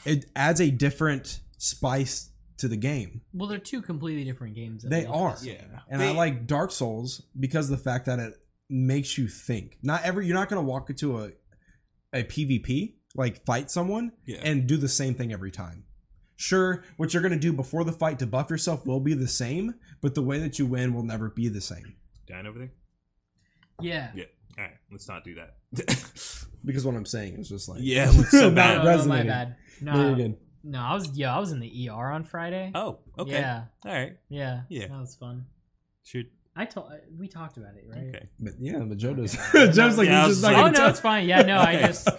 It adds a different spice to the game. Well, they're two completely different games. though. They are. Yeah. And I like Dark Souls because of the fact that it makes you think. Not every you're not gonna walk into a a PvP, like fight someone Yeah. and do the same thing every time. Sure, what you're gonna do before the fight to buff yourself will be the same, but the way that you win will never be the same. Down over there? Yeah. Yeah. All right. Let's not do that. Because what I'm saying is just like yeah. It's so bad. No, no, no, Oh, Not my resonating. bad. Uh, No, No, you're good. no, I was yeah, I was in the ER on Friday. Oh, okay. Yeah, All right. yeah, Yeah. That was fun. Shoot. I told we talked about it, right? Okay. But yeah, but Joe does. Okay. Joe's like, Yeah, I he's just was not like- Oh gonna no, touch- it's fine. Yeah, no, I Okay. just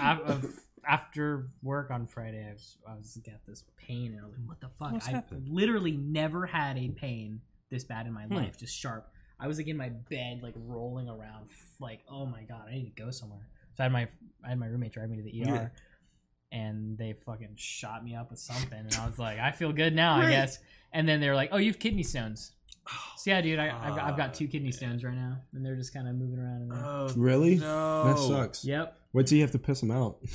I, I've- after work on Friday, I was, I was got this pain, and I was like, "What the fuck?" What's I've happened? literally never had a pain this bad in my Hmm. life, just sharp. I was like in my bed, like rolling around, f- like, "Oh my god, I need to go somewhere." So I had my I had my roommate drive me to the ER, and they fucking shot me up with something, and I was like, "I feel good now, I Great. guess." And then they were like, "Oh, you have kidney stones." So yeah, dude, I, I've, I've got two kidney man. stones right now, and they're just kind of moving around in there. Oh, Really? No. That sucks. Yep. Wait till you have to piss him out. Wait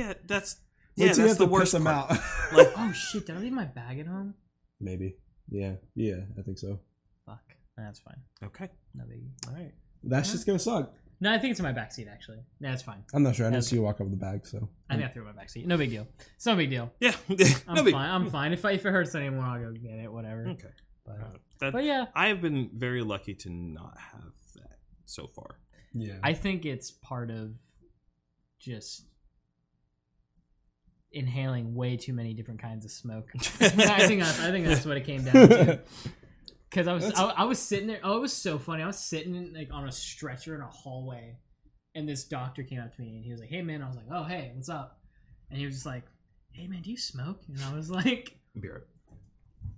Yeah, that's till yeah, you that's have the to worst piss him part. out. Like, Oh shit! Did I leave my bag at home? Maybe. Yeah. Yeah, I think so. Fuck. That's fine. okay, No biggie. all right. That's just gonna suck. No, I think it's in my backseat actually. No, it's fine. I'm not sure. I didn't Okay. see you walk up with the bag, so. I think I threw it in my backseat. No big deal. It's no big deal. Yeah, I'm no big- fine. I'm fine. If I, if it hurts anymore, I'll go get it. Whatever. Okay. But, Uh, that- but yeah, I have been very lucky to not have that so far. Yeah. I think it's part of just inhaling way too many different kinds of smoke. I think that's, I think that's what it came down to. Because I was I, I was sitting there. Oh, it was so funny. I was sitting like on a stretcher in a hallway, and this doctor came up to me and he was like, "Hey man," I was like, "Oh hey, what's up?" And he was just like, "Hey man, do you smoke?" And I was like, Beer.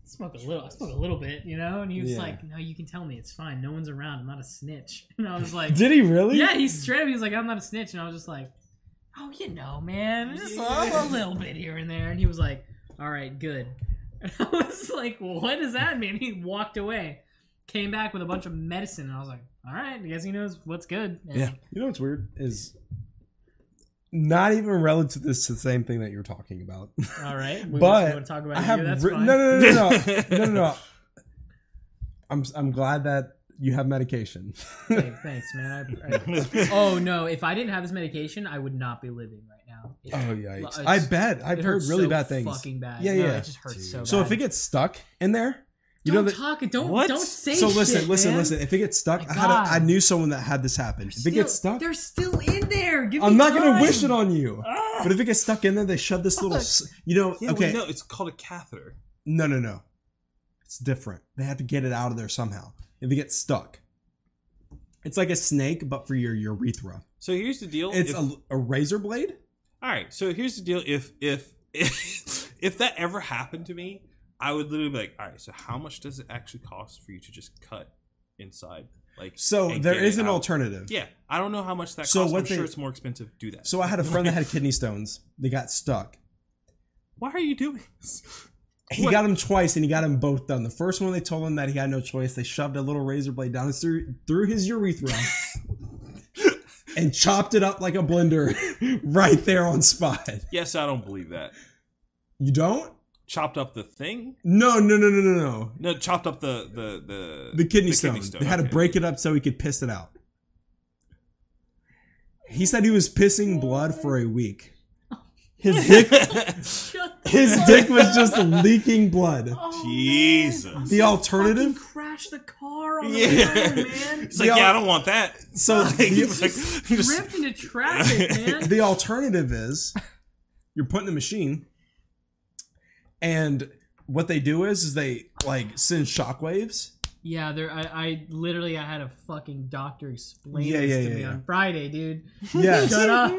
"Smoke a little. I smoke a little bit, you know." And he was Yeah. like, "No, you can tell me. It's fine. No one's around. I'm not a snitch." And I was like, Did he really? yeah, he straight up. He's like, I'm not a snitch, and I was just like, Oh, you know, man, just a Yeah. little bit here and there. And he was like, All right, good. And I was like, well, What does that mean? He walked away, came back with a bunch of medicine, and I was like, All right, I guess he knows what's good. And Yeah. You know what's weird is not even relative to the same thing that you're talking about. All right, we, But we want to talk about I you. have That's writ- fine. no, no, no, no, no, no, no. I'm I'm glad that you have medication. Hey, thanks, man. I, I, oh no, if I didn't have this medication, I would not be living right now. It- Oh yikes! It's- I bet I've it heard hurts really so bad things. Fucking bad. Yeah, No, yeah. It just hurts so bad. so if it gets stuck in there, you don't know that. talk. Don't What? don't say. So listen, shit, listen, man. listen. If it gets stuck, My I had a, I God. knew someone that had this happen. If it gets Still- stuck, They're still in there. Give me I'm not gonna time. wish it on you. Ah. But if it gets stuck in there, they shove this little. s- You know, Yeah, well, okay. no, it's called a catheter. No, no, no. It's different. They have to get it out of there somehow. If it gets stuck, it's like a snake, but for your urethra. So here's the deal. It's if- a, a razor blade. All right. So here's the deal. If if if if that ever happened to me, I would literally be like, all right. So how much does it actually cost for you to just cut inside? Like So and there get is it an out? alternative. Yeah, I don't know how much that So costs. what I'm they- sure it's more expensive to do that. So I had a friend that had kidney stones. They got stuck. why are you doing this? He What? got them twice, and he got them both done. The first one, they told him that he had no choice. They shoved a little razor blade down his through through his urethra, and chopped it up like a blender, right there on spot. Yes, I don't believe that. You don't? Chopped up the thing. No, no, no, no, no, no. No, chopped up the the the the kidney stone. They had to okay. break it up so he could piss it out. He said he was pissing blood for a week. His dick, Shut the his fuck dick was just leaking blood. up, man. Jesus. I'm The gonna alternative? fucking Crash the car on Yeah. the road, man. It's like, Yeah. yeah, I don't want that. So It's the, like, just- Ripped into traffic, man. the alternative is you're put in a machine, and what they do is is they like send shockwaves. Yeah, there. I, I literally, I had a fucking doctor explain Yeah, this yeah, to yeah, me yeah. on Friday, dude. Yes. Shut up.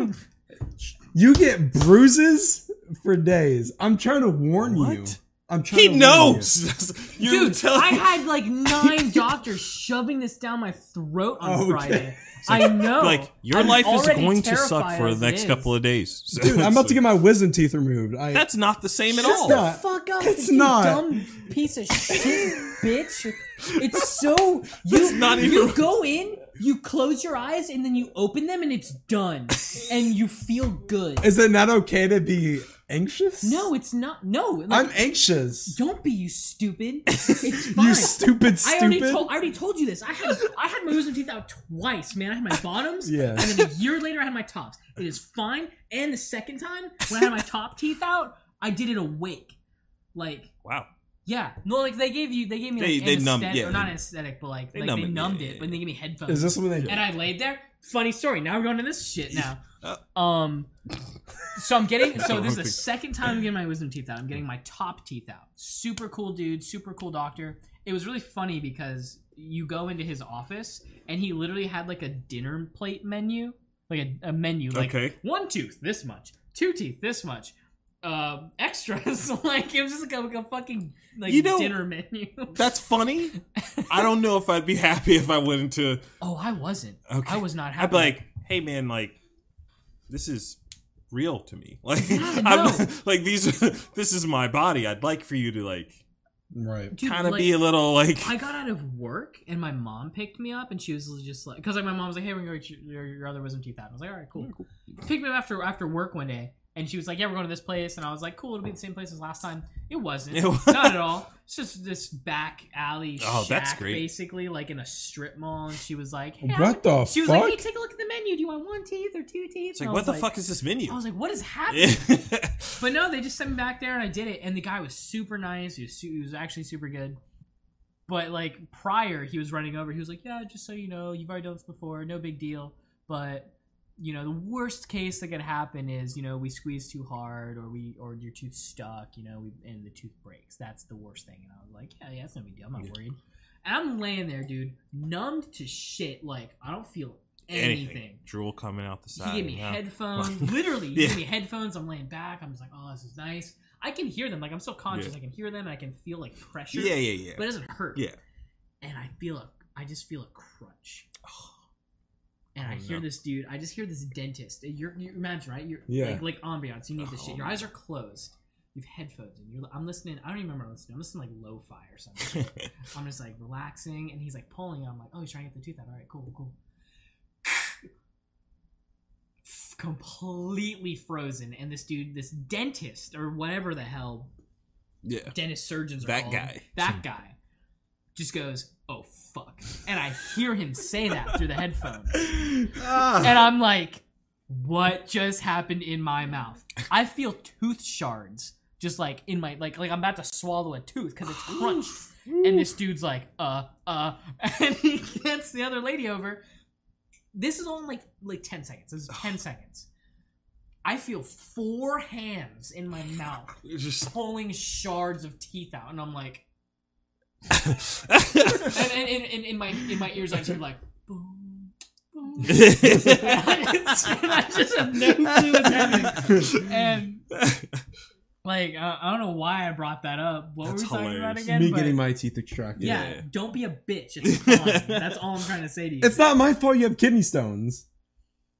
You get bruises for days. I'm trying to warn you. What? I'm trying. he to warn knows. You're Dude, telling I had like nine doctors shoving this down my throat on Okay. Friday. I know. like your I'm life is already going to suck terrified for as the it next is. couple of days. So you. Dude, I'm it's about to like- get my wisdom teeth removed. I, That's not the same at Shut all. the not. fuck up. Uh, It's not. dumb piece of shit, bitch. It's so you It's not you even- go in, you close your eyes, and then you open them, and it's done, and you feel good. Is it not okay to be anxious? no, it's not. No, like, I'm anxious. don't be you stupid. It's fine. You stupid, I already stupid. told I already told you this. I had I had my wisdom teeth out twice, man. I had my bottoms, Yeah. and then a year later I had my tops. It is fine. And the second time when I had my top teeth out, I did it awake, like Wow. yeah, no, like they gave you they gave me like They- they numbed- anesthetic, yeah, or not they- anesthetic, but like they like, numb they it, numbed yeah, it, yeah, but they gave me headphones. Is this when they? and I laid there. Funny story. Now we're going to this shit now. Uh. Um, so I'm getting. So this is the Okay. second time I'm getting my wisdom teeth out. I'm getting my top teeth out. Super cool dude. Super cool doctor. It was really funny because you go into his office and he literally had like a dinner plate menu, like a, a menu, like Okay. one tooth this much, two teeth this much, uh, extras. like it was just like a, like a fucking like You know- dinner menu. That's funny. I don't know if I'd be happy if I went into. oh, I wasn't. Okay. I was not happy. I'd be like, hey man, like this is real to me. Like, Yeah, I'm, no. like these. are- This is my body. I'd like for you to like Right. Dude, kind of like, be a little like. I got out of work and my mom picked me up and she was just like, because like my mom was like, hey, we're going to get your, your other wisdom teeth out. I was like, all right, cool. Picked me up after after work one day and she was like, yeah, we're going to this place. And I was like, cool, it'll be the same place as last time. It wasn't. It wa- not at all. It's just this back alley Oh, shack, that's great. basically, like in a strip mall. And she was like, hey, I What the she was fuck? like, hey, take a look at the menu. Do you want one teeth or two teeth? it's And like I what was the fuck is this menu? I was like, what is happening? But no, they just sent me back there and I did it. And the guy was super nice. He was, su- he was actually super good. But like prior, he was running over. He was like, yeah, just so you know, you've already done this before. No big deal. But you know, the worst case that could happen is you know we squeeze too hard or we or your tooth stuck. You know, we, and the tooth breaks. That's the worst thing. And I was like, yeah, yeah, that's no big deal. I'm not worried. And I'm laying there, dude, numbed to shit. Like I don't feel anything. Drool coming out the side. He gave me you know? headphones. Literally, he Yeah. gave me headphones. I'm laying back. I'm just like, oh, this is nice. I can hear them. Like I'm still conscious. I can hear them. And I can feel like pressure. Yeah, yeah, But yeah. it doesn't hurt. Yeah. And I feel a, I just feel a crunch. And I Oh, hear no. this dude. I just hear this dentist. You're, you imagine right? You're Yeah. like, like ambiance. You need this Oh, shit. Your man. eyes are closed. You've headphones, and you're. I'm listening. I don't even remember what I'm listening. I'm listening like lo-fi or something. I'm just like relaxing, and he's like pulling. and I'm like, oh, he's trying to get the tooth out. All right, cool, cool. Completely frozen, and this dude, this dentist or whatever the hell, yeah. dentist surgeons, are That called, guy. that guy, just goes, oh fuck, and I hear him say that through the headphones Ah. and I'm like, what just happened in my mouth? I feel tooth shards just like in my like like I'm about to swallow a tooth because it's crunched. and this dude's like, uh, uh, and he gets the other lady over. This is only like like ten seconds. This is ten seconds. I feel four hands in my mouth It's just pulling shards of teeth out, and I'm like, and, I and, and, and in my in my ears I hear like boom, boom, I just have no clue what's happening. And like, I I don't know why I brought that up. What That's were we talking about hilarious. again? me But- getting my teeth extracted. yeah, Yeah. don't be a bitch. It's fine. That's all I'm trying to say to you. It's not my fault you have kidney stones.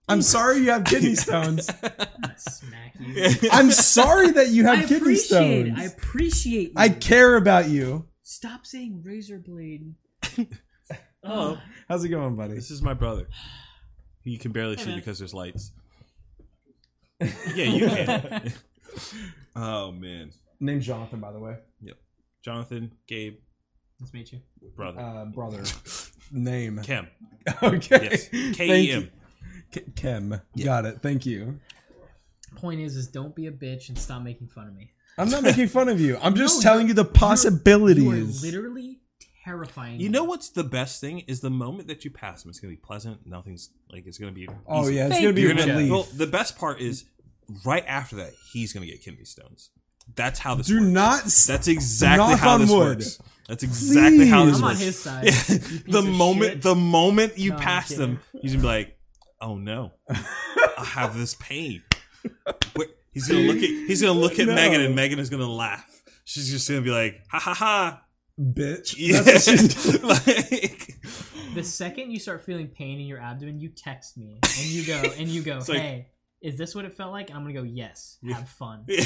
I'm sorry you have kidney stones. I'm gonna smack you. I'm sorry that you I have kidney appreciate. stones. I appreciate. You. I care about you. stop saying razor blade. Hello. Oh. Ugh. How's it going, buddy? This is my brother. You can barely Hey, see man. because there's lights. Yeah, you can. oh man, Named Jonathan, by the way. Jonathan, Gabe, Let's meet you. brother, Uh, brother. Name. Cam. Okay. Yes, K Thank E M. you. K Kem. Got it. Thank you. Point is, is don't be a bitch and stop making fun of me. I'm not making fun of you. I'm just No, telling you the You are possibilities. literally terrifying. You know what's the best thing is the moment that you pass him. It's gonna be pleasant. Nothing's like it's gonna be. oh easy. yeah, it's Thank gonna be You're a gonna- relief. well, the best part is right after that he's gonna get kidney stones. That's how this. Do works. not. s- That's exactly knock how on this wood. works. That's exactly how this Please. I'm on works. his side. Yeah. You piece the of moment shit. the moment you No, I'm pass them, he's gonna be like, "Oh no, I have this pain." Wait, he's gonna look at he's gonna look at No. Megan, and Megan is gonna laugh. She's just gonna be like, "Ha ha ha!" bitch. Yeah. That's what she's- like, The second you start feeling pain in your abdomen, you text me and you go and you go, It's like- "Hey, is this what it felt like?" And I'm gonna go, "Yes, Yeah. have fun." Yeah.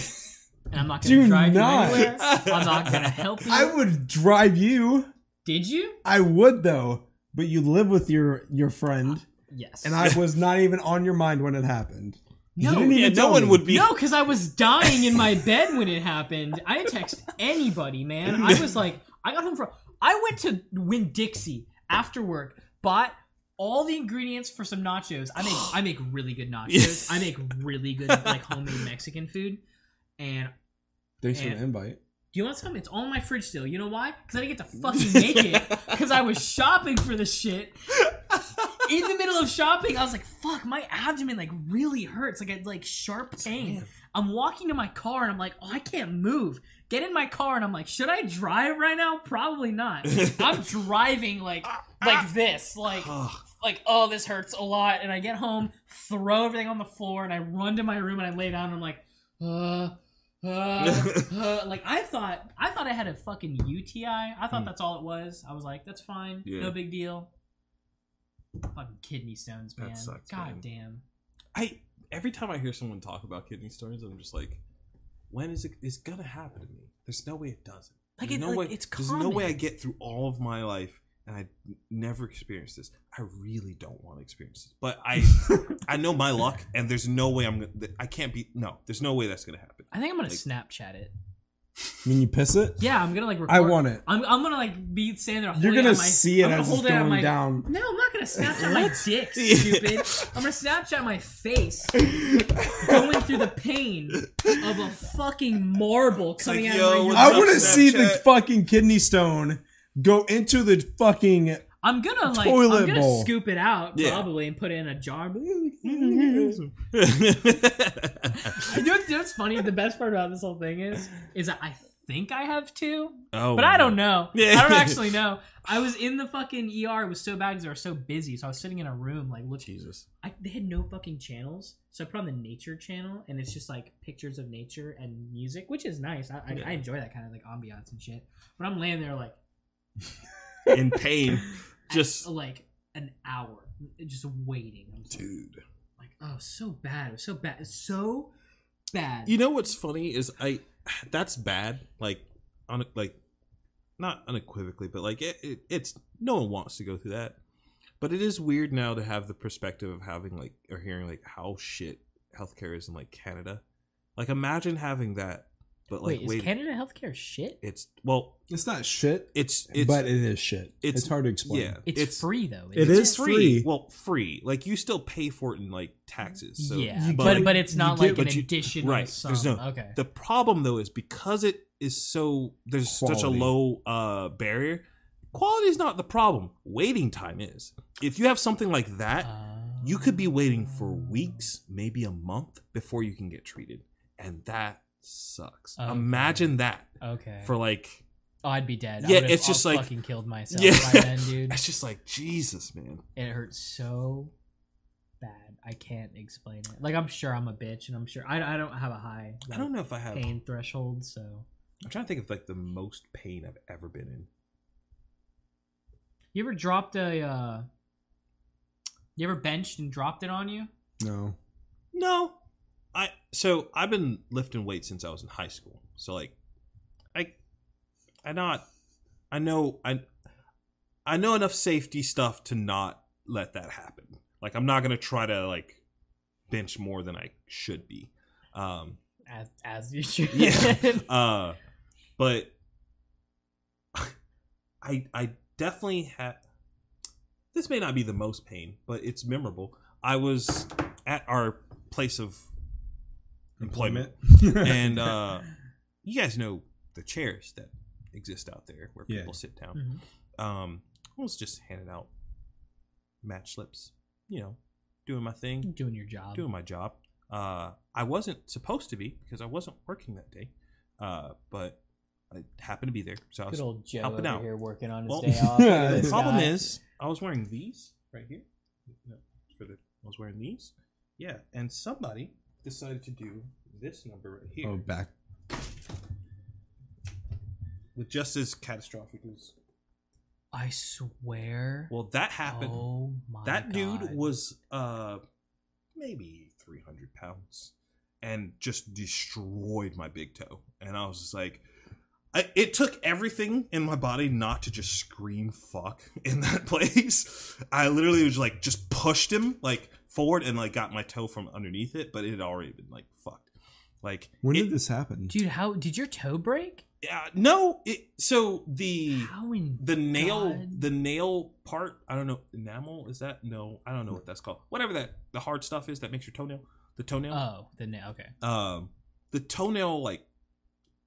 And I'm not gonna Do drive not. you anywhere. I'm not gonna help you. I would drive you. Did you? I would though, but you live with your your friend, Yes. and I was not even on your mind when it happened. no, you didn't even yeah, tell no one me. would be. no, because I was dying in my bed when it happened. I didn't text anybody, man. I was like, I got home from. I went to Winn Dixie after work, bought all the ingredients for some nachos. I make I make really good nachos. I make really good like homemade Mexican food. And Thanks for And- the invite. do you want some? It's all in my fridge still. You know why? Because I didn't get to fucking make it. Because I was shopping for the shit. In the middle of shopping, I was like, "Fuck, my abdomen like really hurts. Like I had, like sharp pain." I'm walking to my car and I'm like, oh, I can't move. Get in my car and I'm like, should I drive right now? Probably not. I'm driving like like this, like like oh this hurts a lot. And I get home, throw everything on the floor, and I run to my room and I lay down and I'm like, uh. Uh, uh, like I thought, I thought I had a fucking UTI. I thought Mm. that's all it was. I was like, that's fine, Hmm. Yeah. no big deal. Fucking kidney stones, That man. sucks, God man. damn. I every time I hear someone talk about kidney stones, I'm just like, when is it? It's gonna happen to me. There's no way it doesn't. Like, there's it- no like, way. it's there's no way I common. get through all of my life and I n- never experience this. I really don't want to experience this, but I I know my luck, and there's no way I'm gonna. I can't be. No, there's no way that's gonna happen. I think I'm gonna Like- Snapchat it. When you piss it, Yeah, I'm gonna like. Record. I want it. I'm, I'm gonna like be standing there. you're holding it gonna on my, see it I'm gonna as hold it's it on going my, down. No, I'm not gonna Snapchat my dick, stupid. I'm gonna Snapchat my face going through the pain of a fucking marble coming like, out yo, of my. what's I up, urethra. want to see the Snapchat? fucking kidney stone go into the fucking. I'm gonna like. toilet I'm gonna bowl. scoop it out Yeah. probably and put it in a jar. oh, You know, what's- you know what's funny? The best part about this whole thing is, is that I think I have two, but I don't know. Oh Yeah. I don't actually know. I was in the fucking ER. It was so bad because they were so busy. So I was sitting in a room, like looking. Jesus. I, they had no fucking channels, so I put on the nature channel, and it's just like pictures of nature and music, which is nice. I, I, Yeah. I enjoy that kind of like ambiance and shit. But I'm laying there like In pain, just like an hour, just waiting. I'm just dude. like, oh, so bad. It was so bad. It's so bad. You know what's funny is I that's bad. Like on like not unequivocally, but like it, it, it's no one wants to go through that. But it is weird now to have the perspective of having like or hearing like how shit healthcare is in like Canada. Like imagine having that, but like wait, wait, is Canada healthcare shit? it's well, It's not shit, it's it's but it is shit. It's, it's- hard to explain. yeah, It's, free though. It isn't is free. Well, free. Like you still pay for it in like taxes. So yeah, you but get- but it's you not get- like an but you- additional right, sum. there's no- okay. The problem though is because it is so there's such a Quality. low uh barrier. Quality is not the problem. Waiting time is. If you have something like that, you could be waiting for weeks, maybe a month before you can get treated, and that sucks. Okay. Imagine that Okay. for like oh, I'd be dead. I Yeah, would've it's just all like- fucking killed myself Yeah. by then, dude. it's just like Jesus, man. It hurts so bad. I can't explain it. Like I'm sure I'm a bitch, and I'm sure I, I don't have a high I don't know if I have. pain threshold. So I'm trying to think of like the most pain I've ever been in. you ever dropped a? uh You ever benched and dropped it on you? No. No. I so I've been lifting weights since I was in high school. So like I I not I know I I know enough safety stuff to not let that happen. Like I'm not going to try to like bench more than I should be. Um As as you should. Mm-hmm. Yeah. uh but I I definitely had this may not be the most pain, but it's memorable. I was at our place of employment and uh, you guys know the chairs that exist out there where Yeah. Mm. people sit down. Mhm. Um, I was just handing out match slips, you know, doing my thing, doing your job. doing my job. Uh, I wasn't supposed to be because I wasn't working that day, uh, but I happened to be there, so I Good was old Joe helping over out. here working on his Well, day off. yeah, Look at the the this problem guy. is, I was wearing these right here. No, for the- I was wearing these. Yeah, and somebody decided to do this number right here oh, back. with just as catastrophic as. I swear. Well, that happened. Oh my that God. dude was uh maybe 300 pounds and just destroyed my big toe. And I was just like. I, it took everything in my body not to just scream fuck in that place. I literally was like just pushed him like forward and like got my toe from underneath it, but it had already been like fucked. Like When it, did this happen? Dude, how did your toe break? uh, no, it so the How in the nail God? the nail part i don't know enamel is that no i don't know what that's called whatever that the hard stuff is that makes your toenail the toenail Oh, the nail. Okay, um the toenail like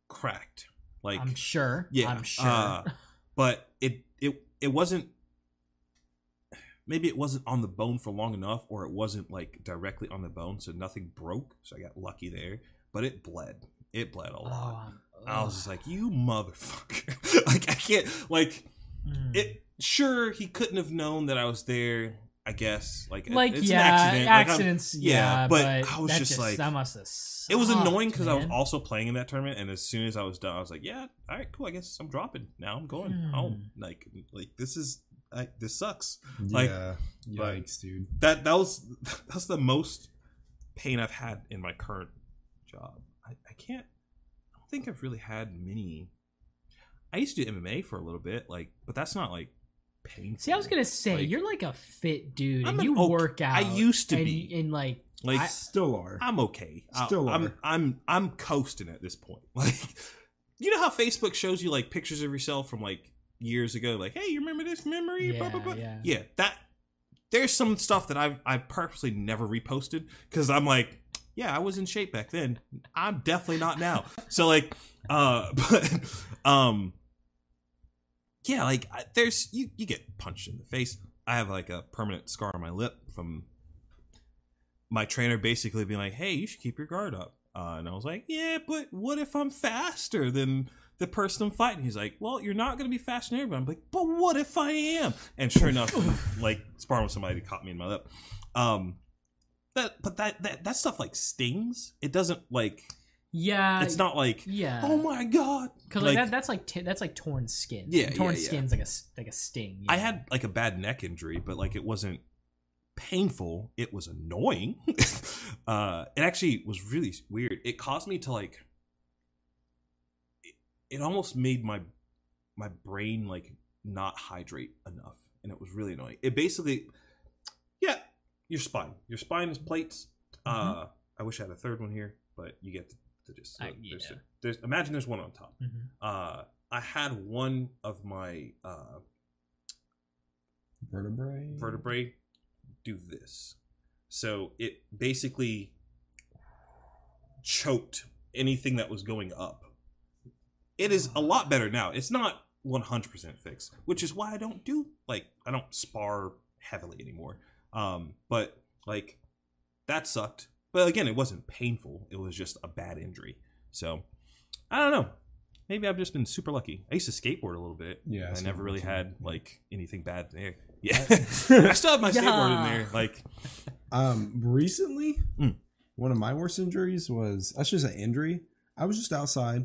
cracked like I'm sure. yeah, I'm sure. uh, but it it it wasn't maybe it wasn't on the bone for long enough or it wasn't like directly on the bone so nothing broke so i got lucky there but it bled. It bled a Oh, lot. I'm- I ugh. was just like, you motherfucker. like I can't like Mm. it sure he couldn't have known that I was there, I guess. Like, it- like it's yeah, an accident. Like, I'm- accidents. yeah, yeah, but but, I was that just like- that must have. it was annoying because I was sucked, man. also playing in that tournament, and as soon as I was done, I was like, "Yeah, all right, cool. I guess I'm dropping now. I'm going Hmm. home. Like, like this is I, this sucks. Like- Yeah. like- Yikes, dude. That that was that's the most pain I've had in my current job. I, I can't. I don't think I've really had many. I used to do MMA for a little bit, like, but that's not like painful. See, I was gonna say Like, you're like a fit dude, I'm and an you ok- work out. I used to and, be. and like like I- Still are. I'm okay. I- Still I'm, are. I'm I'm coasting at this point. Like, you know how Facebook shows you like pictures of yourself from like years ago. Like, hey, you remember this memory? Blah, blah, Yeah, blah. yeah. That there's some stuff that I've I purposely never reposted because I'm like, yeah, I was in shape back then. I'm definitely not now. So like, uh, but um, yeah, like I, there's you you get punched in the face. I have like a permanent scar on my lip from my trainer basically being like, "Hey, you should keep your guard up." Uh, and I was like, "Yeah, but what if I'm faster than the person I'm fighting?" He's like, "Well, you're not going to be faster than everybody." I'm like, "But what if I am?" And sure enough, like sparring with somebody that caught me in my lip. Um, that but that that that stuff like stings. It doesn't like yeah, it's not like yeah. oh my god. Because like, like- that, that's like t- that's like torn skin. Yeah, torn yeah, yeah. skin's like a s- like a sting. you I know? had like a bad neck injury, but like it wasn't painful. It was annoying. uh, it actually was really weird. It caused me to like. It, it almost made my my brain like not hydrate enough, and it was really annoying. It basically, yeah, your spine. Your spine is plates. Uh, I wish I had a third one here, but you get to, to just Mm-hmm. I- there's, yeah. there's imagine there's one on top Mhm. uh, I had one of my uh, Vertebrae. vertebrae do this. So it basically choked anything that was going up. It is a lot better now. It's not 100% fixed, which is why I don't do, like, I don't spar heavily anymore. Um, but, like, that sucked. But again, it wasn't painful. It was just a bad injury. So, I don't know. Maybe I've just been super lucky. I used to skateboard a little bit. Yeah, I never really skateboard's had a- like anything bad there. Yeah, I still have my skateboard in there. Like, Um, recently, Mm. one of my worst injuries was that's just an injury. I was just outside,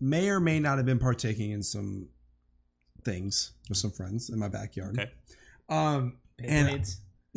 may or may not have been partaking in some things with some friends in my backyard. Okay. Um, And-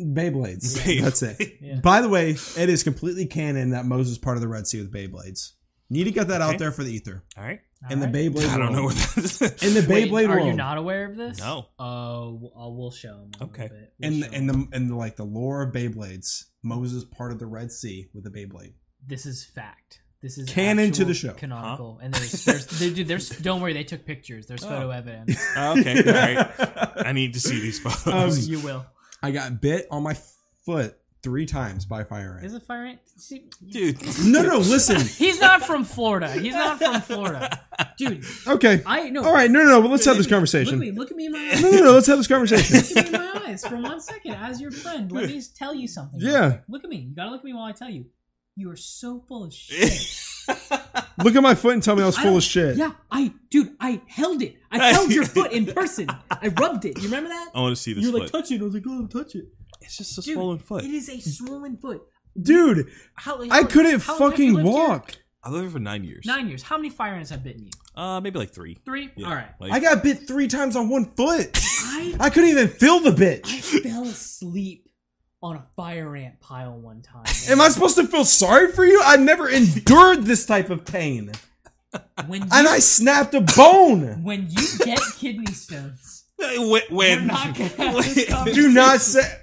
Beyblades. Beyblades. That's it. Yeah. By the way, it is completely canon that Moses part of the Red Sea with Beyblades. Need to get that Okay. out there for the ether. all right. In the Alright. Beyblade, I don't world. know where that is. In the Wait, Beyblade are world, you not aware of this? No. Oh, uh, we'll show him. a little Okay. bit. We'll in show him. the, in the in the like the lore of Beyblades, Moses part of the Red Sea with a Beyblade. this is fact. This is Canon to actual the show. canonical, and there's, there's there, dude, there's don't worry, they took pictures. There's photo Oh. evidence. Oh, okay, all right. I need to see these photos. Um, you will. I got bit on my foot three times by fire ant. Is it fire ant? See, Dude, No, no, listen. he's not from Florida. He's not from Florida, dude. Okay. I know. All right. No, no, no. But let's have this Look at me. conversation. Look at me in my eyes. No, no, no. Let's have this conversation. Look at me in my eyes for one second, as your friend. Let me tell you something. Yeah. Look at me. You gotta look at me while I tell you. You are so full of shit. Look at my foot and tell me I was I full don't- of shit. yeah, I, dude, I held it. I held your foot in person. I rubbed it. You remember that? I want to see this You're like foot. touch it. I was like, oh, touch it. it's just a Dude, swollen foot. It is a swollen foot. Dude, How, I how- couldn't how long have you fucking lived here? walk. I lived here for nine years. Nine years. How many fire ants have bitten you? Uh, maybe like three. Three. Yeah, All right. Like, I got bit three times on one foot. I I couldn't even feel the bit. I fell asleep on a fire ant pile one time. Am I supposed to feel sorry for you? I never endured this type of pain. When you, And I snapped a bone. when you get kidney stones, when, we're uh, when not gonna have this conversation. Do not say.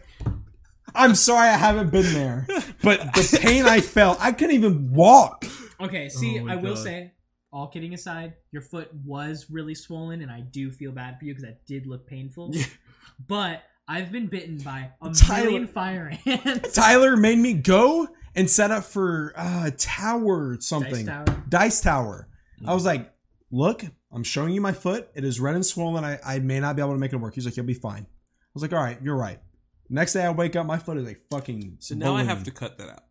I'm sorry I haven't been there. But the pain I felt, I couldn't even walk. Okay, see, Oh my I will God. say, all kidding aside, your foot was really swollen, and I do feel bad for you because that did look painful. Yeah. But I've been bitten by a Tyler- million fire ants. Tyler made me go and set up for uh, tower something. Dice tower. Dice Tower. I Mm. was like, look, I'm showing you my foot. It is red and swollen. I, I may not be able to make it work. He's like, you'll be fine. I was like, all right, you're right. Next day I wake up, my foot is like fucking. so now I have to swollen. cut that out.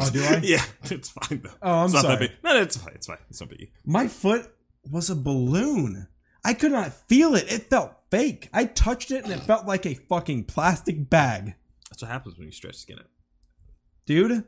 Oh, do I? yeah, it's fine though. Oh, I'm it's not sorry. that big. No, no, it's fine. It's fine. It's not big. My foot was a balloon. I could not feel it. It felt fake. I touched it and it felt like a fucking plastic bag. That's what happens when you stretch skin it. Dude,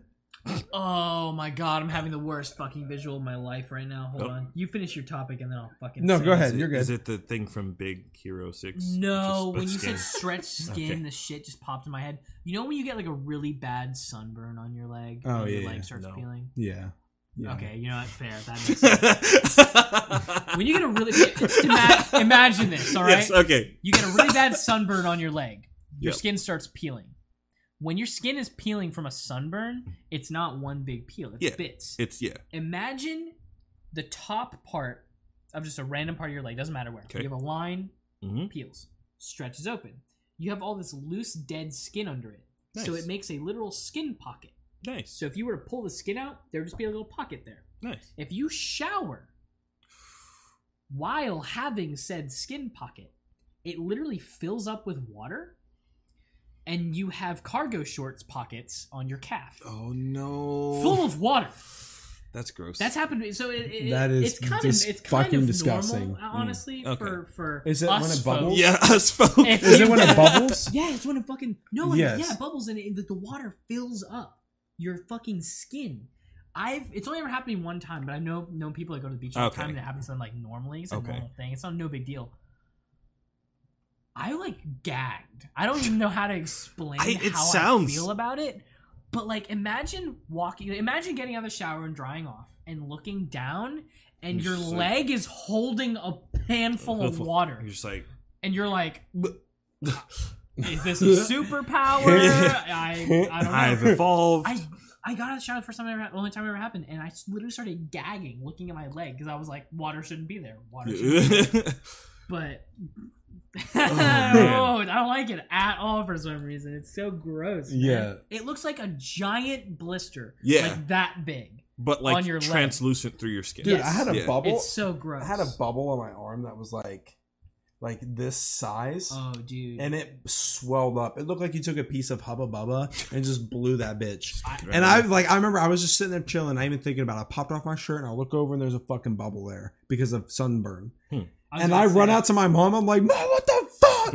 Oh my god, I'm having the worst fucking visual of my life right now. Hold Oh. on. You finish your topic and then I'll fucking No, say go it. ahead. Is it- You're good. Is it the thing from Big Hero Six? No, Which when is- you that's said skin. stretch skin, Okay. the shit just popped in my head. You know when you get like a really bad sunburn on your leg Oh, and your yeah, leg starts no. peeling? Yeah. Yeah. Okay, you know what? Fair. That makes sense. when you get a really just ima- imagine this, all right? Yes. Okay. You get a really bad sunburn on your leg. Your Yep. skin starts peeling. When your skin is peeling from a sunburn, it's not one big peel. It's Yeah. bits. It's yeah. imagine the top part of just a random part of your leg doesn't matter where Okay. you have a line Mhm. peels stretches open you have all this loose dead skin under it so Nice. it makes a literal skin pocket Nice. so if you were to pull the skin out there would just be a little pocket there Nice. if you shower while having said skin pocket it literally fills up with water and you have cargo shorts pockets on your calf Oh no. full of water That's gross. that's happened. to me. So it, it, That is it's kind dis- of it's kind fucking of disgusting. Normal, honestly, okay. for for Is it us when it folks. bubbles? yeah. Us folks. If Is you- it when it bubbles? Yeah, it's when it fucking no, and- Yes. yeah, it bubbles and it, the, the water fills up your fucking skin. I've it's only ever happened to me one time, but I know known people that go to the beach all the Okay. time and it happens to them like normally. It's a Okay. normal thing. It's not no big deal. I like gagged. I don't even know how to explain I- it how sounds- I feel about it. But like, imagine walking. Imagine getting out of the shower and drying off, and looking down, and You're your just like- leg is holding a handful of water, You're just like. and you're like, "Is this a superpower? Yeah. I, I don't know." I've evolved. I I got out of the shower the first time ever, only time it ever happened, and I s- literally started gagging, looking at my leg because I was like, "Water shouldn't be there. Water." Shouldn't be there. But man. oh, I don't like it at all for some reason. It's so gross. man. Yeah. it looks like a giant blister. Yeah. like that big. but On like your leg. translucent through your skin. Dude, Yes. I had a Yeah. bubble. It's so gross. I had a bubble on my arm that was like like this size. Oh, dude. and it swelled up. It looked like you took a piece of Hubba Bubba and just blew that bitch. I- Right. And I like I remember I was just sitting there chilling, not even thinking about it. I popped off my shirt and I look over and there's a fucking bubble there because of sunburn. was and gonna I say- run out to my mom, I'm like, Mom, what the fuck?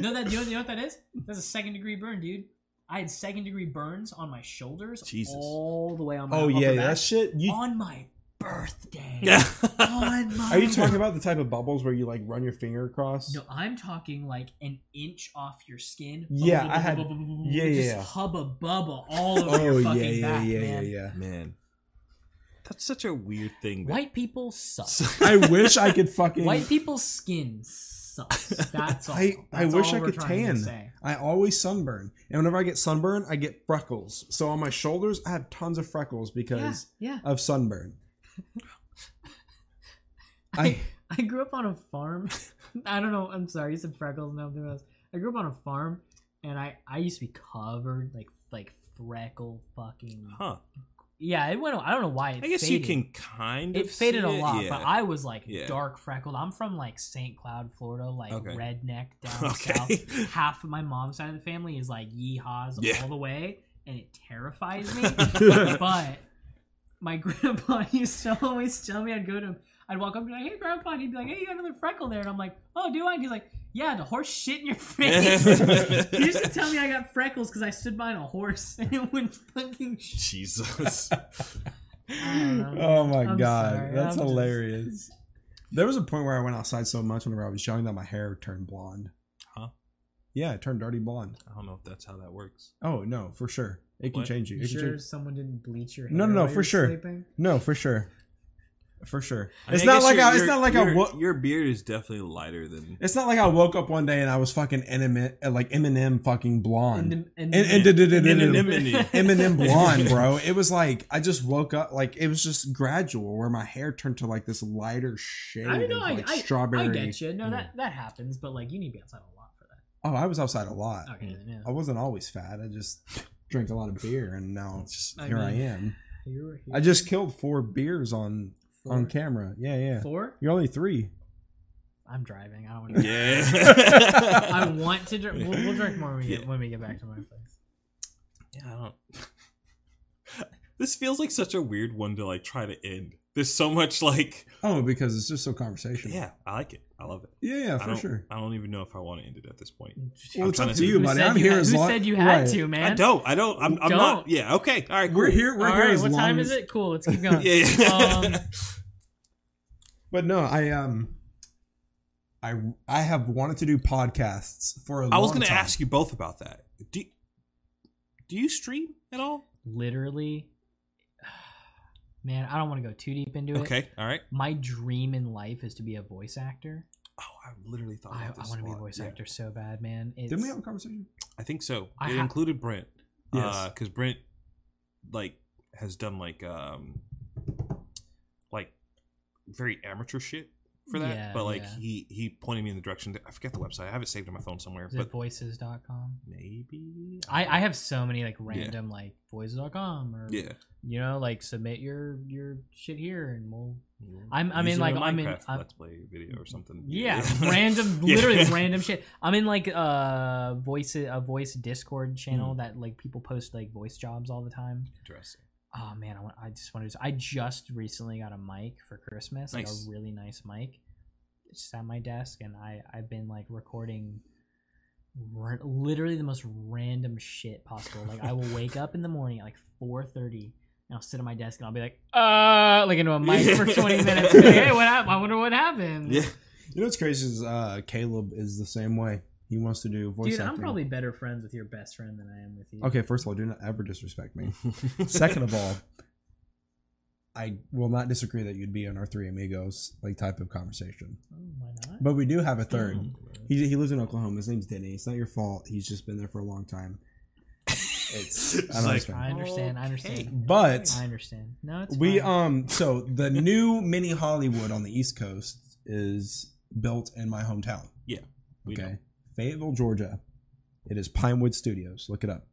No, that you know, you know what that is? That's a second degree burn, dude. I had second degree burns on my shoulders, Jesus. all the way on my oh upper yeah, back, Oh, that shit. You on my birthday. yeah. on my are you talking about the type of bubbles where you like run your finger across? No, I'm talking like an inch off your skin. Yeah, I had- yeah, yeah, Just yeah. hubba bubba all over Oh your yeah, fucking yeah, back, yeah, yeah, man. yeah. Man, that's such a weird thing. that- White people suck. I wish I could fucking White people's skin sucks. That's all. I- I That's wish all I we're could trying to tan. say. I always sunburn. And whenever I get sunburn, I get freckles. So on my shoulders, I have tons of freckles Yeah, because yeah. of sunburn. I, I- I grew up on a farm. I don't know. I'm sorry. You said freckles. No, I'm doing this. I grew up on a farm, and I I used to be covered like like freckle fucking. huh? Yeah, it went. I don't know why it. I guess faded. you can kind of. It faded see a it, lot, yeah. but I was like Yeah. dark freckled. I'm from like St. Cloud, Florida, like Okay. redneck down Okay. south. Half of my mom's side of the family is like yeehaws Yeah. all the way, and it terrifies me. but my grandpa used to always tell me I'd go to him. I'd walk up and be like, "Hey, grandpa," and he'd be like, "Hey, you got another freckle there," and I'm like, "Oh, do I?" And he's like, "Yeah, the horse shit in your face." he used to tell me I got freckles because I stood behind a horse and it wouldn't fucking. Sh- Jesus. don't know. oh my I'm god, sorry, that's I'm just- hilarious. There was a point where I went outside so much whenever I was young that my hair turned blonde. Huh? Yeah, it turned dirty blonde. I don't know if that's how that works. Oh no, for sure. It can What? change you. You It can sure change- someone didn't bleach your hair? No, no, no, while for you were sure. Sleeping? No, for sure. For sure. I mean, it's I not guess like your- I it's your- not like your, I wo- Your beard is definitely lighter than. it's not like I woke up one day and I was fucking Eminem, uh, like Eminem fucking blonde. And, and, And- and- Eminem Yeah. blonde, bro. It was like I just woke up like it was just gradual where my hair turned to like this lighter shade I mean, of no, I, like I, strawberry. I get you. No, Mm. that that happens, but like you need to be outside a lot for that. Oh, I was outside a lot. Okay, then, yeah. I wasn't always fat. I just drank a lot of beer and now It's just- I here I mean, am. You were here. I just killed four beers on Four. on camera. Yeah, yeah. four. You're only three. I'm driving. I don't want to. yeah. I want to drink. We'll, we'll drink more when we, get, Yeah. when we get back to my place. Yeah, I don't. This feels like such a weird one to like try to end. There's so much like Oh, because it's just so conversational. yeah, I like it. I love it. yeah, yeah, I for don't, sure. I don't even know if I want to end it at this point. Well, I'm it's trying up to to see- you, Who buddy. said I'm you here had, as who long. said you had Right. to, man? I don't. I don't. I'm, I'm Don't. not. Yeah. Okay. All right. We're cool. here. We're All here right, as what long time as- is it? Cool, let's keep going. Yeah. Um, yeah. But no, I um, I I have wanted to do podcasts for a I was going to ask you both about that. Do Do you stream at all? Literally, man, I don't want to go too deep into it. Okay. All right. My dream in life is to be a voice actor. Oh, I literally thought. I, About I this want to be a lot. voice Yeah. actor so bad, man. It's, Didn't we have a conversation? I think so. I it ha- included Brent. Yes. Because Brent, like, has done like um, like, very amateur shit for that. Yeah, but like, yeah. he he pointed me in the direction. That, I forget the website. I have it saved on my phone somewhere. is it but voices.com? maybe I, I have so many like random like voices.com or Yeah. you know like submit your your shit here and we'll I'm- I'm in, Using like, a I'm in- Minecraft I'm- let's play video or something. yeah, random literally Yeah. random shit. I'm in like a voice a voice Discord channel Hmm. that like people post like voice jobs all the time. Interesting. Oh man, I, want, I just wanted. To, I just recently got a mic for Christmas, Nice. like a really nice mic. It's just at my desk, and I I've been like recording, r- literally the most random shit possible. Like I will wake up in the morning at like four thirty, and I'll sit at my desk, and I'll be like, uh, like into a mic for twenty minutes. Be like, hey, what happened? I wonder what happened. Yeah. You know what's crazy is uh, Caleb is the same way. He wants to do voice Dude, acting. I'm probably better friends with your best friend than I am with you. okay. First of all, do not ever disrespect me. Second of all, I will not disagree that you'd be on our three amigos like type of conversation. Oh, why not? But we do have a third. Mm. He, he lives in Oklahoma. His name's Denny. It's not your fault. He's just been there for a long time. It's, I It's don't like- understand. I understand. I Okay. understand. But- I understand. No, it's We fine. um so the new mini Hollywood on the East Coast is built in my hometown. We okay. know. Fayetteville, Georgia. It is Pinewood Studios. Look it up.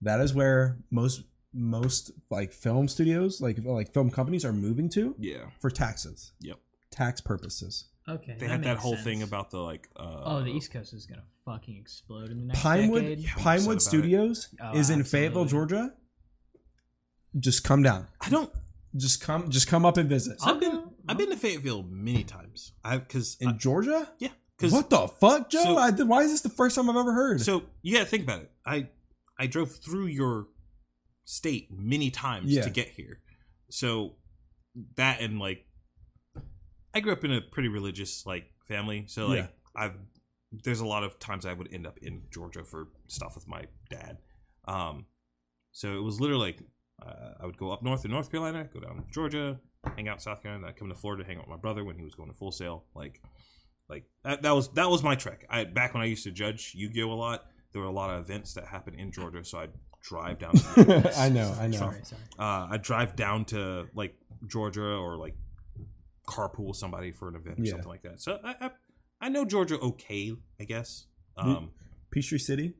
That is where most most like film studios, like like film companies are moving to Yeah. for taxes. Yep. Tax purposes. okay. They had that makes whole sense. thing about the like. Uh, Oh, the East Coast is gonna fucking explode in the next Pinewood decade. Yeah, I'm upset about it. Pinewood Studios Oh, is in Fayetteville, absolutely. Georgia. Just come down. I don't. Just come just come up and visit. I've been Okay. I've been to Fayetteville many times. I because in Georgia? yeah because Uh, What the fuck, Joe? so- I, th- why is this the first time I've ever heard? so you gotta think about it. I I drove through your state many times Yeah. to get here. So that and like I grew up in a pretty religious like family. So like Yeah. I've there's a lot of times I would end up in Georgia for stuff with my dad. Um so it was literally like uh, I would go up north to North Carolina, go down to Georgia, hang out in South Carolina, I'd come to Florida, hang out with my brother when he was going to full sale. Like like that, that was that was my trek. I back when I used to judge Yu-Gi-Oh a lot, there were a lot of events that happened in Georgia, so I'd drive down to I know, I know. Sorry, sorry. uh, I drive down to like Georgia or like carpool somebody for an event or Yeah. something like that. So I, I I know Georgia okay, I guess. Mm. Um, Peachtree City?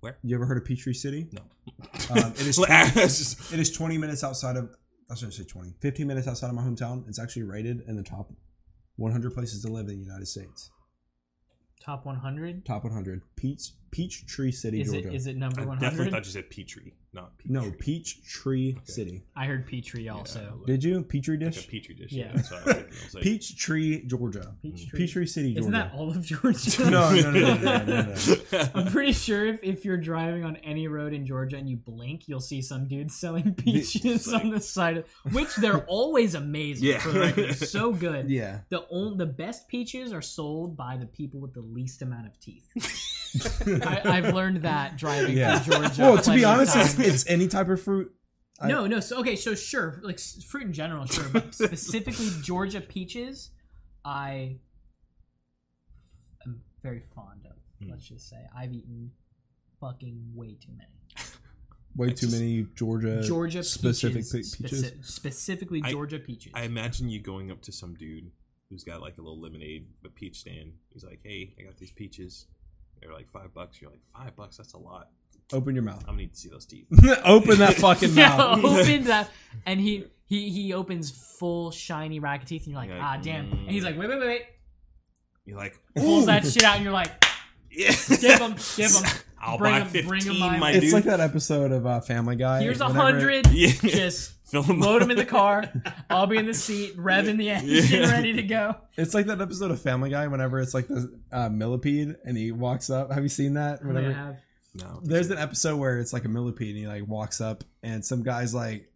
Where? You ever heard of Peachtree City? no, Um, it is It's just- It is 20 minutes outside of, I shouldn't say 20, 15 minutes outside of my hometown. It's actually rated in the top 100 places to live in the United States. Top 100. Top 100. Peach, Peach Tree City, Is it Georgia. is it number I 100? definitely thought you said Petrie, not Petrie. no, Peach Tree City. I heard Petrie also. Did you? Petri dish? like a Petri dish. Yeah. Yeah, that's what I was thinking. I was like, Peach Tree, Georgia. Peachtree. Peachtree City, Georgia. Isn't that all of Georgia? No, no, no, no, no, no, I'm pretty sure if, if you're driving on any road in Georgia and you blink, you'll see some dude selling peaches like- on the side of which they're always amazing. Yeah. For the record. so good. yeah. The on, the best peaches are sold by the people with the least amount of teeth. I, I've learned that driving Yeah. through Georgia. Well, to plenty be of honest, it's, times. it's any type of fruit. I- no, no. So okay, so sure, like s- fruit in general, sure, but specifically Georgia peaches, I am very fond of. Hmm. Let's just say I've eaten fucking way too many Way too many Georgia, Georgia Uh, specific peaches, pe- peaches. speci- specifically I- Georgia peaches. I imagine you going up to some dude who's got like a little lemonade, a peach stand. He's like, "Hey, I got these peaches. They're like five bucks." You're like, five bucks? That's a lot. Open your mouth. I'm gonna need to see those teeth." Open that fucking yeah, mouth. opened that, and he he he opens full shiny rack of teeth, and you're like, Yeah. ah, damn. mm. And he's like, wait, wait, wait, wait. You're like, Pulls that shit out, and you're like, "Yeah." dip him, dip him. I'll Bring buy him- bring him 15, my my way. It's dude. like that episode of uh, Family Guy. Here's a whenever- hundred. Yeah. Just Fill 'em load up. him in the car. I'll be in the seat, rev in the engine, Yeah. ready to go. It's like that episode of Family Guy whenever it's like the uh, millipede and he walks up. Have you seen that? Whenever Yeah. No. there's an episode where it's like a millipede and he like walks up and some guy's like,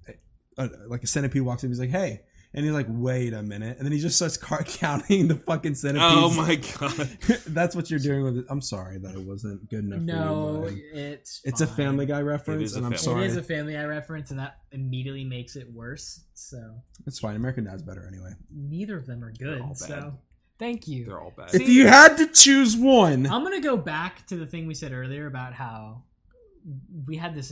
uh, like a centipede walks up. He's like, hey. And he's like, wait a minute. And then he just starts car- counting the fucking centipedes. Oh my god. That's what you're doing with it. I'm sorry that it wasn't good enough No, for you. but it's It's a fine. Family Guy reference, is a and I'm Family sorry. It is a Family Guy reference, and that immediately makes it worse. So it's fine. American Dad's better anyway. neither of them are good. all bad. So thank you. They're all bad. If you had to choose one, I'm gonna go back to the thing we said earlier about how we had this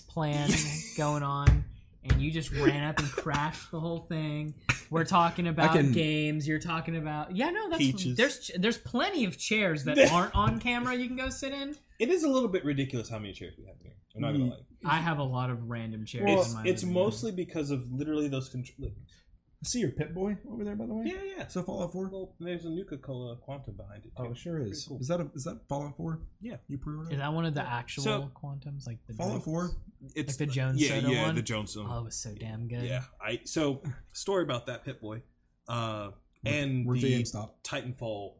plan going on, and you just ran up and crashed the whole thing. We're talking about can- games. You're talking about yeah, no, that's Peaches. there's there's plenty of chairs that aren't on camera you can go sit in. It is a little bit ridiculous how many chairs we have here. I'm Mm. not gonna lie. I have a lot of random chairs. in It's, my it's living mostly because of literally those control. Like, I see your Pit Boy over there, by the way. yeah, yeah. So Fallout 4. Well, there's a Nuka Cola Quantum behind it. Oh, it sure is. Pretty cool. Is that a, is that Fallout 4? Yeah. you pre-ordered. room. Is that one of the actual So- quantums like the Fallout 4. It's like the Jones yeah, Soda yeah, one? the Jones Soda. Oh, it was so damn good. Yeah, I so story about that Pit Boy, uh, and We're the GameStop. Titanfall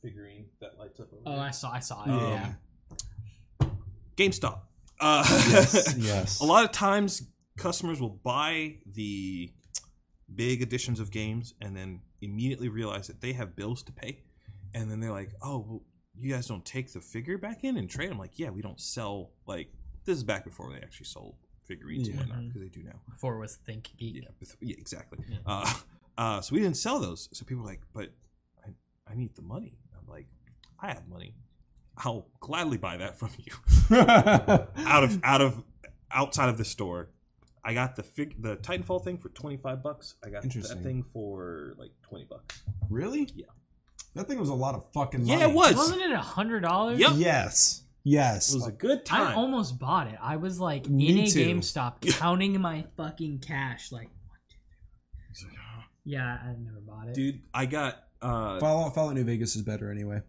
figurine that lights up. Over Oh, there. I saw. I saw it. Um, yeah. GameStop. Uh, yes, yes. a lot of times, customers will buy the big editions of games and then immediately realize that they have bills to pay, and then they're like, "Oh, well, you guys don't take the figure back in and trade." I'm like, "Yeah, we don't sell like this is back before they actually sold figurines Yeah. and whatnot Mhm. because they do now." Before it was Think Geek. Yeah, with- yeah exactly. Yeah. Uh, uh, so we didn't sell those. So people were like, but I, I need the money. I'm like, I have money. I'll gladly buy that from you out of out of outside of the store. I got the fig the Titanfall thing for twenty five bucks. I got that Interesting. thing for like twenty bucks. really? Yeah. That thing was a lot of fucking money. Yeah, it was. Wasn't it a hundred dollars? Yep. Yes. It Yes. was a good I time. almost bought it. I was like Me in a too. GameStop counting my fucking cash. Like, yeah, I never bought it. Dude, I got uh Fallout Fallout New Vegas is better anyway.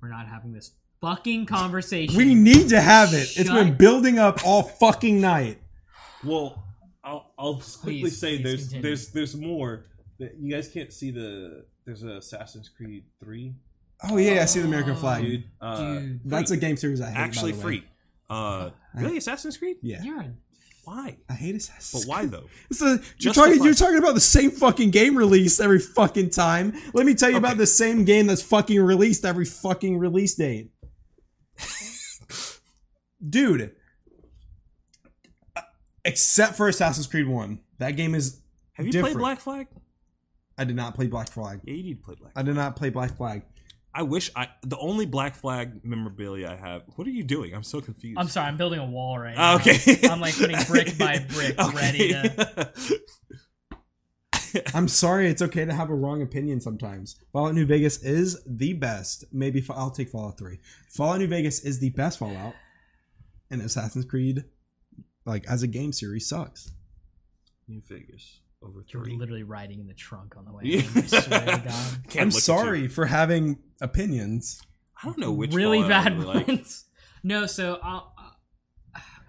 We're not having this fucking conversation. We need to have it. it's Shut- been building up all fucking night. Well, I'll I'll quickly Please, say please there's continue. there's there's more that you guys can't see the there's a Assassin's Creed three Oh yeah, I see the American Oh, flag. dude. Uh, Dude, That's a game series I hate. by actually the way. free. Uh, really, Assassin's Creed? Yeah. you're a Why? I hate But Assassin's why though? It's a, you're, Justify- talking, you're talking about the same fucking game release every fucking time. Let me tell you about Okay. the same game that's fucking released every fucking release date. Dude. Except for Assassin's Creed 1. That game is. Have you different. played Black Flag? I did not play Black Flag. Yeah, you need to play Black. I Flag. did not play Black Flag. I wish I the only Black Flag memorabilia I have. What are you doing? I'm so confused. I'm sorry, I'm building a wall right Ah, now. okay. I'm like putting brick by brick, ready to. I'm sorry, it's okay to have a wrong opinion sometimes. Fallout New Vegas is the best. Maybe fa- I'll take Fallout 3. Fallout New Vegas is the best Fallout, and Assassin's Creed, like as a game series, sucks. New Vegas over You're three. literally riding in the trunk on the way. Yeah. home, I swear to God. Can't I'm look at you. sorry for having opinions. I don't know which really Fallout I bad really like. ones. No, so I'll,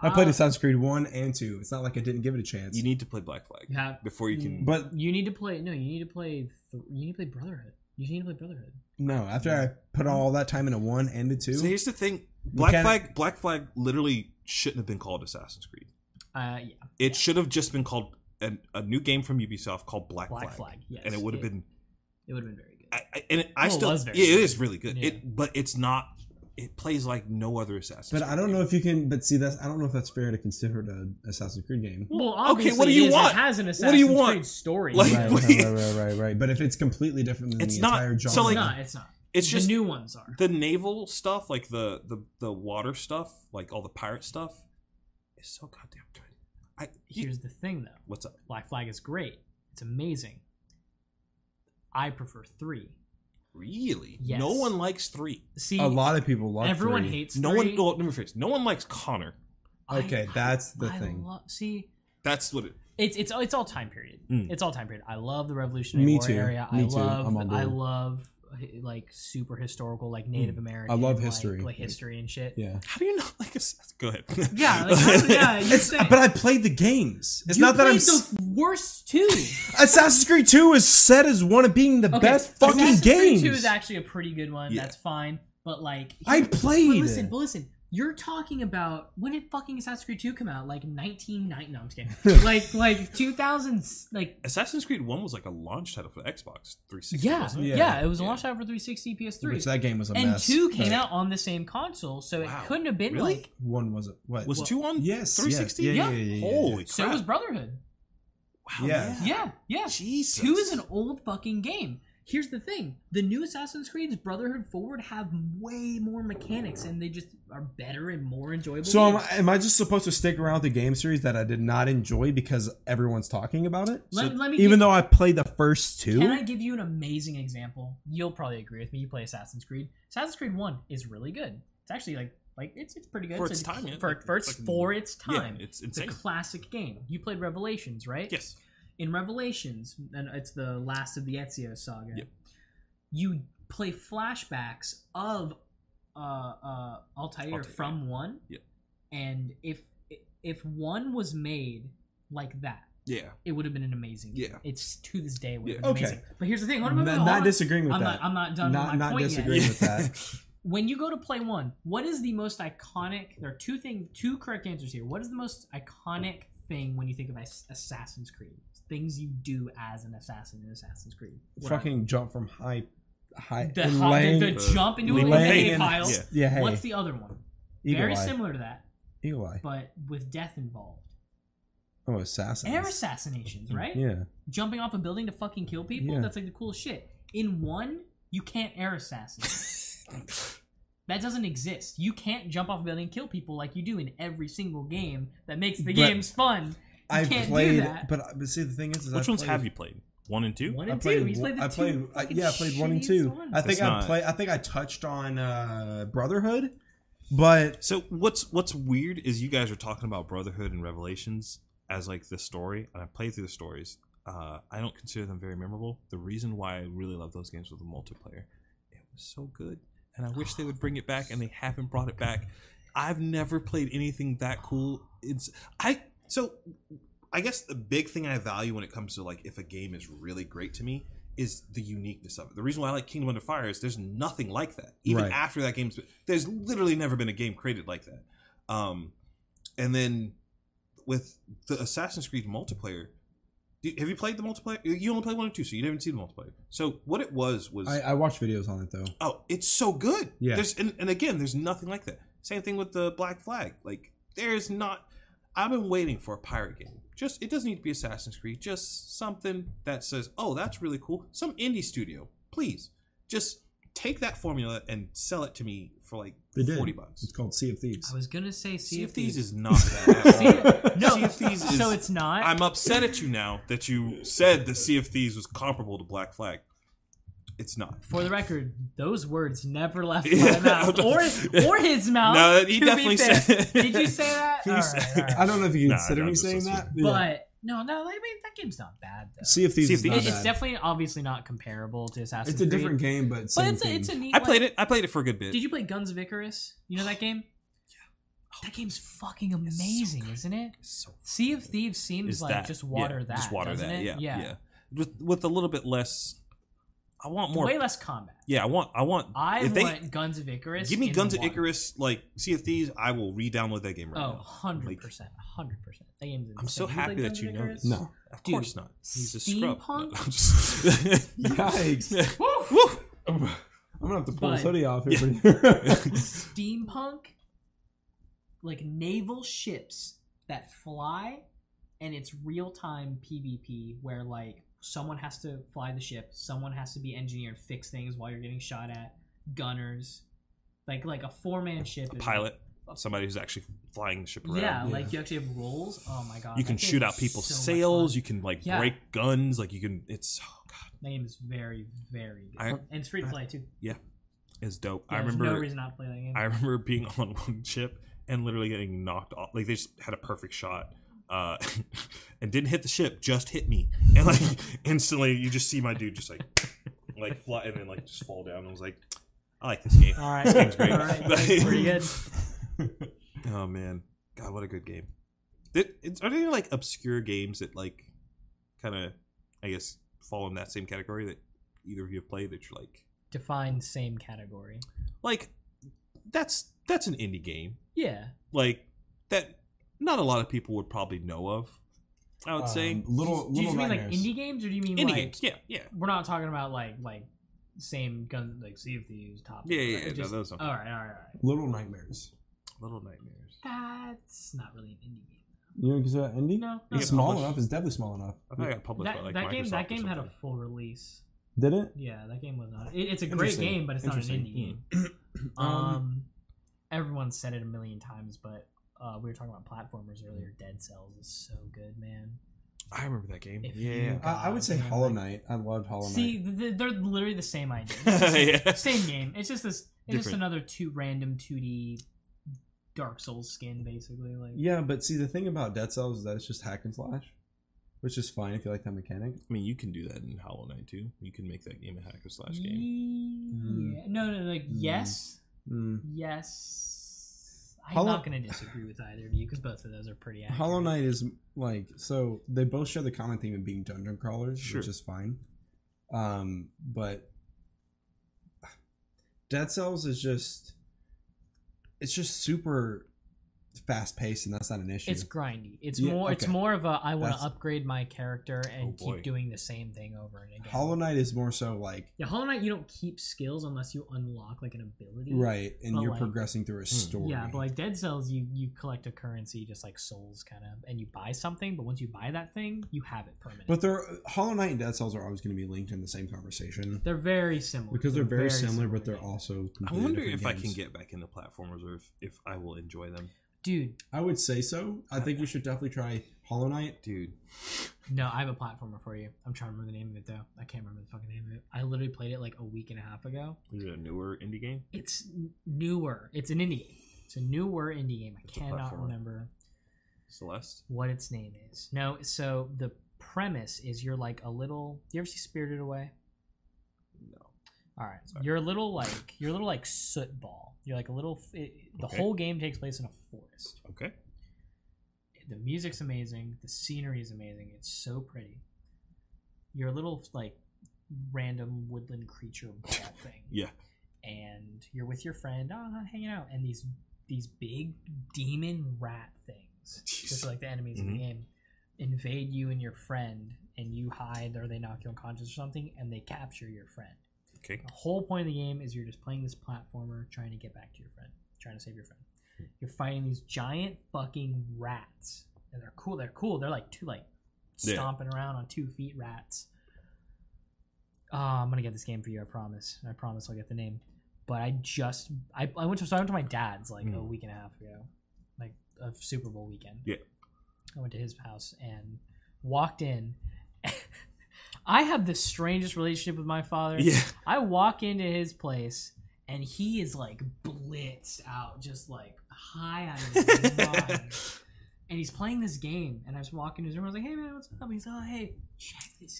I played Uh, Assassin's Creed 1 and 2. It's not like I didn't give it a chance. You need to play Black Flag you have before you can. but you need to play. No, you need to play. Th- you need to play Brotherhood. You need to play Brotherhood. no, after I put all that time into 1 and the 2, So here's the thing: Black can't- Flag, Black Flag, literally shouldn't have been called Assassin's Creed. Uh, yeah, It should have just been called an, a new game from Ubisoft called Black, Black Flag, Flag. yes, and it would have been. It would have been very good. I, I, and it, I Oh, it still, was very yeah, it good. is really good. Yeah. It, but it's not. It plays like no other Assassin's. but Creed I don't game. know if you can. But see, that's I don't know if that's fair to consider it an Assassin's Creed game. Well, okay, obviously what do you it is. It want? has an Assassin's What do you want? Creed story. Like- Right, right, right, right, right, right. But if it's completely different than It's the not- entire genre, so, like- it's not. It's not. It's just the new ones are. the naval stuff, like the the the water stuff, like all the pirate stuff, is so goddamn good. I you- Here's the thing, though. what's up? Black Flag is great. It's amazing. I prefer three. Really? Yes. No one likes three. See, a lot of people love. everyone three. hates No three. one. Well, let me rephrase. No one likes Connor. I- Okay, that's the I thing. lo- see, That's what it. It's it's it's all time period. Mm. It's all time period. I love the Revolutionary Me War too. area. I Me too. love I'm on I board. Mm. love hi- like super historical, like Native American. love like- history. like, history and shit. Yeah. How do you know? Like, it's- go ahead. Yeah, like, how- yeah. You It's, but I played the games. It's not that I'm. s- the worst too. Assassin's Creed 2 is said as one of being the best fucking Assassin's Creed games. Two is actually a pretty good one. Yeah. That's fine. But like, I played. But listen, but listen. You're talking about when did fucking Assassin's Creed 2 come out? Like 1990? No, I'm just kidding. like like 2000s? Like Assassin's Creed One was like a launch title for the Xbox 360. yeah, wasn't it? yeah, Yeah. It was launched out for 360, PS3, Which that game was a and mess. two came but out on the same console, so Wow. it couldn't have been Really? like. One was it? What? Was two on Yes, yes, 360? yeah, yeah, yeah, yeah, yeah. Holy crap! So was Brotherhood. wow, Yeah. Yeah, yeah. Jesus. Two is an old fucking game. Here's the thing: the new Assassin's Creed's Brotherhood Forward have way more mechanics, and they just are better and more enjoyable. So am games. I, am I just supposed to stick around with the game series that I did not enjoy because everyone's talking about it? let, let me Even give- though I played the first two? Can I give you an amazing example? You'll probably agree with me. You play Assassin's Creed. Assassin's Creed One is really good. It's actually like like it's it's pretty good For So its it's- time, yeah. For, for its It's like- for its time, Yeah, it's it's a insane. classic game. You played Revelations, right? yes. In Revelations, and it's the last of the Ezio saga. Yep. You play flashbacks of uh, uh, Altair, Altair, from one. Yep. And if if one was made like that, Yeah. it would have been an amazing. game. Yeah. It's to this day would have Yeah. been Okay. amazing. But here's the thing. Hold on, N- hold on, not, hold on. disagreeing with I'm that. not. I'm not done not with my not point disagreeing yet. with that. When you go to play one, what is the most iconic? There are two things, two correct answers here. What is the most iconic thing when you think of Ass- Assassin's Creed? Things you do as an assassin in Assassin's Creed. What are- Fucking jump from high, high, the, and hop- the- laying- the jump into a laying hay in- pile. yeah. yeah, hey, What's the other one? eagle Very eye, similar to that, Eagle eye. but with death involved. Oh, assassin. Air assassinations, right? Mm-hmm. Yeah, Jumping off a building to fucking kill people. Yeah. That's like the coolest shit. In one, you can't air assassinate. That doesn't exist. You can't jump off a building and kill people like you do in every single game that makes the But games fun. You I can't do played. that. But, but see, the thing is, is Which I ones played- have you played? One and two. one I and played. two. You one- played the I two played. I, fucking yeah, I played one and two. shittiest ones. I think It's I not- play. I think I touched on uh, Brotherhood, but So what's what's weird is you guys are talking about Brotherhood and Revelations as like the story, and I played through the stories. Uh, I don't consider them very memorable. The reason why I really love those games was the multiplayer. It was so good, and I wish they would bring it back, and they haven't brought it back. I've never played anything that cool. It's I so I guess the big thing I value when it comes to like if a game is really great to me is the uniqueness of it. The reason why I like Kingdom Under Fire is there's nothing like that. Even Right. after that game's there's literally never been a game created like that. Um and then with the Assassin's Creed multiplayer do- have you played the multiplayer? You only played one and two, so you didn't see the multiplayer. So what it was was I, I watched videos on it though. oh, it's so good. Yeah. There's and, and again, there's nothing like that. Same thing with the Black Flag. Like there's not. I've been waiting for a pirate game. Just it doesn't need to be Assassin's Creed. Just something that says, oh, that's really cool. Some indie studio, please. Just take that formula and sell it to me for like They did. forty bucks. It's called Sea of Thieves. I was gonna say See Sea if of these Thieves. is not that. at Sea all. of- no, Sea of Thieves is. so it's not. I'm upset at you now that you said the Sea of Thieves was comparable to Black Flag. It's not. For the record, those words never left Yeah. my mouth or or his mouth. No, he to be definitely fair. said- Did you say that? He All right, said- all right. I don't know if you Nah, consider no, me just saying listen. that. yeah. But no, no. I mean that game's not bad though. Sea of Thieves. Sea of is Thieves. not It- it's bad. definitely obviously not comparable to Assassin's It's a Creed. different game, but, But same it's a, thing. it's a neat. I played it. I played it for a good bit. Did you play Guns of Icarus? You know that game? That game's fucking so amazing, good. isn't it? So Sea of Thieves seems is like that- just water yeah, that. Just water doesn't that. it? Yeah, yeah. With, with a little bit less. I want more. Way less combat. yeah, I want. I want. I if want Guns of Icarus. they give me in Guns of one. Icarus, like Sea of Thieves, I will re-download that game right Oh, now. 100 Like, percent, hundred percent. That game's insane. I'm so You play happy Guns that of you know Icarus? this. No. of Dude, course not. He's a scrub. No, steampunk? I'm just- Yikes. Woo! Woo! I'm gonna have to pull But- this hoodie off here. pretty- Steampunk, like naval ships that fly, and it's real time PvP where like someone has to fly the ship, someone has to be engineer and fix things while you're getting shot at, gunners, like like a four man ship, is- Pilot, somebody who's actually flying the ship around. Yeah, Yeah. like you actually have roles. Oh my god, You that can game shoot is out people's so much sails. fun. You can like Yeah. break guns. Like you can. It's oh god, That game is very very good, I- and it's free to play too. it's dope. Yeah, I there's remember. no reason not to play that game. I remember being on one ship and literally getting knocked off. Like they just had a perfect shot, uh, and didn't hit the ship, just hit me, and like instantly you just see my dude just like like fly and then like just fall down. And I was like, I like this game. All right. game's great. All right. that's pretty good. Oh man, God, what a good game! It, it's, are there any like obscure games that like kind of, I guess, fall in that same category that either of you have played that you're like, Define same category. like that's that's an indie game Yeah. like that. Not a lot of people would probably know of. I would say Um, little Do you little just mean like nightmares. indie games, or do you mean indie like games. Yeah, yeah, we're not talking about like like same gun like Sea of Thieves topic? yeah, yeah. right? yeah no, Just- those are all right, all right, all right. little nightmares. little nightmares. That's not really an indie game. You don't consider that indie? No, no. Yeah, It's small published. enough. It's definitely small enough. I think I got published that, by like that Microsoft game or that game had a something. full release. Did it? Yeah, that game was not. It, it's a great Interesting. game, but it's not an Interesting. indie game. Um, um, everyone said it a million times, but uh, we were talking about platformers earlier. Dead Cells is so good, man. I remember that game. If Yeah. you- I, I would say God. Hollow Knight. I loved Hollow Knight. See, th- th- they're literally the same idea. It's just- yeah. Same game. It's just this. It's just Different. another two random two D Dark Souls skin, basically. Like yeah, but see, the thing about Dead Cells is that it's just hack and slash, which is fine if you like that mechanic. I mean, you can do that in Hollow Knight too. You can make that game a hack or slash game. Yeah. No, no, like Mm. yes, Mm. yes. I'm Hollow- not going to disagree with either of you because both of those are pretty accurate. Hollow Knight is like so they both share the common theme of being dungeon crawlers, Sure. which is fine. Um, but Dead Cells is just it's just super fast paced, and that's not an issue. It's grindy. It's Yeah, more. It's okay. more of a I want to That's- upgrade my character Oh, and boy. keep doing the same thing over and again. Hollow Knight is more so like Yeah, Hollow Knight. You don't keep skills unless you unlock like an ability. right, and But, you're like- progressing through a story. Yeah, but like Dead Cells, you you collect a currency just like souls, kind of, and you buy something. But once you buy that thing, you have it permanent. but they're Hollow Knight and Dead Cells are always going to be linked in the same conversation they're very similar because they're, very, similar, but they're games. also. I completely wonder if different I games. can get back into platformers or if, if I will enjoy them. dude. I would say so. I think you should definitely try Hollow Knight. Dude. No, I have a platformer for you. I'm trying to remember the name of it though. I can't remember the fucking name of it. I literally played it like a week and a half ago. Is it a newer indie game? It's n- newer. It's an indie game. It's a newer indie game. I It's a cannot platformer. remember Celeste? what its name is. No, so the premise is you're like a little. You ever see Spirited Away? No. All right. Sorry. You're a little like you're a little like soot ball. You're like a little. f- It, the Okay. whole game takes place in a forest. Okay. The music's amazing. The scenery is amazing. It's so pretty. You're a little like random woodland creature ball thing. Yeah. And you're with your friend, ah, hanging out, and these these big demon rat things, Jeez. just like the enemies in Mhm. the game, invade you and your friend, and you hide or they knock you unconscious or something, and they capture your friend. Okay. The whole point of the game is you're just playing this platformer, trying to get back to your friend, trying to save your friend. Hmm. You're fighting these giant fucking rats, and they're cool. They're cool. They're like two like Yeah. stomping around on two feet rats. Uh, I'm gonna get this game for you. I promise. I promise I'll get the name. But I just I, I went to so I went to my dad's like a Mm. week and a half ago, like a Super Bowl weekend. Yeah. I went to his house and walked in. I have the strangest relationship with my father. Yeah. I walk into his place and he is like blitzed out, just like high out of his mind. And he's playing this game, and I was walking in his room. I was like, "Hey man, what's up?" He's like, "Oh, "Hey, check this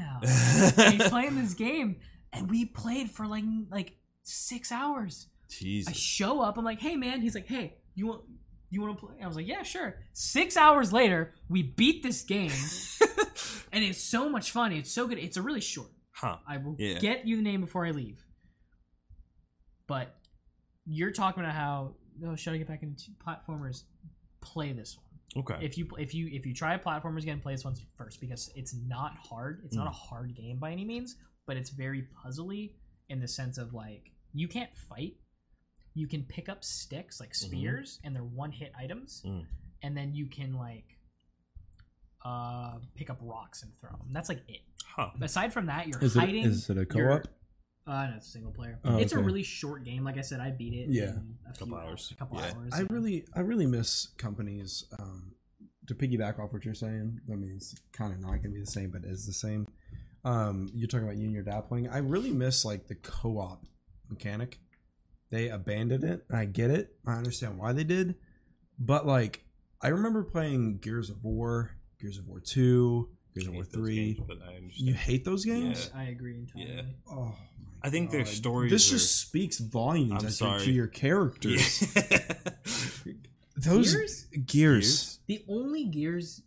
out." and he's playing this game, and we played for like like six hours. I Jesus. show up. I'm like, "Hey man," he's like, "Hey, you want you want to play?" I was like, "Yeah, sure." Six hours later, we beat this game, and it's so much fun. It's so good. It's a really short. Huh. I will Yeah. get you the name before I leave. But you're talking about how oh, should I get back into platformers? Play this one. Okay. If you if you if you try platformers again, play this one first because it's not hard. It's Hmm. not a hard game by any means, but it's very puzzly in the sense of like you can't fight. You can pick up sticks like Mm-hmm. spears, and they're one hit items, Mm. and then you can like uh pick up rocks and throw them. That's like it Huh. aside from that, you're Is it, hiding. is it a you're- co-op? Uh, no, it's a single player. Oh, it's a okay. really short game. Like I said, I beat it. Yeah. in a Couple few hours. A couple Yeah. hours. I really, I really miss companies. Um, to piggyback off what you're saying, I mean, it's kind of not going to be the same, but is the same. Um, you're talking about you and your dad playing. I really miss like the co-op mechanic. They abandoned it. I get it. I understand why they did, but like, I remember playing Gears of War, Gears of War Two, I Good hate War those Three. games, but I understand. You hate those games? Yeah. I agree entirely. Yeah. Oh, I think their God. stories. this are- just speaks volumes. I'm i think, sorry. to your characters. Yeah. Those gears? Gears? gears, The only Gears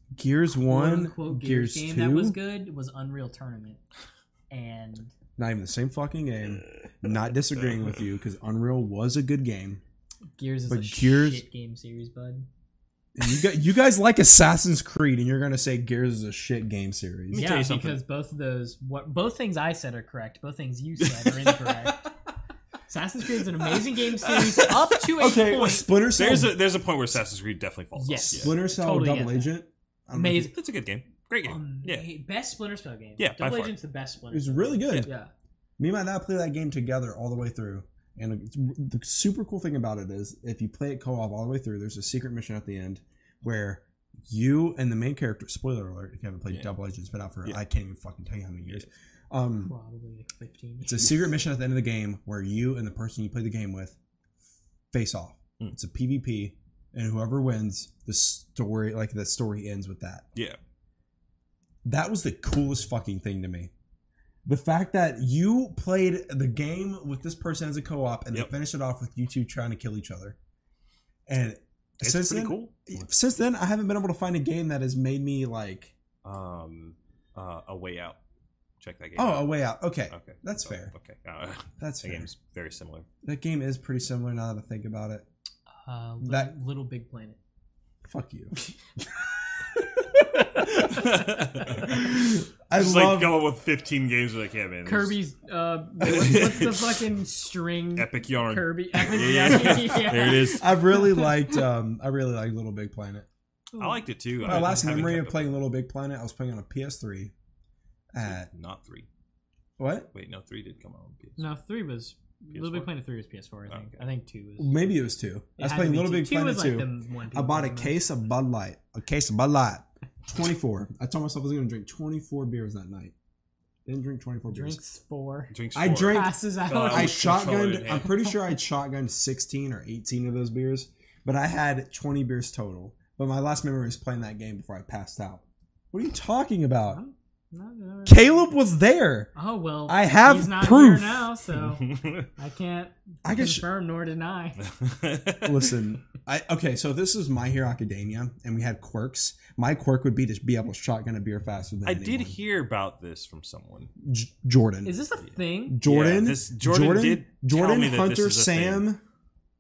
one, quote Gears, gears, game two. that was good was Unreal Tournament, and Not even the same fucking game. Not disagreeing with you because Unreal was a good game. Gears is But a Gears- shit game series, bud. And You got, you guys like Assassin's Creed, and you're gonna say Gears is a shit game series. me Yeah, tell you something. because both of those, what both things I said are correct. Both things you said are incorrect. Assassin's Creed is an amazing game series up to a Okay, point. Splinter Cell. There's a there's a point where Assassin's Creed definitely falls. off. Yes. Yeah. Splinter Cell Totally get Double that. Agent. I don't know if you- Amazing. It's a good game. Great game. yeah. Ama- Um, Best Splinter Cell game. Yeah, by Double far. Agent's the best Splinter. It was Cell really game. good. Yeah. Me and my dad play that game together all the way through. And it's- the super cool thing about it is if you play it co-op all the way through, there's a secret mission at the end where you and the main character spoiler alert if you haven't played Yeah. Double Agent's been out for Yeah. I can't even fucking tell you how many years. Um Probably like fifteen. it's a secret mission at the end of the game where you and the person you play the game with face off. Hmm. It's a PvP and whoever wins the story like the story ends with that Yeah. that was the coolest fucking thing to me. The fact that you played the game with this person as a co-op and Yep. they finished it off with you two trying to kill each other. And It's since pretty then, cool. since then, I haven't been able to find a game that has made me like, Um, uh, a way out. Check that game. oh, out. a way out. Okay, Okay. that's So, fair. Okay. Uh, That's that fair. game's very similar. That game is pretty similar now that I think about it. uh, little, that- Little Big Planet. Fuck you. I I just like love going with 15 games. Like, yeah, man. this is Kirby's. Uh, what's, what's the fucking string? Epic yarn. Kirby. Yeah, yeah, yeah. There it is. I really liked um I really liked Little Big Planet. I liked it too. My I last haven't memory kept of up playing Little Big Planet, I was playing on a PS3 with it. at Not three. what? Wait, no, three did come out on PS. No, three was Little Big PS4? Planet. Three was PS4. I think. Okay. I think two was. Maybe it was two. I was It had to playing be Little two. Big Two Planet was two. Like the one I people bought a remember. case of Bud Light. A case of Bud Light. 24. I told myself I was going to drink 24 beers that night. Didn't drink 24 beers. Drinks four. Drinks I four. drank- Passes out. God. I With controller in shotgunned, I'm hand. pretty sure I shotgunned 16 or 18 of those beers, but I had 20 beers total. But my last memory was playing that game before I passed out. What are you talking about? No, no, no. Caleb was there. Oh well. I have he's not proof. here now, so I can't I can sh- confirm nor deny. Listen, I okay. So if this is My Hero Academia, and we had quirks. My quirk would be to be able to shotgun a beer faster than I did anyone. hear about this from someone. J- Jordan. Is this a thing? Jordan, Yeah, this- Jordan did tell Jordan me that Hunter, this is a Sam,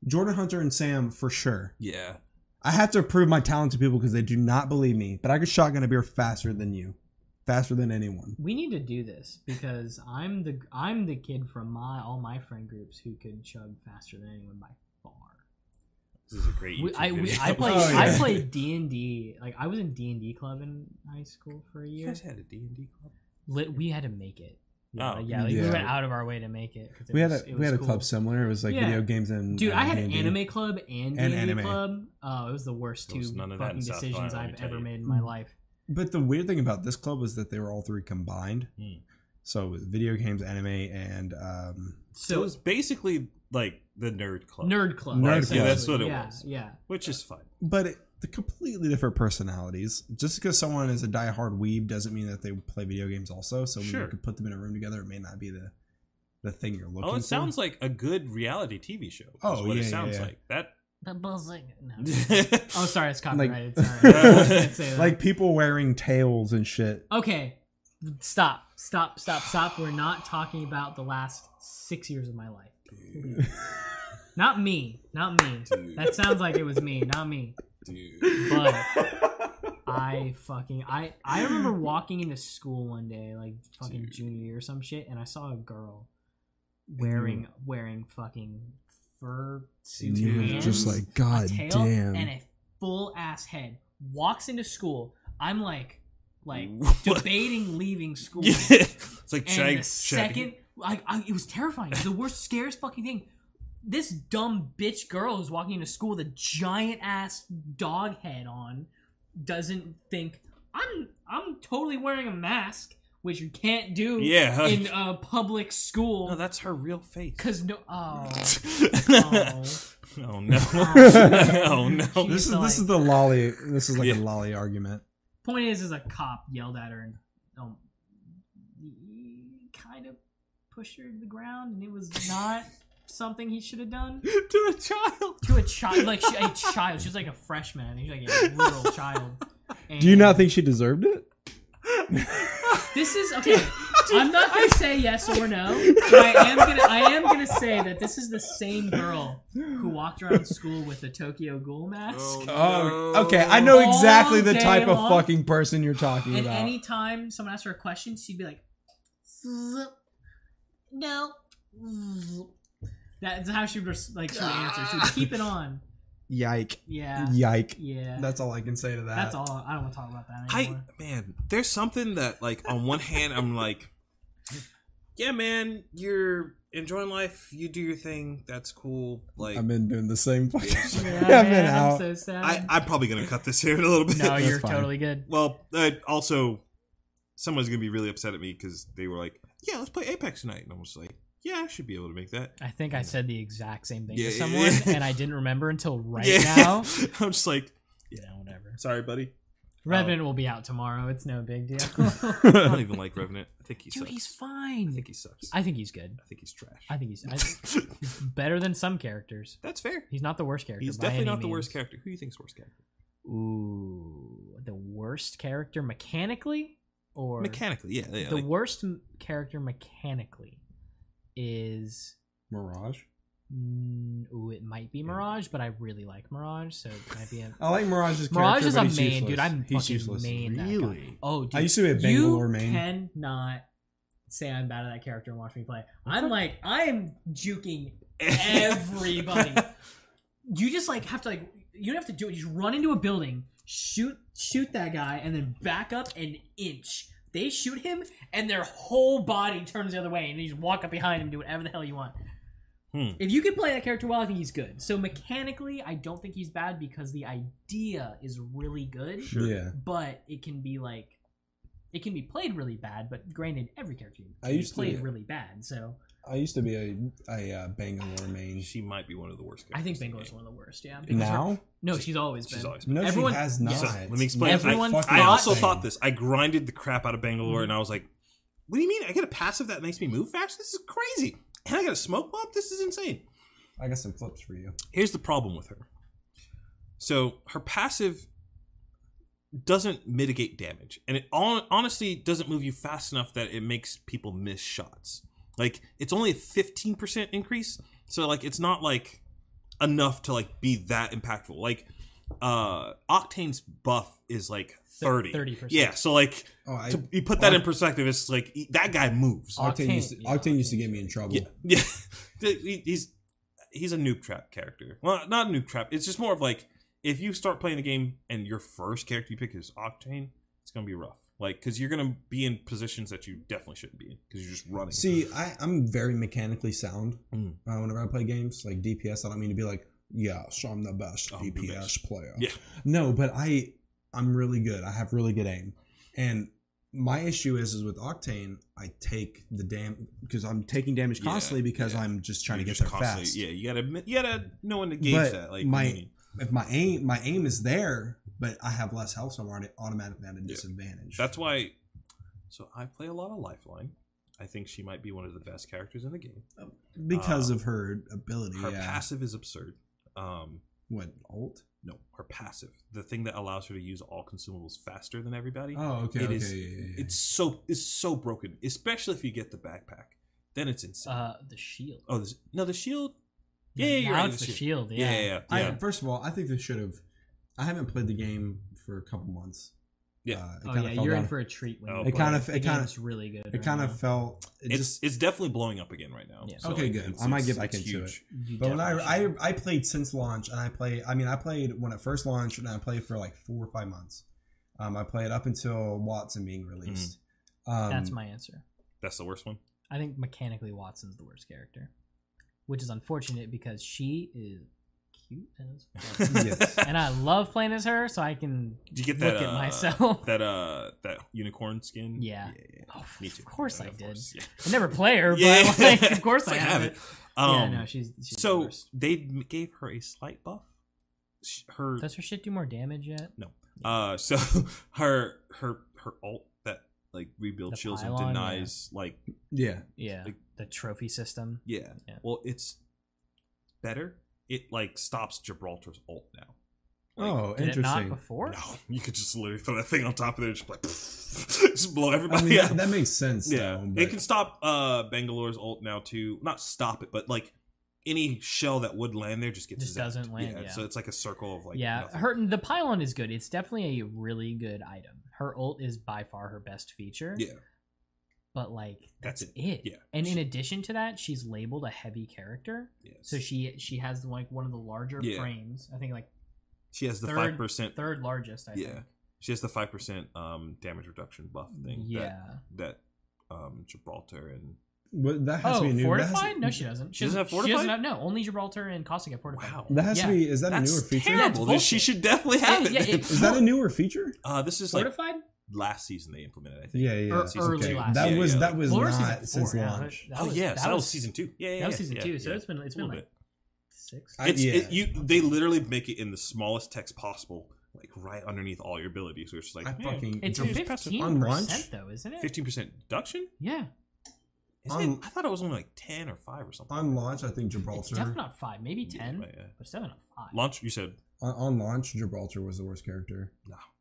Jordan Hunter and Sam for sure. Yeah. I have to prove my talent to people because they do not believe me. But I could shotgun a beer faster than you, faster than anyone. We need to do this because I'm the I'm the kid from my all my friend groups who could chug faster than anyone by far. This is a great We, YouTube I we, video. I played Oh, I yeah. played D and D like I was in D and D club in high school for a You year. guys had a D&D club? Lit, we had to make it. Yeah, Oh. like, yeah, like, we Yeah. went out of our way to make it. 'cause it We had was- a it we was had a cool. club similar. It was like Yeah. video games and Dude, and I had D&D. anime club and, And D&D anime. club. Oh, it was the worst There two was none of that fucking in South decisions Carolina, I've let me ever tell you. made in Hmm. my life. But the weird thing about this club was that they were all three combined. Hmm. So it was video games, anime, and um, it So was basically like the nerd club. nerd club. Nerd essentially. club. That's what it yeah, was. Yeah. Which is fun. but it, the completely different personalities. Just because someone is a diehard weeb doesn't mean that they play video games also. So when Sure. you could put them in a room together, it may not be the the thing you're looking. Oh, for. it sounds like a good reality TV show. is Oh, what it yeah, sounds yeah, yeah. like. That. The buzzing. No. oh, oh, sorry, it's Like- copyrighted. sorry. I can't say that. like people wearing tails and shit. okay, stop, stop, stop, stop. We're not talking about the last six years of my life. Not me. Not me. Dude. That sounds like it was me. Not me. Dude. But I fucking I I remember walking into school one day, like fucking Dude. junior year or some shit, and I saw a girl wearing wearing fucking fur suit Mm-hmm. And you were hands, just like a God tail, damn. and a full ass head. Walks into school. I'm like like debating leaving school. Yeah. It's like And Shag. the second, like, I, it was terrifying. It was the worst, scariest fucking thing. This dumb bitch girl is walking into school with a giant ass dog head on. Doesn't think I'm. I'm totally wearing a mask, which you can't do Yeah. huh? in a public school. no, that's her real face. Cause no, oh, oh. no. Oh. oh no. Oh, She- this so, is Oh, this like- is the lolly. This is like Yeah. a lolly argument. Point is, is a cop yelled at her and um, kind of pushed her to the ground, and it was not something he should have done to a child. to a child, like she, a child. She was like a freshman. I think she was like a little child. And Do you not think she deserved it? This is okay. I'm not gonna say yes or no. But I am gonna I am gonna say that this is the same girl who walked around school with a Tokyo Ghoul mask. Oh, no. okay. I know All exactly the day type long. of fucking person you're talking And about. anytime someone asked her a question, she'd be like, "Zip. "No." Zip. That's how she would res- like she would answer. She would keep it on. Yike. Yeah, Yike. yeah. That's all I can say to that. That's all. I don't want to talk about that I anymore. man, there's something that like on one hand I'm like, yeah, man, you're enjoying life. You do your thing. That's cool. Like I've been doing the same fucking shit. yeah, I've been "Oh, man, I'm out. so sad. I, I'm probably gonna cut this here in a little bit. no, you're fine. totally good. Well, uh, also, someone's gonna be really upset at me because they were like, "Yeah, let's play Apex tonight," and I'm just like, "Yeah, I should be able to make that." I think I said the exact same thing Yeah, to yeah, someone, yeah. and I didn't remember until right yeah, now. I'm just like, Yeah, whatever. "Sorry, buddy." Oh. Revenant will be out tomorrow. It's no big deal. I don't even like Revenant. I think he Dude, sucks. he's I fine. think he sucks. I, I think he's good. think he's trash. I think he's I- better than some characters. That's fair. He's not the worst character. He's by definitely any not the worst means. character. Who do you think's the worst character? Ooh, the worst character mechanically, or Mechanically, yeah, yeah. the like- worst m- character mechanically is. Mirage. Mm, ooh, it might be Mirage, but I really like Mirage, so it might be a I like Mirage's character. Mirage is a but he's main, useless. dude. I'm he's fucking useless. main. that guy. Really? Oh, dude. I used to be a Bangalore you main. cannot say I'm bad at that character and watch me play. I'm like, I am juking everybody. you just like have to like, you don't have to do it. You just run into a building, shoot, shoot that guy, and then back up an inch. They shoot him, and their whole body turns the other way, and you just walk up behind him, do whatever the hell you want. Hmm. If you can play that character well, I think he's good. So mechanically, I don't think he's bad because the idea is really good Yeah. but it can be like it can be played really bad but granted every character can I be used to- played really bad so I used to be a, a uh, Bangalore main. She might be one of the worst. i characters think in the Bangor is game. one of the worst yeah because her- Now? no she's always been She's always. No, Everyone- she has Yeah. not. So, let me explain. Everyone I, thought- I also thought this. I grinded the crap out of Bangalore, and I was like, "What do you mean? I get a passive that makes me move fast? This is crazy!" And I got a smoke bomb. This is insane. I got some flips for you. Here's the problem with her. So her passive doesn't mitigate damage, and it hon- honestly doesn't move you fast enough that it makes people miss shots. Like it's only a fifteen percent increase, so like it's not like enough to like be that impactful. Like uh Octane's buff is like thirty. 30%. Yeah, so like Oh, I, to, you put that in perspective, it's like he- that guy moves. Octane, Octane, used to, yeah, Octane used to Octane. get me in trouble. Yeah, yeah. He- he's he's a noob trap character. Well, not a noob trap. It's just more of like if you start playing the game and your first character you pick is Octane, it's gonna be rough. Like, cause you're gonna be in positions that you definitely shouldn't be in because you're just running. See, I, I'm very mechanically sound Mm. uh, whenever I play games like DPS. I don't mean to be like, yes, I'm the best I'm the DPS best." player. Yeah. No, but I I'm really good. I have really good aim, and my issue is is with Octane. I take the damn because I'm taking damage Yeah, constantly because yeah. I'm just trying You're to get just there constantly- fast. Yeah, you gotta you gotta know when to gauge But that. Like, my- when you- If my aim my aim is there, but I have less health, so I'm already automatically at a disadvantage. that's why. So I play a lot of Lifeline. I think she might be one of the best characters in the game. because uh, of her ability. Her yeah. passive is absurd. Um, what alt? No, her passive. The thing that allows her to use all consumables faster than everybody. Oh, okay. It okay. is- yeah, yeah, yeah. It's so it's so broken, especially if you get the backpack. Then it's insane. uh the shield oh, this, no, the shield. Yeah, yeah, you're now right, it's the the shield, yeah. yeah, yeah. I, yeah. First of all, I think they should have. I haven't played the game for a couple months. Yeah. uh, it oh kinda yeah fell you're in down- for a treat when Oh, you it play kinda- it the kinda- game's really good It kind of of felt. It it's just, it's definitely blowing up again right now. Yeah. Okay, good. I might get back it's into it. you but when I, I definitely I played since launch, and I play. I mean, I played when it first launched, and I played for like four or five months. Um, I played up until Watson being released. Um, Mm-hmm. should. that's my answer That's the worst one. i think mechanically watson's the worst character which is unfortunate because she is cute as fuck. Yes. and i love playing as her so i can Did you get that? look at uh, myself That uh, that unicorn skin. Yeah. Oh, Me too. Of course Yeah, I of did. course. Yeah. I never play her, but Yeah. like, of course I I have have it. Um, yeah, no, she's, she's the so worst. they m- gave her a slight buff. Sh- Her does her shit do more damage yet? Uh, so her her her alt that like rebuild The shields and pylon, denies like Yeah. Yeah, Like- the trophy system. yeah. Yeah. Well, it's better. It like stops Gibraltar's alt now. oh, Did it not interesting. before? No, you could just literally throw that thing on top of there, and just be like just blow I everybody mean, up. that, that makes sense. Yeah, though, but- it can stop uh Bangalore's ult now too. Not stop it, but like any shell that would land there just gets Just zapped. doesn't land, yeah. So it's like a circle of like yeah, nothing. her the pylon is good. It's definitely a really good item. Her ult is by far her best feature. Yeah, But like That's that's, it. it. Yeah. And in addition to that, she's labeled a heavy character. yeah. So she she has like one of the larger Yeah. frames. I think like she has the third- five percent. third largest, I Yeah, think. she has the five percent um damage reduction buff thing. Yeah. that, that um Gibraltar and But that has oh, to be new. that has to- fortified? no, she doesn't. She doesn't have She doesn't fortified? have, no, only Gibraltar and Costa get fortified. wow, That has to Yeah. be. Is that that's a newer feature? terrible. That's she bullshit. should definitely have it. Yeah, yeah, then. it- Is that a newer feature? uh, this is like Fortified? last season they implemented. I think. Yeah, yeah. Or yeah. season early two. last That Yeah, year. was yeah, that like- was Laura's season not four, since yeah, launch. that oh was- yeah, that so that was was- season two. Yeah, yeah, that was yeah, season yeah, two, so yeah. it's been it's A been little like six. I- It's yeah. it, you. They literally make it in the smallest text possible, like right underneath all your abilities. Which is like I fucking It's Dude, it's fifteen on launch? percent though, isn't it? fifteen percent reduction. Yeah, Isn't On- it? I thought it was only like ten or five or something. on launch. I think it's Gibraltar. definitely not five, maybe ten, Yeah, yeah. but seven not five. Launch. You said On, on launch, Gibraltar was the worst character.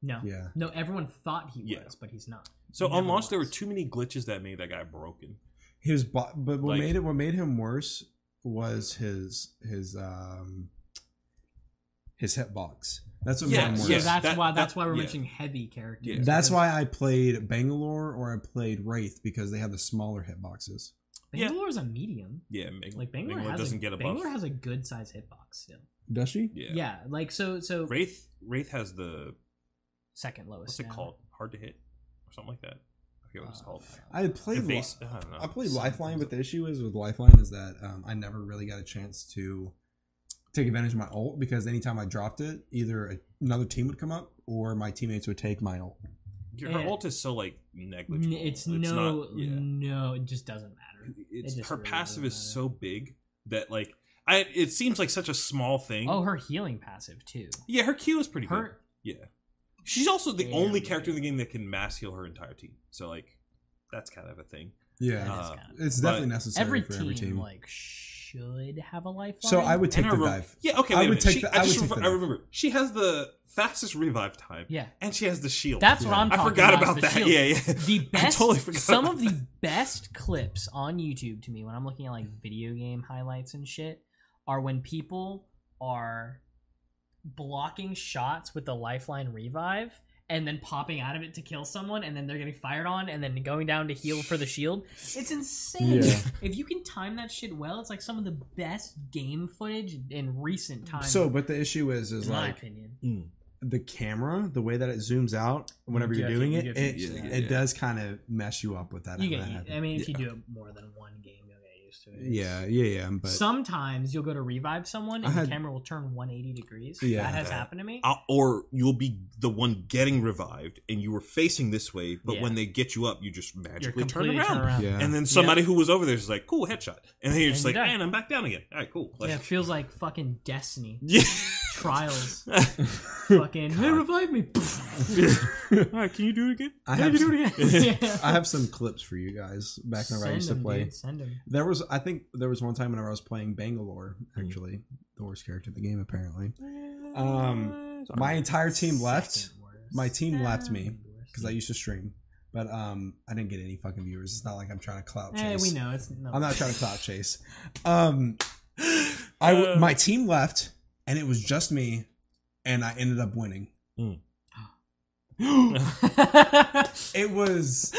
no, Yeah. no, everyone thought he was, Yeah. but he's not. so. Never On launch, there were was. too many glitches that made that guy broken. His bo- but what Like- made it what made him worse was his his um his hitbox. That's what Yeah, made him worse. So yeah, that's that- why that- that's why we're yeah. mentioning heavy characters. Yeah. That's because why I played Bangalore or I played Wraith because they have the smaller hitboxes. Yeah. Bangalore is a medium. Yeah, Meg- Like Bangalore, Bangalore has doesn't a, get a buff. Bangalore has a good size hitbox still. Does she? yeah. Yeah. like so so Wraith. Wraith has the second lowest. what's it now. called? Hard to hit or something like that. I forget what it's Uh, called. I had played Li- Evas- I don't know. I played Something. Lifeline, but the issue is with Lifeline is that um, I never really got a chance to take advantage of my ult because anytime I dropped it, either a, another team would come up or my teammates would take my ult. Your- her Yeah. ult is so like negligible. N- it's, no not- yeah. no it just doesn't matter It's It just her really passive doesn't is matter. so big that like I. It seems like such a small thing. oh her healing passive too yeah, her Q is pretty good. her Yeah. She's also the Damn, only dude. character in the game that can mass heal her entire team. So like that's kind of a thing. that Yeah, is Uh, kinda- it's but definitely necessary every, for team, every team. like should have a lifeline so I would take and the her re- dive. Yeah, okay, I wait a would minute. take She- the- I, I just would take remem- the I remember. She has the fastest revive time. yeah And she has the shield. that's what Yeah. i'm I talking forgot about about, is that. the shield. Yeah, yeah. the best totally forgot some about of the best clips on youtube to me when i'm looking at like video game highlights and shit are when people are blocking shots with the lifeline revive and then popping out of it to kill someone and then they're getting fired on and then going down to heal for the shield it's insane Yeah. if you can time that shit well it's like some of the best game footage in recent times So, but the issue is, in is my like opinion the camera, the way that it zooms out whenever you're Yeah, doing you it, get it, used to that. it does kind of mess you up with that. you having get that i happen. mean if you do it more than one game you'll get used to it yeah, yeah, yeah. But Sometimes you'll go to revive someone I and had- the camera will turn 180 degrees. Yeah. that has Yeah. happened to me. Uh, or you'll be the one getting revived and you were facing this way, but Yeah. when they get you up, you just You're magically turn completely around. turn around. yeah, And then somebody who was over there is like, cool, headshot. And then you're just like, And you're done. and I'm back down again. All right, cool. Yeah, it Let's- feels like fucking Destiny Trials. yeah. fucking hey, revive me. All right, can you do it again? I Yeah, have you some- do it again. I have some clips for you guys back whenever I Send used to him, play. dude, send him. There was, I think, there was one time whenever I was playing Bangalore, Hmm. actually, the worst character in the game, apparently. Um, My entire team left Second worst. my team left me, Second worst. because I used to stream, but um, I didn't get any fucking viewers. It's not like I'm trying to clout Eh, chase. we know it's no. I'm not trying to clout chase. Um, I w- Uh, my team left, and it was just me, and I ended up winning. It was.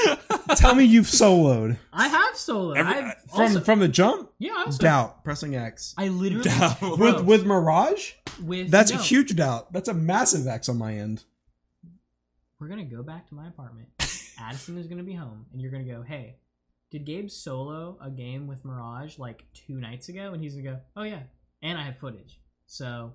tell me you've soloed I have solo. Every- I've from also, from the jump. yeah, I also, Doubt pressing X I literally Down. Bro. with with Mirage. with That's a no. huge doubt. That's a massive X on my end. we're gonna go back to my apartment. Addison is gonna be home, and you're gonna go, hey, did Gabe solo a game with Mirage like two nights ago? And he's gonna go, oh yeah, and I have footage. So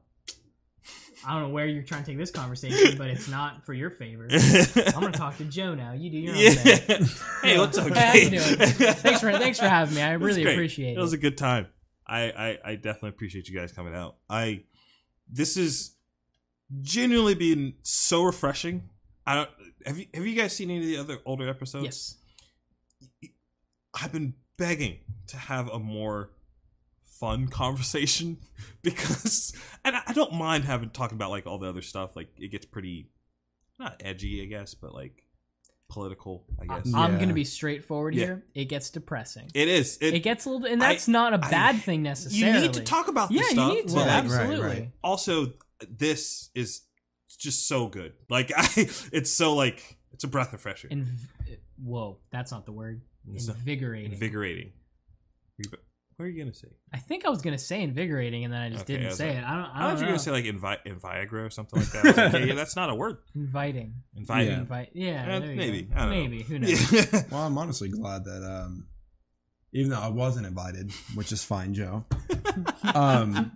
I don't know where you're trying to take this conversation, but it's not for your favor. I'm gonna talk to Joe now. You do your own yeah. thing. Hey, what's up, Hey, how's it Gabe? doing? Thanks for thanks for having me. I It was really great. appreciate It was it. a good time. I, I I definitely appreciate you guys coming out. I this is genuinely been so refreshing. I don't have you have you guys seen any of the other older episodes? Yes. I've been begging to have a more fun conversation because and I, I don't mind having talking about like all the other stuff. Like it gets pretty not edgy, I guess, but like political, I I- guess. I'm Yeah. gonna be straightforward Yeah. here. It gets depressing. it is. It, It, gets a little, and I- that's not a I- bad thing you necessarily. need to talk about Yeah, this you stuff. need but, to Right, like, absolutely. right. also this is just so good like i it's so like it's a breath of fresh air Inv- whoa, that's not the word. It's not- Invigorating. invigorating You- what are you gonna say I think I was gonna say invigorating, and then I just Okay, I didn't was say like- it. I i don't. I thought don't you know. were gonna say like invi- inviagra or something like that I was like, yeah, yeah, that's not a word inviting. inviting Yeah. Invite. Yeah, Eh, there you maybe. go. I don't know. maybe. Who knows? yeah. Well, I'm honestly glad that um, even though I wasn't invited, which is fine, Joe. um,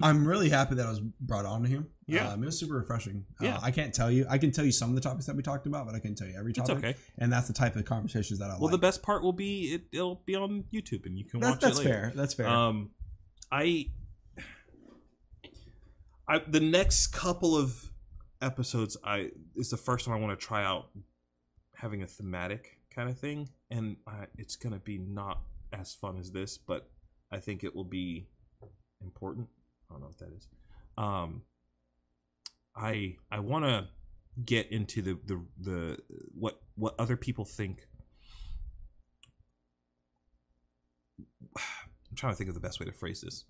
I'm really happy that I was brought on to him. Yeah. um, it was super refreshing. Yeah. uh, I can't tell you. I can tell you some of the topics that we talked about, but I can tell you every it's topic. okay And that's the type of conversations that I well the like. best part will be it, it'll be on youtube and you can that's watch that's it later fair. That's fair. Um, I, I the next couple of episodes, I is the first time I want to try out having a thematic kind of thing, and I, it's gonna be not as fun as this, but I think it will be important. I don't know what that is. Um, I I want to get into the the the what what other people think I'm trying to think of the best way to phrase this.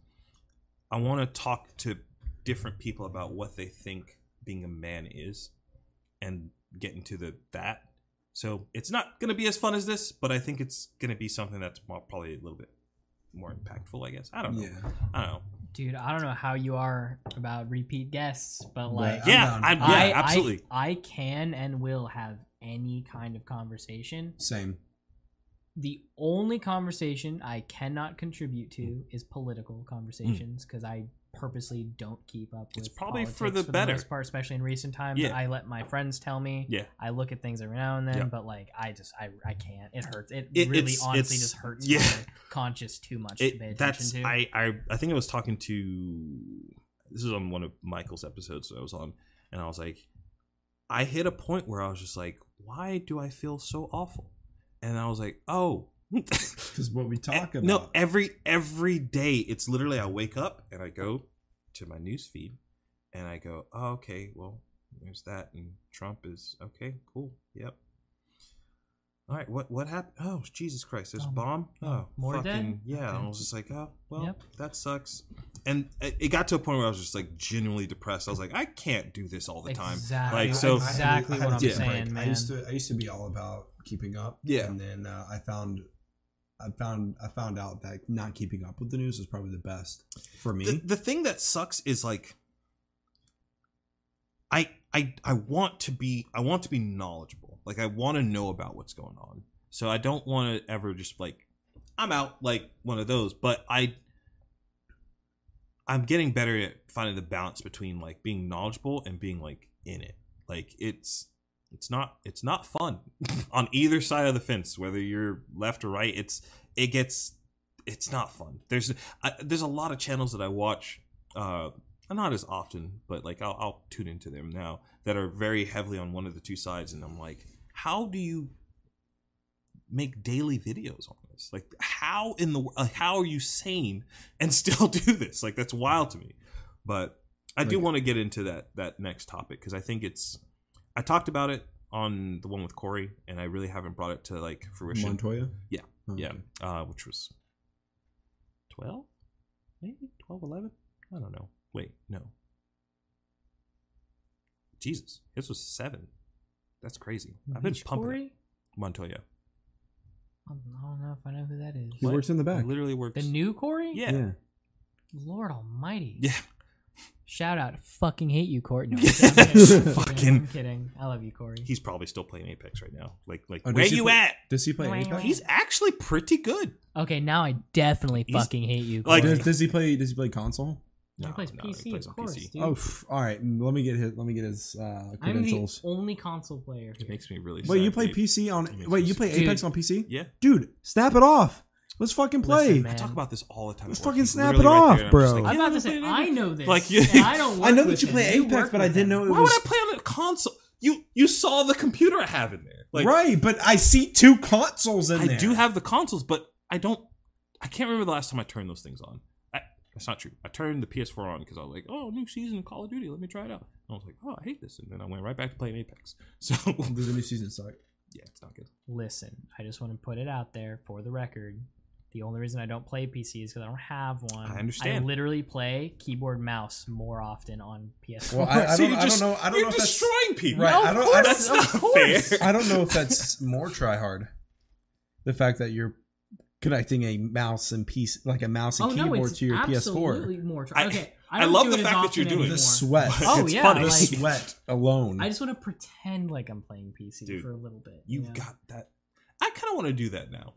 I want to talk to different people about what they think being a man is and get into the that. So it's not going to be as fun as this, but I think it's going to be something that's more, probably a little bit more impactful, I guess. I don't know. yeah, I don't know. Dude, I don't know how you are about repeat guests, but But like, I'm yeah, down. I, yeah, I, absolutely. I, I can and will have any kind of conversation. same. The only conversation I cannot contribute to Hmm. is political conversations because I purposely don't keep up. With It's probably for politics the better. most part, especially in recent times. Yeah. I let my friends tell me. Yeah. I look at things every now and then, Yeah. but like I just I I can't. It hurts. It, It- really it's- honestly it's- just hurts yeah. my conscious too much to pay It, attention that's to. I, I I think I was talking to this was on one of Michael's episodes that I was on, and I was like, I hit a point where I was just like, why do I feel so awful? And I was like, oh, Because what we talk about. Eh, no, every every day it's literally I wake up and I go to my news feed and I go, oh, okay, well, there's that, and Trump is okay, cool, yep. All right, what what happened? Oh, Jesus Christ, there's a Um, bomb. Oh, more fucking dead? yeah. Okay. I was just like, oh, well, Yep. that sucks. And it it got to a point where I was just like genuinely depressed. I was like, I can't do this all the time. Exactly. Like, so- exactly what I'm Yeah. saying, break. man. I used to I used to be all about keeping up. Yeah. And then uh, I found I found I found out that not keeping up with the news is probably the best for me. The, the thing that sucks is like I I I want to be I want to be knowledgeable. Like I want to know about what's going on. So I don't want to ever just like I'm out like one of those, but I I'm getting better at finding the balance between like being knowledgeable and being like in it. Like it's it's not it's not fun on either side of the fence whether you're left or right. It's it gets it's not fun. There's I, there's a lot of channels that I watch uh not as often, but like I'll, I'll tune into them now that are very heavily on one of the two sides, and I'm like, how do you make daily videos on this? Like, how in the wor- like, how are you sane and still do this? Like, that's wild to me. But I do Like- want to get into that that next topic because I think it's I talked about it on the one with Corey, and I really haven't brought it to like fruition. Montoya. Yeah. Oh, Yeah, okay. Um, uh, which was 12? Maybe 12, 11? I don't know. Wait, no. Jesus, this was 7. That's crazy. I've been Which pumping it. Corey? Montoya. I don't know if I know who that He is. What? works in the I back. literally worked. The new Corey? yeah. yeah. Yeah. Lord Almighty. Yeah. Shout out. Fucking hate you, Corey. No, I'm Yes. kidding. I'm kidding. I'm Fucking- kidding. I'm kidding. I love you, Corey. He's probably still playing Apex right now. Like, like Oh, does where he you play- at? Does he play Wah, Apex? wah. He's actually pretty good. Okay, now I definitely He's- fucking hate you. like- Corey. does, does he play does he play console? he plays PC, of course, dude. Oh pff, all right. Let me get his let me get his uh, I'm the credentials. only console player. It Here. makes me really Wait, sad, you play dude. PC on It makes wait, me you play sad. Apex Dude. on PC? Yeah. Dude, snap it off. Let's fucking play. Listen, I man. talk about this all the time. Just at work. fucking He's snap literally it right off, there, and I'm just bro. like, I'm about to say I know this. Like, Like you- I don't. I know work that you with play him. You Apex, work but I with didn't him. know it Why was would I play on a console? You you saw the computer I have in there. Like right. But I see two consoles in I there. do have the consoles, but I don't. I can't remember the last time I turned those things on. I, that's not true. I turned the PS4 on because I was like, "Oh, new season of Call of Duty. Let me try it out." And I was like, "Oh, I hate this," and then I went right back to playing Apex. So Does the new season suck? yeah, it's not good. Listen, I just want to put it out there for the record. The only reason I don't play PC is because I don't have one. I understand. I literally play keyboard mouse more often on PS4. Well, I, I, So don't, you I don't just- know. I don't You're know if that's. destroying people. Right. No, I of don't. I course, don't, That's of not course. fair. I don't know if that's more try hard. The fact that you're connecting a mouse and piece like a mouse and keyboard to your Oh, absolutely PS4. More I- try- okay, I I, don't love do the it as fact that you're often doing anymore. The sweat. Oh, it's yeah, funny. The like- sweat alone. I just want to pretend like I'm playing PC Dude, for a little bit. You've know? got that. I kind of want to do that now.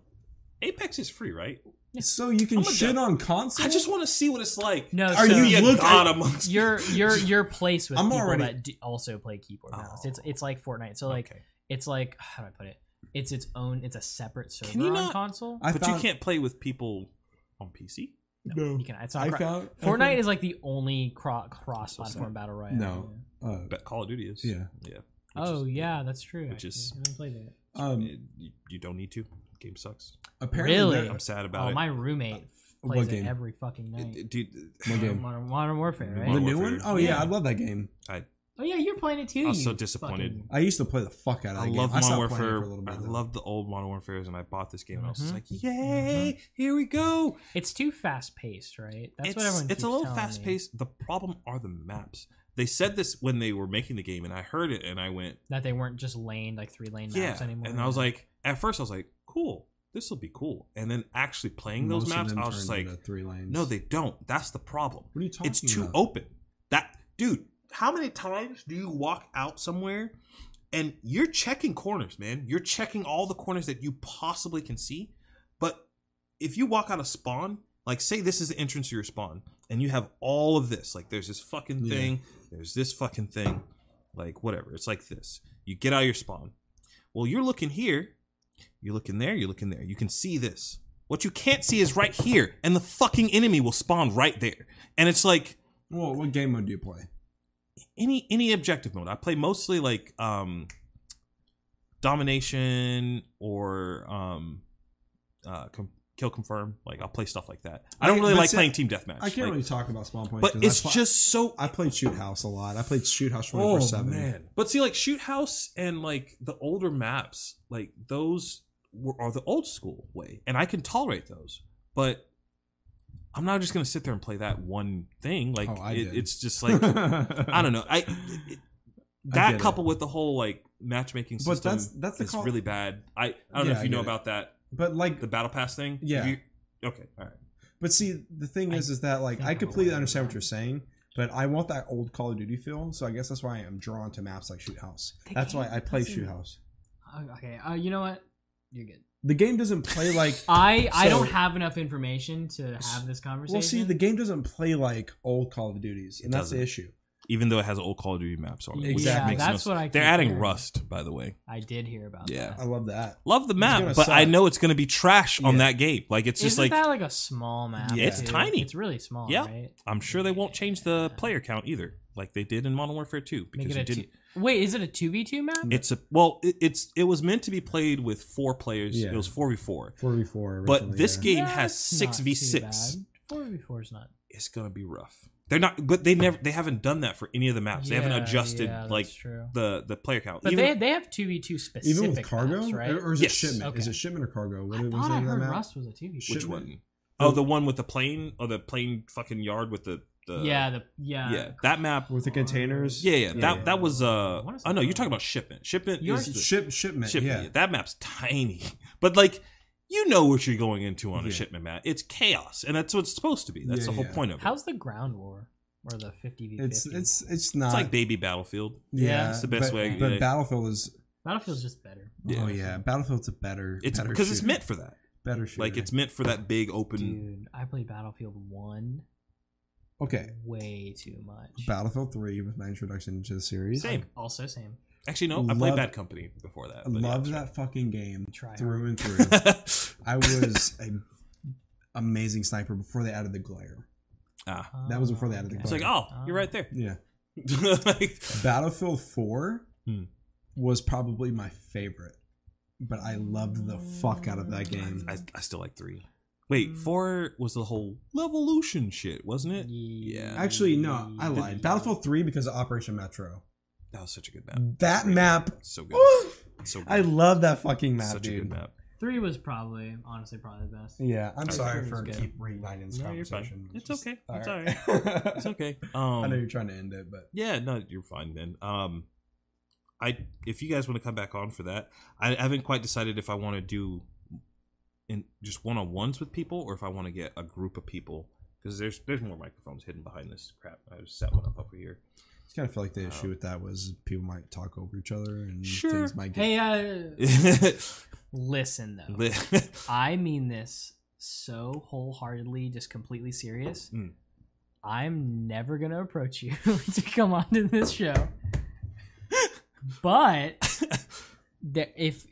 Apex is free, right? so you can I'm gonna shit go. on console. I just want to see what it's like. No, to Are you be a look- god amongst your your your place with I'm people already- that do also play keyboard mouse. It's Oh. it's like Fortnite. So like Okay. it's like how do I put it? It's its own. It's a separate server you on not- console. I but found, you can't play with people on PC. No. you can. It's not. I cro- found Fortnite is like the only cro- cross-platform sad. battle royale. No. Uh, But Call of Duty is. Yeah. Yeah. Which Oh is- yeah, that's true. Which Which is- is I haven't played it. um, It- Uh, you, you don't need to. Game sucks. apparently Really? there- I'm sad about Oh, it. my roommate what plays game? it every fucking It- night. it- dude, What Modern, game? Modern, Modern Warfare, right? The Modern new one? Warfare. Oh yeah. Yeah. I love that game. Oh yeah, you're playing it too. I'm so you disappointed. fucking- I used to play the fuck out of that I game. love I Modern stopped playing it Warfare. for a little bit. I though. Mm-hmm. love the old Modern Warfares, and I bought this game, and I was just Mhm. like, "Yay! Here we go!" It's too fast-paced, right? That's what it's everyone. it's keeps a little telling me. fast paced. The problem are the maps. They said this when they were making the game, and I heard it, and I went, That they weren't just lane like three lane maps "Yeah." anymore. And I was like, at first, I was like, "Cool, this will be cool." And then actually playing those Most of maps, them I was turned just like, into three lanes. "No, they don't. That's the problem. What are you talking It's too about? open." That dude, how many times do you walk out somewhere? And you're checking corners, man. You're checking all the corners that you possibly can see. But if you walk out of spawn, like say this is the entrance to your spawn, and you have all of this, like there's this fucking Yeah. thing, there's this fucking thing, like whatever. It's like this. You get out of your spawn. Well, you're looking here, you're looking there, you're looking there. You can see this. What you can't see is right here, and the fucking enemy will spawn right there. And it's like Well, what game mode do you play? any any objective mode. I play mostly like um domination or um uh com- kill confirm. Like I'll play stuff like that. I don't I- really but like see, playing team deathmatch. I can't like- really talk about spawn points. but 'cause it's I pla- just so I played Shoot House a lot. I played Shoot House twenty oh four seven. man. But see, like shoot house and like the older maps, like those were, are the old school way, and I can tolerate those. But I'm not just gonna sit there and play that one thing. Like Oh, I it, did. it's just like I don't know. I it- it- I that get it. coupled with the whole like matchmaking system But that's- that's the is call- really bad. I, I don't know Yeah, if I you know get it. about that But like, the battle pass thing. Have Yeah. you- okay. All right. but see, the thing is, is that like think I I'm completely aware of understand that. what you're saying, but I want that old Call of Duty feel. So I guess that's why I'm drawn to maps like Shoot House. The That's why game I play doesn't- Shoot House. Uh, okay, uh, you know what? You're good. The game doesn't play like. I I So- don't have enough information to have this conversation. well, see, the game doesn't play like old Call of Duties, and It that's the doesn't. issue. Even though it has old Call of Duty maps on it, which Exactly. makes Yeah, no that's sense. what I They're adding compare. Rust, by the way. I did hear about. Yeah. that. I love that. Love the gonna map, but I suck. know it's going to be trash on Yeah. that game. Like it's just Isn't like that like a small map? Yeah. It's too? tiny. It's really small, Yeah. right? I'm sure they won't change the Yeah. player count either, like they did in Modern Warfare 2 Make because it you a didn't. two- Wait, is it a two v two map? It's a well, it, it's it was meant to be played with four players. Yeah. It was four v four, Forty four. but this game has That's six not v too six. bad. Four v four is not. It's gonna be rough. They're not, but they never they haven't done that for any of the maps. they haven't Yeah, adjusted yeah, that's like true. the the player count. But Even- they they have two v two specific. even with cargo, maps, right? or, or is Yes. it shipment? Is Okay. it shipment or cargo? What I was thought I it in that heard map? Rust was a two v two. which shipment. one? Oh, the one with the plane or the plane fucking yard with the the yeah, the yeah. yeah that map. with the containers. Yeah, yeah, that Yeah. that was uh. I wanna say Oh no, you're that. talking about shipment. Shipment You're- is the- Ship shipment. shipment. yeah. yeah, That map's tiny, but like you know what you're going into on a Yeah. shipment map. It's chaos, and that's what it's supposed to be. That's Yeah, the whole yeah. point of it. How's the ground war or the fifty v It's fifty? it's it's not it's Uh, like baby battlefield. yeah, yeah, it's the best but, way- But yeah. Battlefield is Battlefield's just better. Yeah. oh yeah, Battlefield's a better. It's better because it's shooter. meant for that. better shooter. Like it's meant for that big open. Dude, I played Battlefield One okay. way too much. Battlefield Three was my introduction to the series. Same. also same. Actually, no, I played Love- Bad Company before that. I but yeah, loved that's that fucking game Try through and through. right. I was a amazing sniper before they added the glare. Ah. That was before they added the It's glare. like, oh, you're right there. Yeah. like, Battlefield 4 Hmm. was probably my favorite, but I loved the fuck out of that game. I, I still like three. Wait, four was the whole levolution shit, wasn't it? oh, Yeah. Actually, no, I lied. Battlefield 3 because of Operation Metro. That was such a good map. That map. So good. Woo! So good. I love that fucking map, such a good dude. map. Three was probably, honestly, probably the best. Yeah, I'm I sorry think for it's good. keep reigniting this No, you're fine. conversation. It's just- okay. It's right. It's okay. I know Um, you're trying to end it, but yeah, no, you're fine then. Um, I if you guys want to come back on for that, I haven't quite decided if I want to do in just one on ones with people or if I want to get a group of people because there's there's more microphones hidden behind this crap. I just set one up over here. I kind of feel like the Oh. issue with that was people might talk over each other and Sure. things might get. Hey, uh, Li- listen though. I mean this so wholeheartedly, just completely serious. Mm. I'm never gonna approach you to come on to this show. but there, if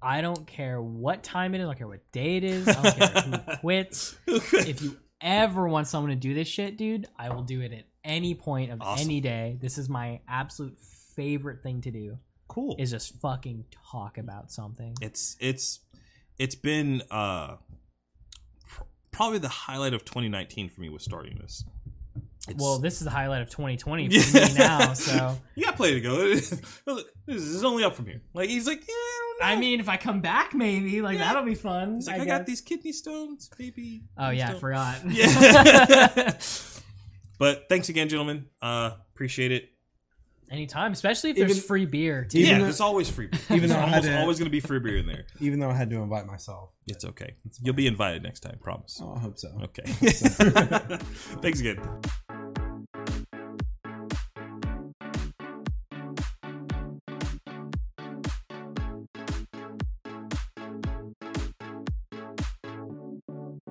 I don't care what time it is, I don't care what day it is, I don't care who quits. If you ever want someone to do this shit, dude, I will do it at any point of Awesome. any day. This is my absolute favorite thing to do cool. is just fucking talk about something. it's it's it's been uh pr- probably the highlight of 2019 for me was starting this It's- Well, this is the highlight of 2020 for me now. So, you gotta play to go this is only up from here like he's like yeah, I, don't know. I mean, if I come back, maybe like Yeah. that'll be fun. he's like i, I got guess. these kidney stones baby Oh Kidney yeah, I stone." forgot. yeah but thanks again gentlemen uh appreciate it Anytime, especially if there's Even- free beer. Too. Even yeah though- there's always free beer even even though there's I almost had to- always gonna be free beer in there Even though I had to invite myself, it's okay you'll be invited next time promise oh, I hope so. okay thanks again